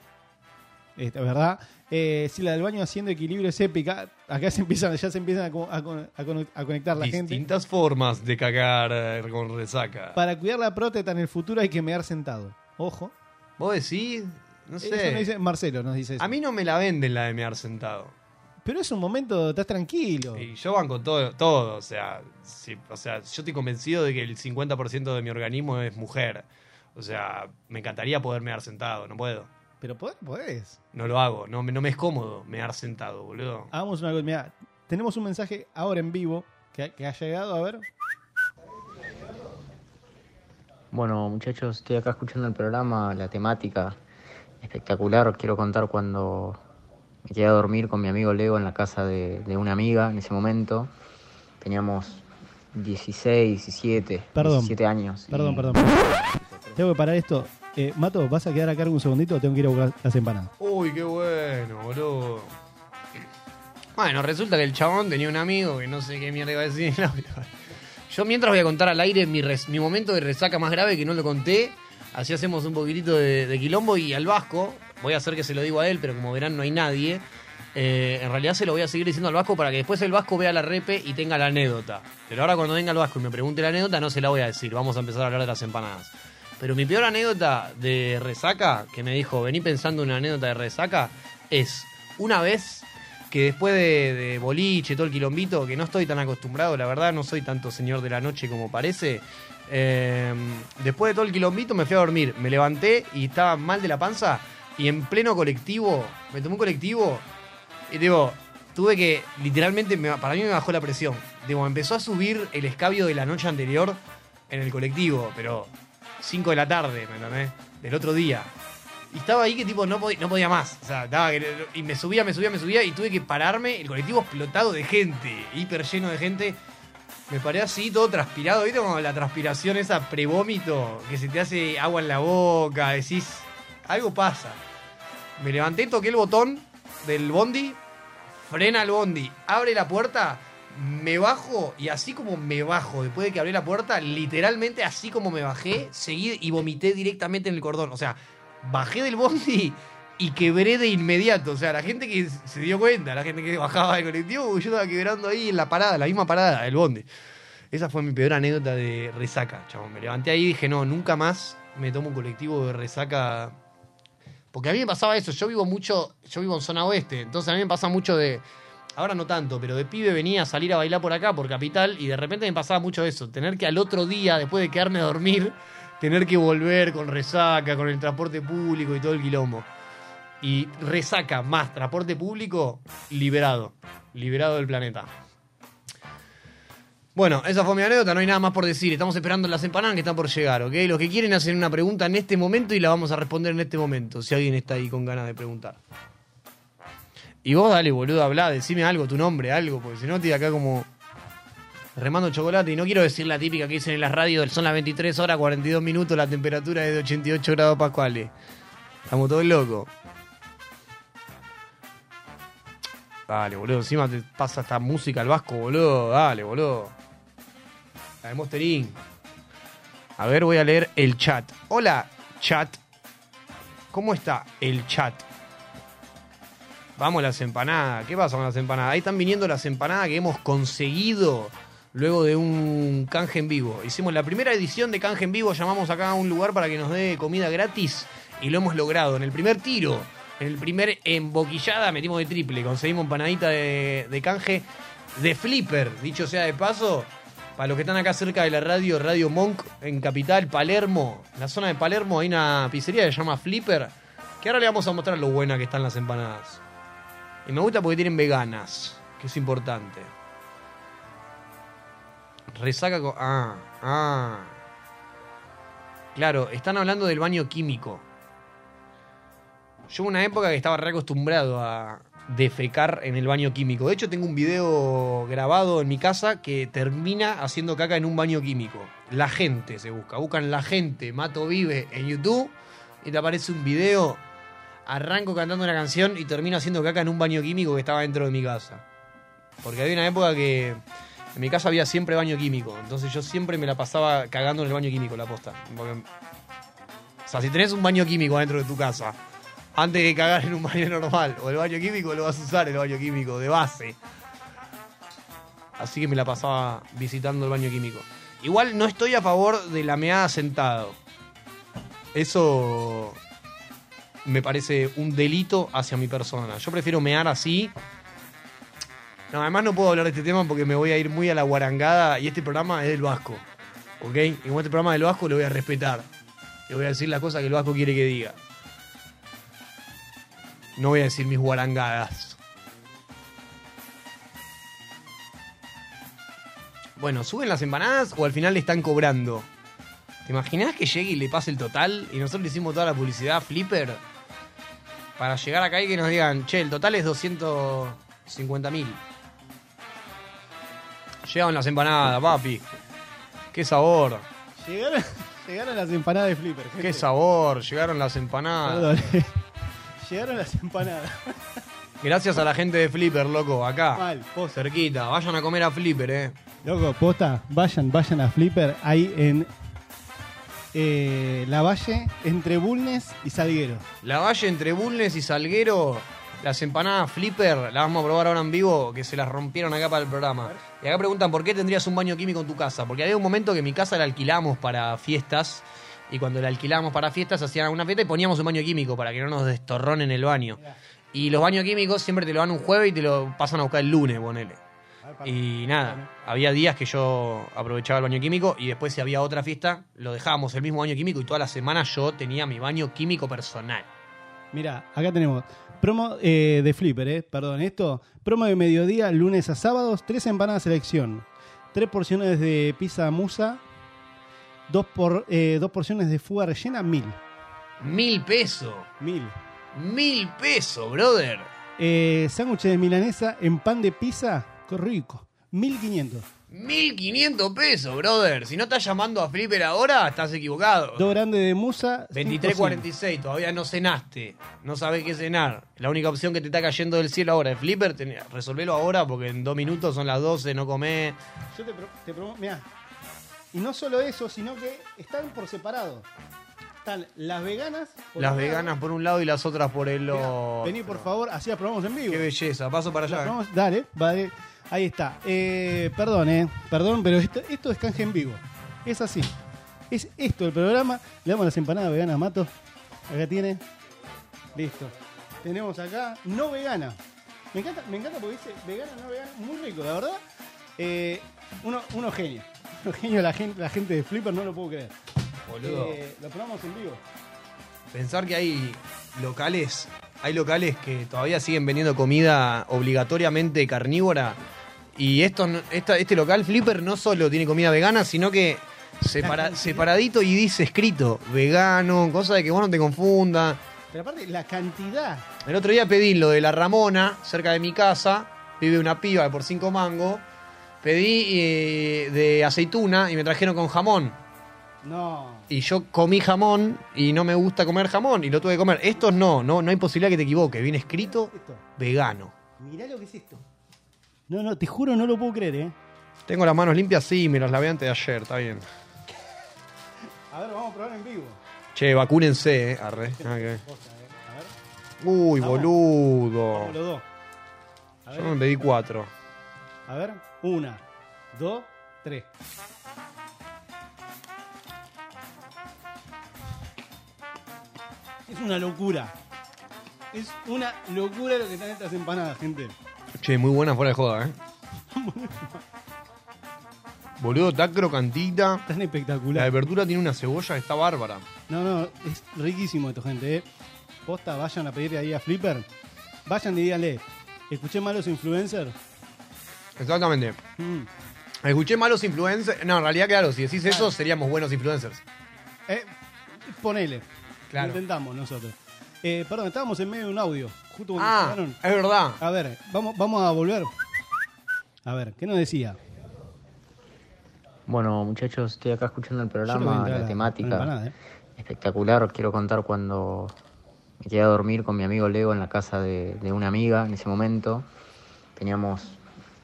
Esta, ¿Verdad? Eh, si la del baño haciendo equilibrio es épica, acá se empiezan, ya se empiezan a, co- a con- a con- a conectar la gente.
Distintas formas de cagar eh, con resaca.
Para cuidar la próteta en el futuro hay que mear sentado. Ojo.
¿Vos decís? No sé.
Eso nos dice Marcelo nos dice eso.
A mí no me la venden la de mear sentado.
Pero es un momento, estás tranquilo.
Y yo banco todo, todo. O sea, sí, o sea, yo estoy convencido de que el 50% de mi organismo es mujer. O sea, me encantaría poder mear sentado, no puedo.
Pero podés, podés.
No lo hago, no, me- no me es cómodo mear sentado, boludo.
Hagamos una cosa. Mirá, tenemos un mensaje ahora en vivo que, ha- que ha llegado, a ver.
Bueno, muchachos, estoy acá escuchando el programa, la temática espectacular. Quiero contar cuando me quedé a dormir con mi amigo Leo en la casa de, de una amiga en ese momento. Teníamos 16, 17,
Perdón.
17 años.
Perdón, perdón. Tengo que parar esto. Eh, Mato, ¿vas a quedar a cargo un segundito o tengo que ir a buscar las empanadas?
Uy, qué bueno, boludo. Bueno, resulta que el chabón tenía un amigo que no sé qué mierda iba a decir. Yo mientras voy a contar al aire mi, res- mi momento de resaca más grave que no lo conté. Así hacemos un poquitito de, de quilombo y al Vasco, voy a hacer que se lo digo a él, pero como verán no hay nadie. Eh, en realidad se lo voy a seguir diciendo al Vasco para que después el Vasco vea la repe y tenga la anécdota. Pero ahora cuando venga el Vasco y me pregunte la anécdota no se la voy a decir, vamos a empezar a hablar de las empanadas. Pero mi peor anécdota de resaca, que me dijo, vení pensando en una anécdota de resaca, es una vez que después de, de boliche, todo el quilombito, que no estoy tan acostumbrado, la verdad, no soy tanto señor de la noche como parece, eh, después de todo el quilombito me fui a dormir, me levanté y estaba mal de la panza y en pleno colectivo, me tomé un colectivo y digo, tuve que, literalmente, me- para mí me bajó la presión. Digo, empezó a subir el escabio de la noche anterior en el colectivo, pero 5 de la tarde, ¿me entendés? Del otro día. Y estaba ahí que tipo no podía, no podía más. O sea, estaba que- y me subía, me subía, me subía y tuve que pararme. El colectivo explotado de gente, hiper lleno de gente. Me paré así, todo transpirado. ¿Viste como la transpiración esa prevómito que se te hace agua en la boca? Decís, algo pasa. Me levanté, toqué el botón del bondi, frena el bondi, abre la puerta, me bajo y así como me bajo, después de que abrí la puerta, literalmente así como me bajé, seguí y vomité directamente en el cordón. O sea, bajé del bondi y quebré de inmediato. O sea, la gente que se dio cuenta, la gente que bajaba del colectivo, yo estaba quebrando ahí en la parada, la misma parada, el bondi. Esa fue mi peor anécdota de resaca, chabón. Me levanté ahí y dije, no, nunca más me tomo un colectivo de resaca porque a mí me pasaba eso, yo vivo mucho, yo vivo en zona oeste, entonces a mí me pasa mucho de, ahora no tanto, pero de pibe venía a salir a bailar por acá, por capital, y de repente me pasaba mucho eso, tener que al otro día, después de quedarme a dormir, tener que volver con resaca, con el transporte público y todo el quilombo. Y resaca más transporte público, liberado, liberado del planeta. Bueno, esa fue mi anécdota, no hay nada más por decir. Estamos esperando las empanadas que están por llegar, ¿ok? Los que quieren hacen una pregunta en este momento y la vamos a responder en este momento, si alguien está ahí con ganas de preguntar. Y vos dale, boludo, hablá, decime algo, tu nombre, algo, porque si no, estoy acá como... remando chocolate. Y no quiero decir la típica que dicen en las radios, son las 23 horas, 42 minutos, la temperatura es de 88 grados pascuales. Estamos todos locos. Dale, boludo, encima te pasa esta música al vasco, boludo. Dale, boludo. La de Monsterín. A ver, voy a leer el chat. Hola, chat. ¿Cómo está el chat? Vamos las empanadas. ¿Qué pasa con las empanadas? Ahí están viniendo las empanadas que hemos conseguido luego de un canje en vivo. Hicimos la primera edición de canje en vivo, llamamos acá a un lugar para que nos dé comida gratis y lo hemos logrado. En el primer tiro, en el primer emboquillada metimos de triple, conseguimos empanadita de, de canje de flipper, dicho sea de paso. Para los que están acá cerca de la radio, Radio Monk, en Capital, Palermo, en la zona de Palermo hay una pizzería que se llama Flipper, que ahora le vamos a mostrar lo buena que están las empanadas. Y me gusta porque tienen veganas, que es importante. Resaca con... Ah, ah. Claro, están hablando del baño químico. Yo hubo una época que estaba reacostumbrado a defecar en el baño químico. De hecho, tengo un video grabado en mi casa que termina haciendo caca en un baño químico. La gente se busca. Buscan la gente, Mato Vive en YouTube y te aparece un video. Arranco cantando una canción y termino haciendo caca en un baño químico que estaba dentro de mi casa. Porque había una época que en mi casa había siempre baño químico. Entonces yo siempre me la pasaba cagando en el baño químico, la posta. Porque- O sea, si tenés un baño químico dentro de tu casa, antes que cagar en un baño normal o el baño químico, lo vas a usar el baño químico de base. Así que me la pasaba visitando el baño químico. Igual no estoy a favor de la meada sentado. Eso me parece un delito hacia mi persona. Yo prefiero mear así. No, además no puedo hablar de este tema porque me voy a ir muy a la guarangada y este programa es del Vasco. ¿Ok? Y como este programa es del Vasco lo voy a respetar. Le voy a decir las cosas que el Vasco quiere que diga. No voy a decir mis guarangadas. Bueno, ¿suben las empanadas o al final le están cobrando? ¿Te imaginás que llegue y le pase el total y nosotros le hicimos toda la publicidad a Flipper? Para llegar acá y que nos digan, che, el total es 250 mil. Llegaron las empanadas, papi. Qué sabor.
Llegaron, llegaron las empanadas de Flipper. gente.
Qué sabor. Llegaron las empanadas.
Perdón. Llegaron las empanadas.
Gracias a la gente de Flipper, loco, acá.
Mal,
cerquita. Vayan a comer a Flipper, eh.
Loco, posta, vayan, vayan a Flipper ahí en eh, La Valle, entre Bulnes y Salguero.
La Valle entre Bulnes y Salguero. Las empanadas Flipper las vamos a probar ahora en vivo, que se las rompieron acá para el programa. Y acá preguntan por qué tendrías un baño químico en tu casa. Porque había un momento que mi casa la alquilamos para fiestas. Y cuando la alquilábamos para fiestas, hacían una fiesta y poníamos un baño químico para que no nos destorronen el baño. Y los baños químicos siempre te lo dan un jueves y te lo pasan a buscar el lunes, ponele. Y nada, había días que yo aprovechaba el baño químico y después si había otra fiesta, lo dejábamos el mismo baño químico y toda la semana yo tenía mi baño químico personal.
Mira, acá tenemos promo eh, de Flipper, eh, perdón, esto. Promo de mediodía, lunes a sábados, tres empanadas selección, tres porciones de pizza musa, dos, por, eh, dos porciones de fuga rellena, mil.
Mil pesos.
Mil.
Mil pesos, brother.
Eh, sándwiches de milanesa en pan de pizza, qué rico, mil quinientos.
1500 pesos, brother. Si no estás llamando a Flipper ahora, estás equivocado.
Dos grandes de musa, cinco sin.
23.46, todavía no cenaste. No sabés qué cenar. La única opción que te está cayendo del cielo ahora es Flipper. ten- Resolvelo ahora porque en dos minutos son las 12, no comés.
Yo te, pro- te promo- mirá. Y no solo eso, sino que están por separado. Están las veganas. por
Las
un lado.
veganas por un lado y las otras por el otro.
Vení, por favor, así las probamos en vivo.
Qué belleza, paso para
Las
allá.
probamos- dale, vale. Ahí está. Eh, perdón, eh. Perdón, pero esto, esto es canje en vivo. Es así. Es esto el programa. Le damos las empanadas veganas a Mato. Acá tiene. Listo. Tenemos acá no vegana. Me encanta, me encanta porque dice vegana, no vegana. Muy rico, la verdad. Eh, uno, uno genio. Uno genio la gente, la gente de Flipper, no lo puedo creer.
Boludo.
Eh, lo probamos en vivo.
Pensar que hay locales, hay locales que todavía siguen vendiendo comida obligatoriamente carnívora. Y esto, no- esta- este local Flipper no solo tiene comida vegana, sino que separa- separadito y dice escrito vegano, cosa de que vos no te confundas.
Pero aparte, la cantidad.
El otro día pedí lo de la Ramona, cerca de mi casa. Vive una piba de por cinco mangos. Pedí eh, de aceituna y me trajeron con jamón.
No.
Y yo comí jamón y no me gusta comer jamón y lo tuve que comer. Estos no, no, no hay posibilidad que te equivoques. Viene escrito vegano.
Mirá lo que es esto. No, no, te juro, no lo puedo creer, ¿eh?
Tengo las manos limpias, sí, me las lavé antes de ayer, está bien.
A ver, vamos a probar en vivo.
Che, vacúnense, eh. Arre. Nada que ver.
eh? A ver.
Uy,
Vamos.
boludo.
Vamos los dos. A ver,
Yo me pedí cuatro.
a ver. Una, dos, tres. Es una locura. Es una locura lo que están estas empanadas, gente.
Che, muy buena fuera de joda, eh. Boludo, está crocantita.
Tan espectacular.
La verdura tiene una cebolla, que está bárbara.
No, no, es riquísimo esto, gente. ¿eh? Posta, vayan a pedir ahí a Flipper. Vayan y díganle, escuché malos influencers.
Exactamente.
Mm.
Escuché malos influencers. No, en realidad, claro, si decís eso, seríamos buenos influencers.
Eh, ponele.
Claro.
Lo intentamos nosotros. Eh, perdón, estábamos en medio de un audio. Justo cuando
Ah,
llegaron.
es verdad.
A ver, vamos, vamos a volver. A ver, ¿qué nos decía?
Bueno, muchachos, estoy acá escuchando el
Yo no voy a
programa,
entrar a-
la
a
temática.
empanada, ¿eh?
Espectacular, quiero contar cuando me quedé a dormir con mi amigo Leo en la casa de, de una amiga en ese momento. Teníamos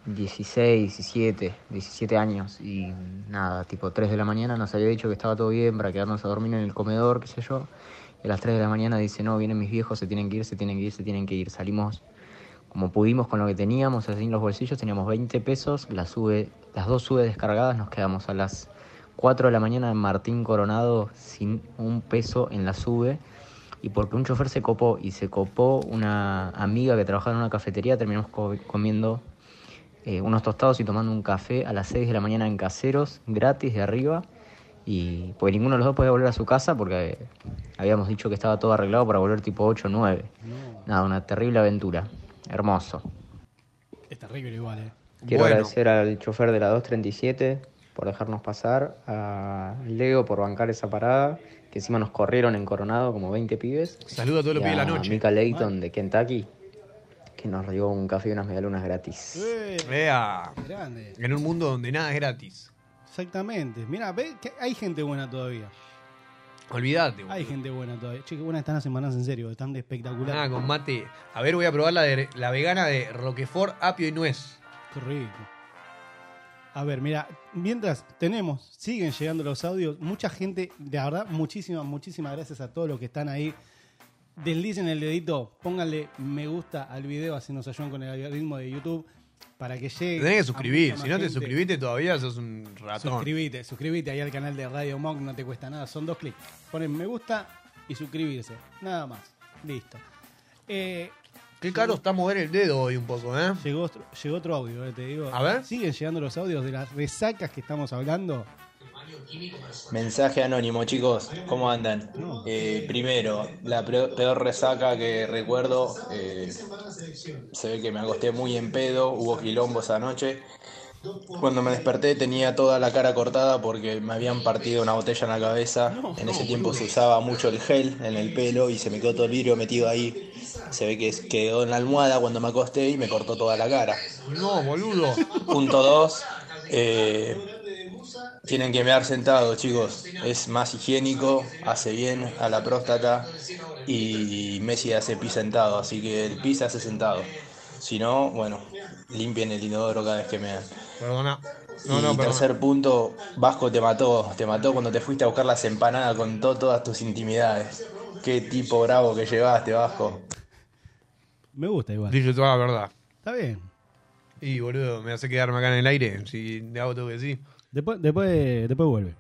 16, 17, 17 años y nada, tipo 3 de la mañana nos había dicho que estaba todo bien para quedarnos a dormir en el comedor, qué sé yo. Y a las 3 de la mañana dice, no, vienen mis viejos, se tienen que ir, se tienen que ir, se tienen que ir. Salimos como pudimos con lo que teníamos así en los bolsillos, teníamos 20 pesos, las, sube, las dos sube descargadas, nos quedamos a las 4 de la mañana en Martín Coronado sin un peso en la sube. Y porque un chofer se copó y se copó una amiga que trabajaba en una cafetería, terminamos co- comiendo eh, unos tostados y tomando un café a las 6 de la mañana en caseros, gratis de arriba. Y pues ninguno de los dos podía volver a su casa porque eh, habíamos dicho que estaba todo arreglado para volver tipo 8 o 9. Nada, una terrible aventura. Hermoso.
Es terrible igual, ¿eh?
Quiero agradecer al chofer de la 237 por dejarnos pasar, a Leo por bancar esa parada, que encima nos corrieron en Coronado como 20 pibes.
Saludo a todos los
Y
pibes de la noche.
A Mika Leighton de Kentucky, que nos dio un café y unas medialunas gratis.
Vea.
eh, Grande.
En un mundo donde nada es gratis.
Exactamente. Mira, ve que hay gente buena todavía.
Olvídate,
Hay gente buena todavía. Che, qué buenas están las semanas en serio, están de espectacular.
Ah, con mate. A ver, voy a probar la, de, la vegana de Roquefort, apio y nuez.
Qué rico. A ver, mira, mientras tenemos, siguen llegando los audios, mucha gente, de verdad, muchísimas, muchísimas gracias a todos los que están ahí. Deslicen el dedito, pónganle me gusta al video, así nos ayudan con el algoritmo de YouTube para que llegue.
Te tenés
a
que suscribir.
mucha
Si
más
no te
gente.
suscribiste todavía, sos un ratón.
Suscribite, suscribite ahí al canal de Radio Monk, no te cuesta nada, son dos clics. Ponen me gusta y suscribirse, nada más. Listo. Eh,
Qué caro está mover el dedo hoy un poco, ¿eh?
Llegó otro, llegó otro audio, eh, te digo.
A ver.
Siguen llegando los audios de las resacas que estamos hablando.
Mensaje anónimo, chicos, ¿cómo andan? Eh, primero, la pre- peor resaca que recuerdo, eh, se ve que me acosté muy en pedo, hubo quilombo esa noche. Cuando me desperté tenía toda la cara cortada porque me habían partido una botella en la cabeza. En ese tiempo se usaba mucho el gel en el pelo y se me quedó todo el vidrio metido ahí. Se ve que quedó en la almohada cuando me acosté y me cortó toda la cara.
No, boludo.
Punto 2. tienen que mear sentado, chicos. Es más higiénico, hace bien a la próstata y Messi hace pis sentado, así que el pis hace sentado. Si no, bueno, limpien el inodoro cada vez que mean.
Perdona. No, no,
y
perdona.
tercer punto, Vasco te mató, te mató cuando te fuiste a buscar las empanadas, contó todas tus intimidades. Qué tipo bravo que llevaste, Vasco.
Me gusta igual.
Dije toda la Ah, verdad.
Está bien.
Y, boludo, me hace quedarme acá en el aire. Si le hago todo que sí.
Después, después, después vuelve.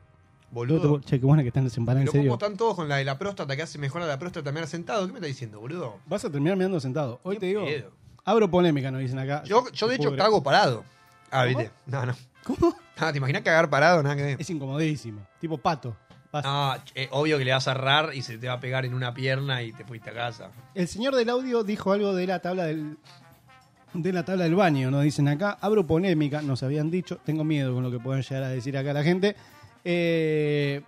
Boludo.
Che, qué buena que están desempanadas, en
Pero
serio.
¿cómo están todos con la de la próstata que hace mejor a la próstata también sentado? ¿Qué me estás diciendo, boludo?
Vas a terminar mirando sentado. Hoy te digo.
pedo.
Abro polémica, nos dicen acá.
Yo, yo de hecho,
Pobre.
cago parado. Ah, viste. No, no.
¿Cómo?
Ah, ¿te imaginas cagar parado? Nada que ver.
Es incomodísimo. Tipo pato. Vas-
No, eh, obvio que le vas a cerrar y se te va a pegar en una pierna y te fuiste a casa.
El señor del audio dijo algo de la tabla del. De la tabla del baño, nos dicen acá. Abro polémica, nos habían dicho. Tengo miedo con lo que puedan llegar a decir acá la gente. Eh,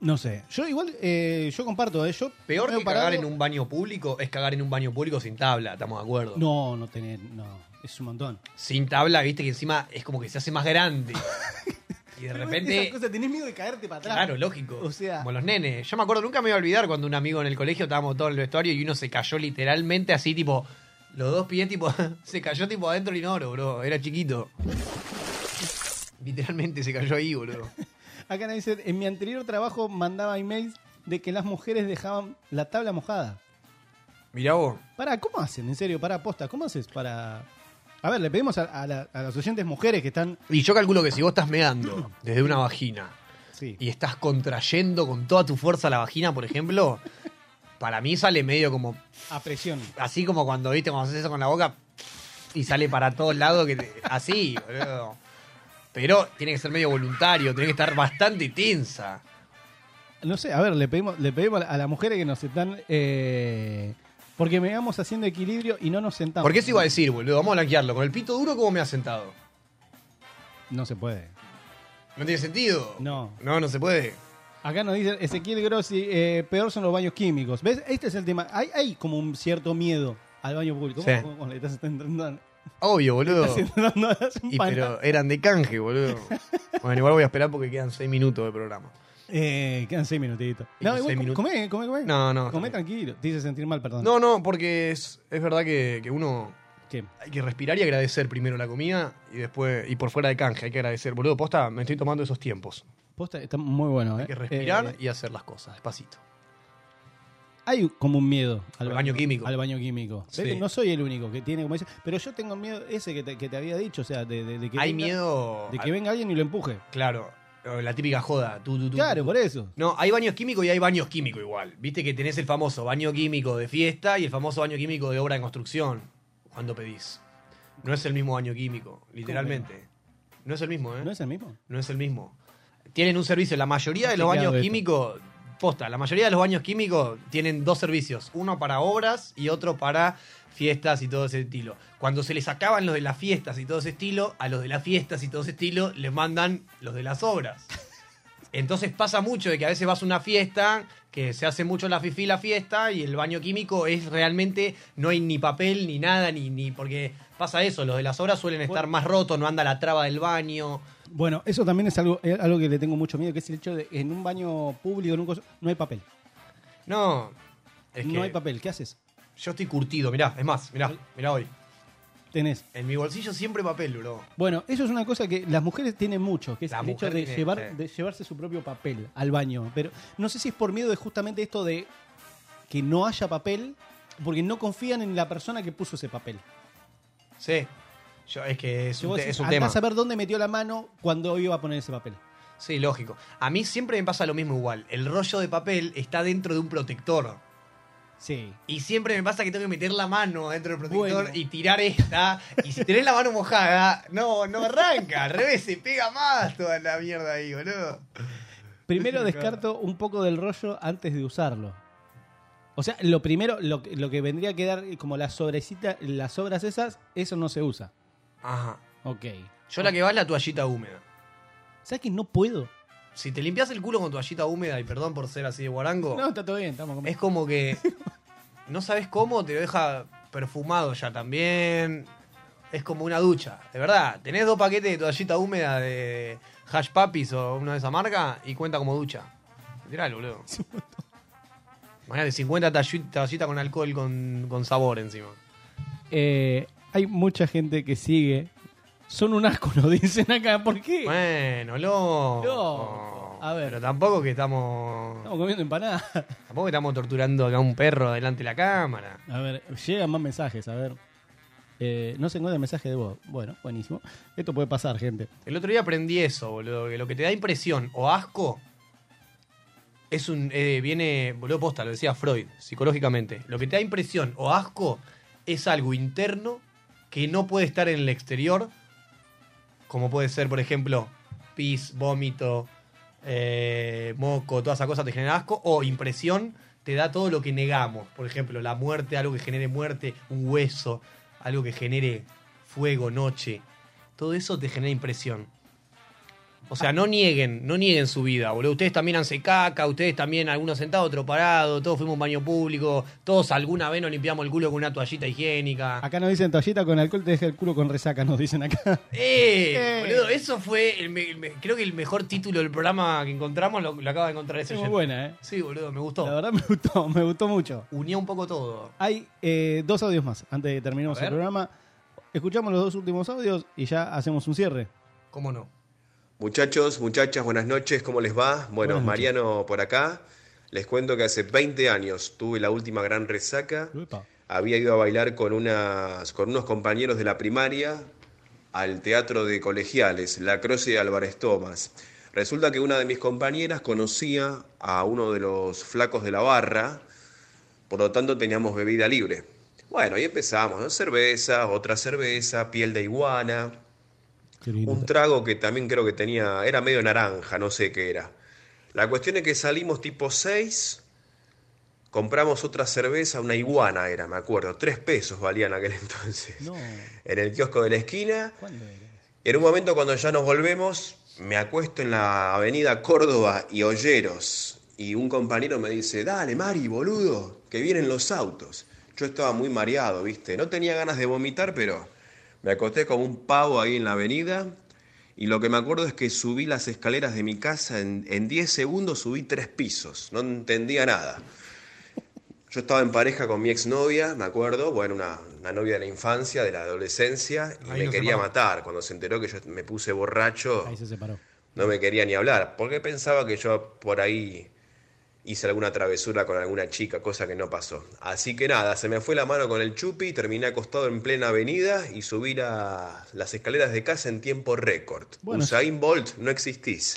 No sé. Yo igual, eh, yo comparto, ¿eh? Yo
Peor
me
que
he parado-
cagar en un baño público es cagar en un baño público sin tabla, estamos de acuerdo.
No, no tenés, no. Es un montón.
Sin tabla, viste que encima es como que se hace más grande. y de
Esas
repente.
cosas, tenés miedo de caerte para atrás.
Claro, lógico.
O sea,
Como los nenes. Yo me acuerdo, nunca me voy a olvidar cuando un amigo en el colegio estábamos todos en el vestuario y uno se cayó literalmente así, tipo. Los dos pies, tipo. se cayó tipo adentro del inodoro, bro. Era chiquito. Literalmente se cayó ahí, boludo.
acá me dice, en mi anterior trabajo mandaba emails de que las mujeres dejaban la tabla mojada.
Mirá vos.
Para, ¿cómo hacen? En serio, para aposta, ¿cómo haces para...? A ver, le pedimos a, a la- a las oyentes mujeres que están...
Y yo calculo que si vos estás meando desde una vagina y estás contrayendo con toda tu fuerza la vagina, por ejemplo, para mí sale medio como.
A presión.
Así como cuando viste cuando haces eso con la boca y sale para todos lados, que te- así, boludo. Pero tiene que ser medio voluntario, tiene que estar bastante tensa.
No sé, a ver, le pedimos, le pedimos a las mujeres que nos están... eh, porque me vamos haciendo equilibrio y no nos sentamos.
Porque eso iba a decir, boludo, vamos a blanquearlo. Con el pito duro, ¿cómo me ha sentado?
No se puede.
No tiene sentido.
No.
No, no se puede.
Acá nos dice Ezequiel Grossi, eh, peor son los baños químicos. ¿Ves? Este es el tema. Hay, hay como un cierto miedo al baño público. ¿Cómo,
Sí.
cómo le estás entrando a-
Obvio, boludo.
Estás entrando a las
Y,
empanadas?
pero eran de canje, boludo. Bueno, igual voy a esperar porque quedan seis minutos de programa.
Eh, quedan seis minutitos.
Y
No,
seis
igual,
minutos.
comé, comé, comé.
No, no, está
Comé tranquilo. Te hice sentir mal, perdón.
No, no, porque es, es verdad que, que uno hay que respirar y agradecer primero la comida y después, y por fuera de canje, hay que agradecer, boludo. Posta, me estoy tomando esos tiempos.
Posta, está muy bueno, ¿eh?
Hay que respirar
Eh,
y hacer las cosas, despacito.
hay como un miedo al
Al baño químico.
Al baño químico.
Sí.
Ve que No soy el único que tiene como ese. Pero yo tengo miedo ese que te, que te había dicho. O sea, de, de- de que.
Hay
venga-
miedo.
De que venga alguien y lo empuje.
Claro, la típica joda. Tú, tú, tú,
Claro,
tú.
por eso.
No, hay baños químicos y hay baños químicos igual. Viste que tenés el famoso baño químico de fiesta y el famoso baño químico de obra de construcción cuando pedís. No es el mismo baño químico, literalmente. No es el mismo, ¿eh?
¿No es el mismo?
No es el mismo. Tienen un servicio. La mayoría de
Estoy
los
quedado
baños
de esto.
químicos, posta, la mayoría de los baños químicos tienen dos servicios. Uno para obras y otro para fiestas y todo ese estilo. Cuando se les acaban los de las fiestas y todo ese estilo, a los de las fiestas y todo ese estilo les mandan los de las obras. Entonces pasa mucho de que a veces vas a una fiesta, que se hace mucho la fifi la fiesta, y el baño químico es realmente, no hay ni papel, ni nada, ni, ni porque pasa eso, los de las obras suelen estar más rotos, no anda la traba del baño.
Bueno, eso también es algo, es algo que le tengo mucho miedo, que es el hecho de que en un baño público, en un coso, no hay papel.
No, es que
no hay papel. ¿Qué haces?
yo estoy curtido, mirá, es más, mirá, mirá hoy.
Tenés.
En mi bolsillo siempre papel, bro.
Bueno, eso es una cosa que las mujeres tienen mucho, que es
La
el hecho
mujer
de,
tiene,
llevar,
sí.
de llevarse su propio papel al baño. Pero no sé si es por miedo de justamente esto de que no haya papel, porque no confían en la persona que puso ese papel.
Sí, yo, es que es
Si
un,
vos
te-
decís,
es un
"Andá
tema.
a saber dónde metió la mano cuando iba a poner ese papel.
Sí, lógico. A mí siempre me pasa lo mismo igual. El rollo de papel está dentro de un protector.
Sí.
Y siempre me pasa que tengo que meter la mano dentro del protector
Bueno.
y tirar esta. Y si tenés la mano mojada, no, no arranca. Al revés, se pega más toda la mierda ahí, boludo.
Primero descarto un poco del rollo antes de usarlo. O sea, lo primero, lo, que- lo que vendría a quedar como la sobrecita, las obras esas, eso no se usa.
Ajá.
Ok.
Yo la que va es la toallita húmeda.
¿Sabes que no puedo?
Si te limpias el culo con toallita húmeda, y perdón por ser así de guarango,
No, está todo bien, estamos como...
es como que no sabes cómo, te lo deja perfumado ya también. Es como una ducha, de verdad. Tenés dos paquetes de toallita húmeda de Hash Papis o una de esa marca y cuenta como ducha. Literal, boludo. Imagínate, 50 talli- toallitas con alcohol con, con sabor encima.
Eh, hay mucha gente que sigue. Son un asco, nos dicen acá. ¿Por qué?
Bueno, loco.
Loco. A ver.
Pero tampoco que estamos.
Estamos comiendo empanadas.
Tampoco que estamos torturando acá a un perro delante de la cámara.
A ver, llegan más mensajes, a ver. Eh, no se encuentra el mensaje de vos. Bueno, buenísimo. Esto puede pasar, gente.
El otro día aprendí eso, boludo, que lo que te da impresión o asco es un. eh, viene. boludo posta, lo decía Freud, psicológicamente. Lo que te da impresión o asco es algo interno que no puede estar en el exterior. Como puede ser, por ejemplo, pis, vómito, eh, moco, toda esa cosa te genera asco. O impresión te da todo lo que negamos. Por ejemplo, la muerte, algo que genere muerte, un hueso, algo que genere fuego, noche. Todo eso te genera impresión. O sea, no nieguen, no nieguen su vida, boludo. Ustedes también han caca, ustedes también, algunos sentados, otros parados, todos fuimos a un baño público, todos alguna vez nos limpiamos el culo con una toallita higiénica.
Acá nos dicen toallita con alcohol, te deja el culo con resaca, nos dicen acá.
¡Eh! Boludo, eso fue, el me- el me- creo que el mejor título del programa que encontramos lo, lo acaba de encontrar ese
Es muy
oyente.
buena, ¿eh?
Sí, boludo, me gustó.
La verdad me gustó, me gustó mucho.
Unía un poco todo.
Hay eh, dos audios más antes de que terminemos
A
el
ver.
programa. Escuchamos los dos últimos audios y ya hacemos un cierre.
¿Cómo no?
Muchachos, muchachas, buenas noches, ¿cómo les va? Bueno,
Buenas noches.
Mariano por acá. Les cuento que hace 20 años tuve la última gran resaca. Había ido a bailar con, unas, con unos compañeros de la primaria al Teatro de Colegiales, La Croce de Álvarez Tomás. Resulta que una de mis compañeras conocía a uno de los flacos de la barra, por lo tanto teníamos bebida libre. Bueno, y empezamos, ¿no? Cerveza, otra cerveza, piel de iguana, un trago que también creo que tenía, era medio naranja, no sé qué era. La cuestión es que salimos tipo 6, compramos otra cerveza, una iguana era, me acuerdo, tres pesos valían aquel entonces,
No.
en el kiosco de la esquina.
¿Cuándo era?
En un momento cuando ya nos volvemos, me acuesto en la avenida Córdoba y Olleros y un compañero me dice, dale Mari, boludo, que vienen los autos. Yo estaba muy mareado, viste, no tenía ganas de vomitar, pero me acosté como un pavo ahí en la avenida y lo que me acuerdo es que subí las escaleras de mi casa, en, en 10 segundos subí tres pisos, no entendía nada. Yo estaba en pareja con mi exnovia, me acuerdo, bueno, una, una novia de la infancia, de la adolescencia, y
Ahí
me
nos
quería
separamos.
matar. Cuando se enteró que yo me puse borracho,
Ahí se separó.
no me quería ni hablar, porque pensaba que yo por ahí hice alguna travesura con alguna chica, cosa que no pasó. Así que nada, se me fue la mano con el chupi, terminé acostado en plena avenida y subí la- las escaleras de casa en tiempo récord.
Bueno.
Usain Bolt, no existís.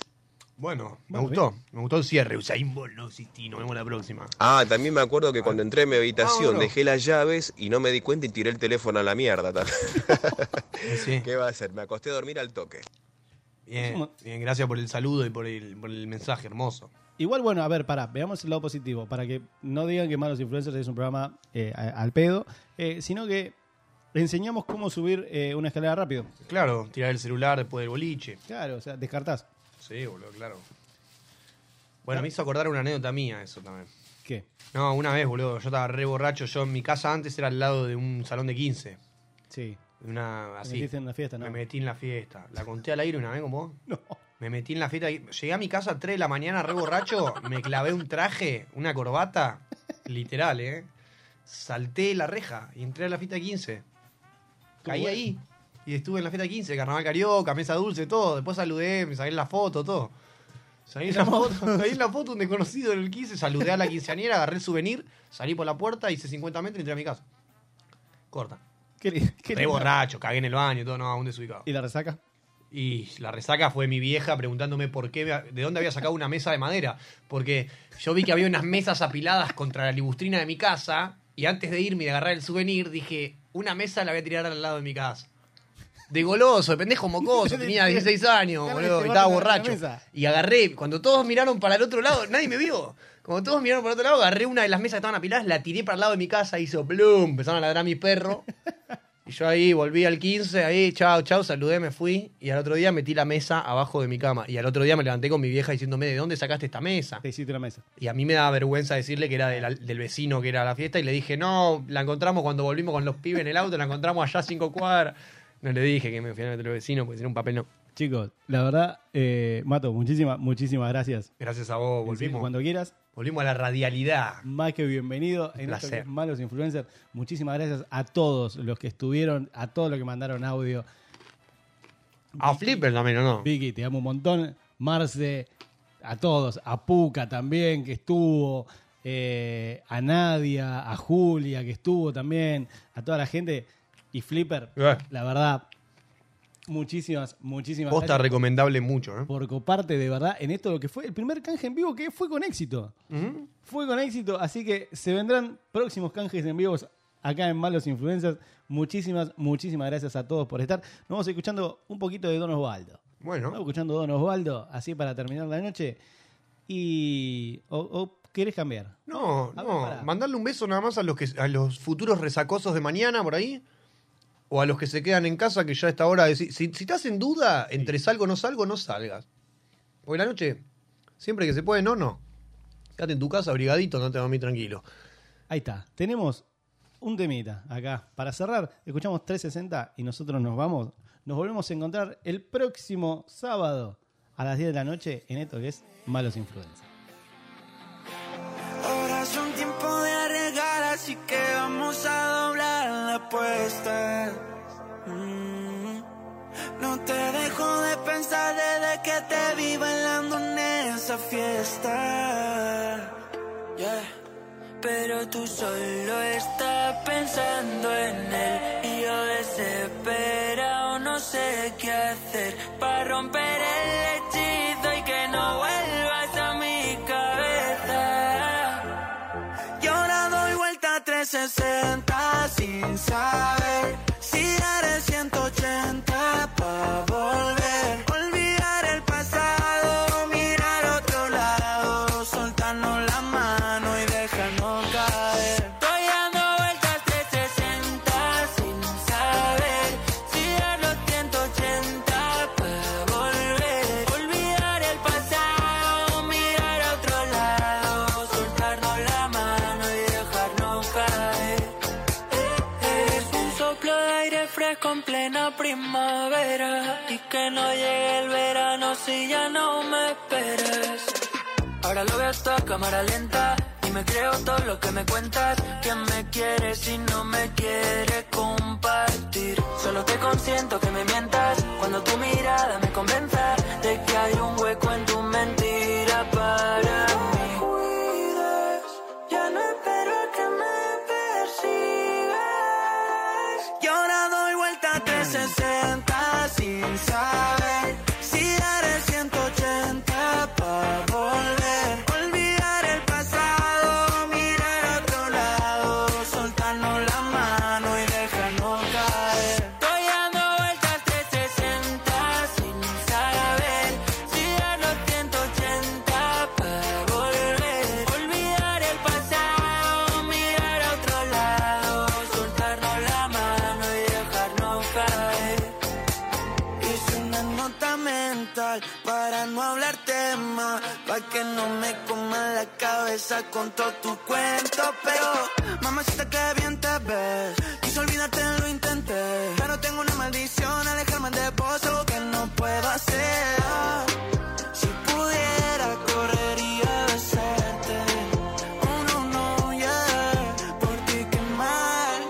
Bueno, me
Bueno,
gustó. Me gustó el cierre. Usain Bolt, no existí. Nos vemos la próxima.
Ah, también me acuerdo que cuando entré a mi habitación
Vámonos.
dejé las llaves y no me di cuenta y tiré el teléfono a la mierda también.
Eh,
¿Qué va a hacer? Me acosté a dormir al toque.
Bien, bien, gracias por el saludo y por el, por el mensaje hermoso.
Igual, bueno, a ver, pará, veamos el lado positivo, para que no digan que Malos Influencers es un programa eh, a- al pedo, eh, sino que enseñamos cómo subir eh, una escalera rápido.
Claro, tirar el celular después del boliche.
Claro, o sea, descartás.
Sí, boludo, claro. Bueno, me hizo acordar una anécdota mía eso también.
¿Qué?
No, una vez, boludo, yo estaba re borracho. Yo en mi casa antes era al lado de un salón de 15.
Sí.
Una, así.
metiste en la fiesta, ¿no?
Me metí en la fiesta. ¿La conté al aire una vez como vos? No. Me metí en la fiesta. y- Llegué a mi casa a 3 de la mañana re borracho. me clavé un traje, una corbata. Literal, ¿eh? Salté la reja y entré a la fiesta de 15. Caí
bueno.
ahí. Y estuve en la fiesta de 15, carnaval carioca, mesa dulce, todo. Después saludé, me saqué la foto, todo. Salí en la foto, salí en la foto un desconocido en el 15, saludé a la quinceañera, agarré el souvenir, salí por la puerta, hice 50 metros y entré a mi casa. Corta.
¿Qué, li- qué
Re
lindo.
borracho, cagué en el baño, y todo, no, un desubicado.
¿Y la resaca?
Y la resaca fue mi vieja preguntándome por qué, me- de dónde había sacado una mesa de madera. Porque yo vi que había unas mesas apiladas contra la libustrina de mi casa. Y antes de irme y de agarrar el souvenir, dije, una mesa la voy a tirar al lado de mi casa. De goloso, de pendejo mocoso, tenía 16 años,
Claro,
boludo,
te
y
va a tirar este
estaba
la
borracho.
mesa.
Y agarré, cuando todos miraron para el otro lado, nadie me vio. Cuando todos miraron para el otro lado, agarré una de las mesas que estaban apiladas, la tiré para el lado de mi casa, hizo plum, empezaron a ladrar a mi perro. Y yo ahí volví al 15, ahí, chao, chao, saludé, me fui. Y al otro día metí la mesa abajo de mi cama. Y al otro día me levanté con mi vieja diciéndome, ¿de dónde sacaste esta mesa?
Te hiciste la mesa.
Y a mí me daba vergüenza decirle que era de la- del vecino que era la fiesta. Y le dije, no, la encontramos cuando volvimos con los pibes en el auto, la encontramos allá a cinco cuadras. No le dije que me fui a meter al vecino, porque si no un papel no.
Chicos, la verdad, eh, Mato, muchísimas, muchísimas gracias.
Gracias a
En
vos,
serio,
volvimos.
Cuando quieras.
Volvimos a la radialidad.
Más que bienvenido en
placer.
esto que es Malos Influencers. Muchísimas gracias a todos los que estuvieron, a todos los que mandaron audio.
A Flipper también, ¿o no?
Vicky, te amo un montón. Marce, a todos. A Puca también, que estuvo. eh, a Nadia, a Julia, que estuvo también. A toda la gente. Y Flipper,
Eh.
la verdad, muchísimas, muchísimas
Posta
gracias
recomendable mucho, ¿eh?
por coparte de verdad en esto lo que fue el primer canje en vivo que fue con éxito. Fue con éxito, así que se vendrán próximos canjes en vivos acá en Malos Influencers. Muchísimas, muchísimas gracias a todos por estar. Nos vamos escuchando un poquito de Don Osvaldo.
Bueno.
Vamos escuchando Don Osvaldo, así para terminar la noche. Y... ¿O, o querés cambiar?
No,
A ver,
no.
pará.
Mandarle un beso nada más a los, que, a los futuros resacosos de mañana por ahí. O a los que se quedan en casa que ya a esta hora. decí- Si, si estás en duda entre salgo o no salgo, no salgas. Porque la noche, siempre que se puede, no, no. Quédate en tu casa, abrigadito, no te dormí tranquilo.
Ahí está. Tenemos un temita acá. Para cerrar, escuchamos 360 y nosotros nos vamos. Nos volvemos a encontrar el próximo sábado a las 10 de la noche en esto que es Malos Influencers.
Ahora son tiempo de arriesgar, así que vamos a doblar la apuesta. Mm. No te dejo de pensar desde que te vi bailando en esa fiesta. Yeah. Pero tú solo estás pensando en él y yo desesperado no sé qué hacer para romper el hechizo y que no vuelvas a mi cabeza. Y ahora doy vuelta a 360 sin saber si daré 180 para volver. Olvidar el pasado, mirar otro lado, soltarnos la mano y dejarnos caer. Estoy dando vueltas 360 sin saber si dar los 180 para volver. Olvidar el pasado, mirar a otro lado, soltarnos la mano y dejarnos caer. Es un soplo de aire fresco en plena primavera y que no llegue el verano si ya no me esperas. Ahora lo veo todo a cámara lenta y me creo todo lo que me cuentas. Que me quieres si no me quieres compartir. Solo te consiento que me mientas cuando tu mirada me convenza de que hay un hueco en tu mentira para mí. Ya no espero a que me persigas. Y ahora doy vuelta a 360 sin saber si daré 180 para volver. Olvidar el pasado, mirar a otro lado, soltarnos la mano y dejarnos caer. Estoy dando vueltas 360 sin saber si dar los 180 para volver. Olvidar el pasado, mirar a otro lado, soltarnos la mano y dejarnos caer. Hice una nota mental para no hablarte más, para que no me coma la cabeza con todo tu cuento. Pero, mamacita, que bien te ves. Quise olvidarte, lo intenté. Pero tengo una maldición, alejarme de vos, algo que no puedo hacer. Si pudiera, correría a besarte. Oh, no, no, yeah. Por ti, qué mal.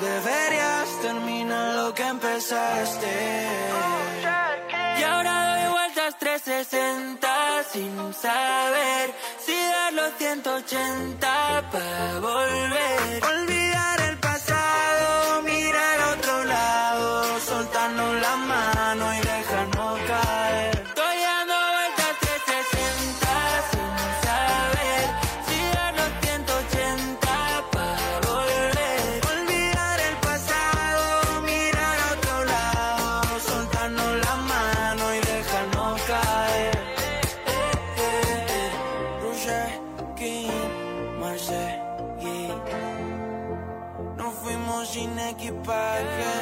Deberías terminar lo que empezaste. Y ahora doy vueltas 360 sin saber si dar los 180 para volver. Olvidar el pasado, mirar a otro lado, soltarnos la mano y dejarnos caer. Estoy dando vueltas 360 sin saber si dar los 180 para volver. Olvidar el pasado, mirar a otro lado, soltarnos la mano y dejarnos caer. Eh, eh, eh. Roger King, Marseille. Nos fuimos sin equipaje.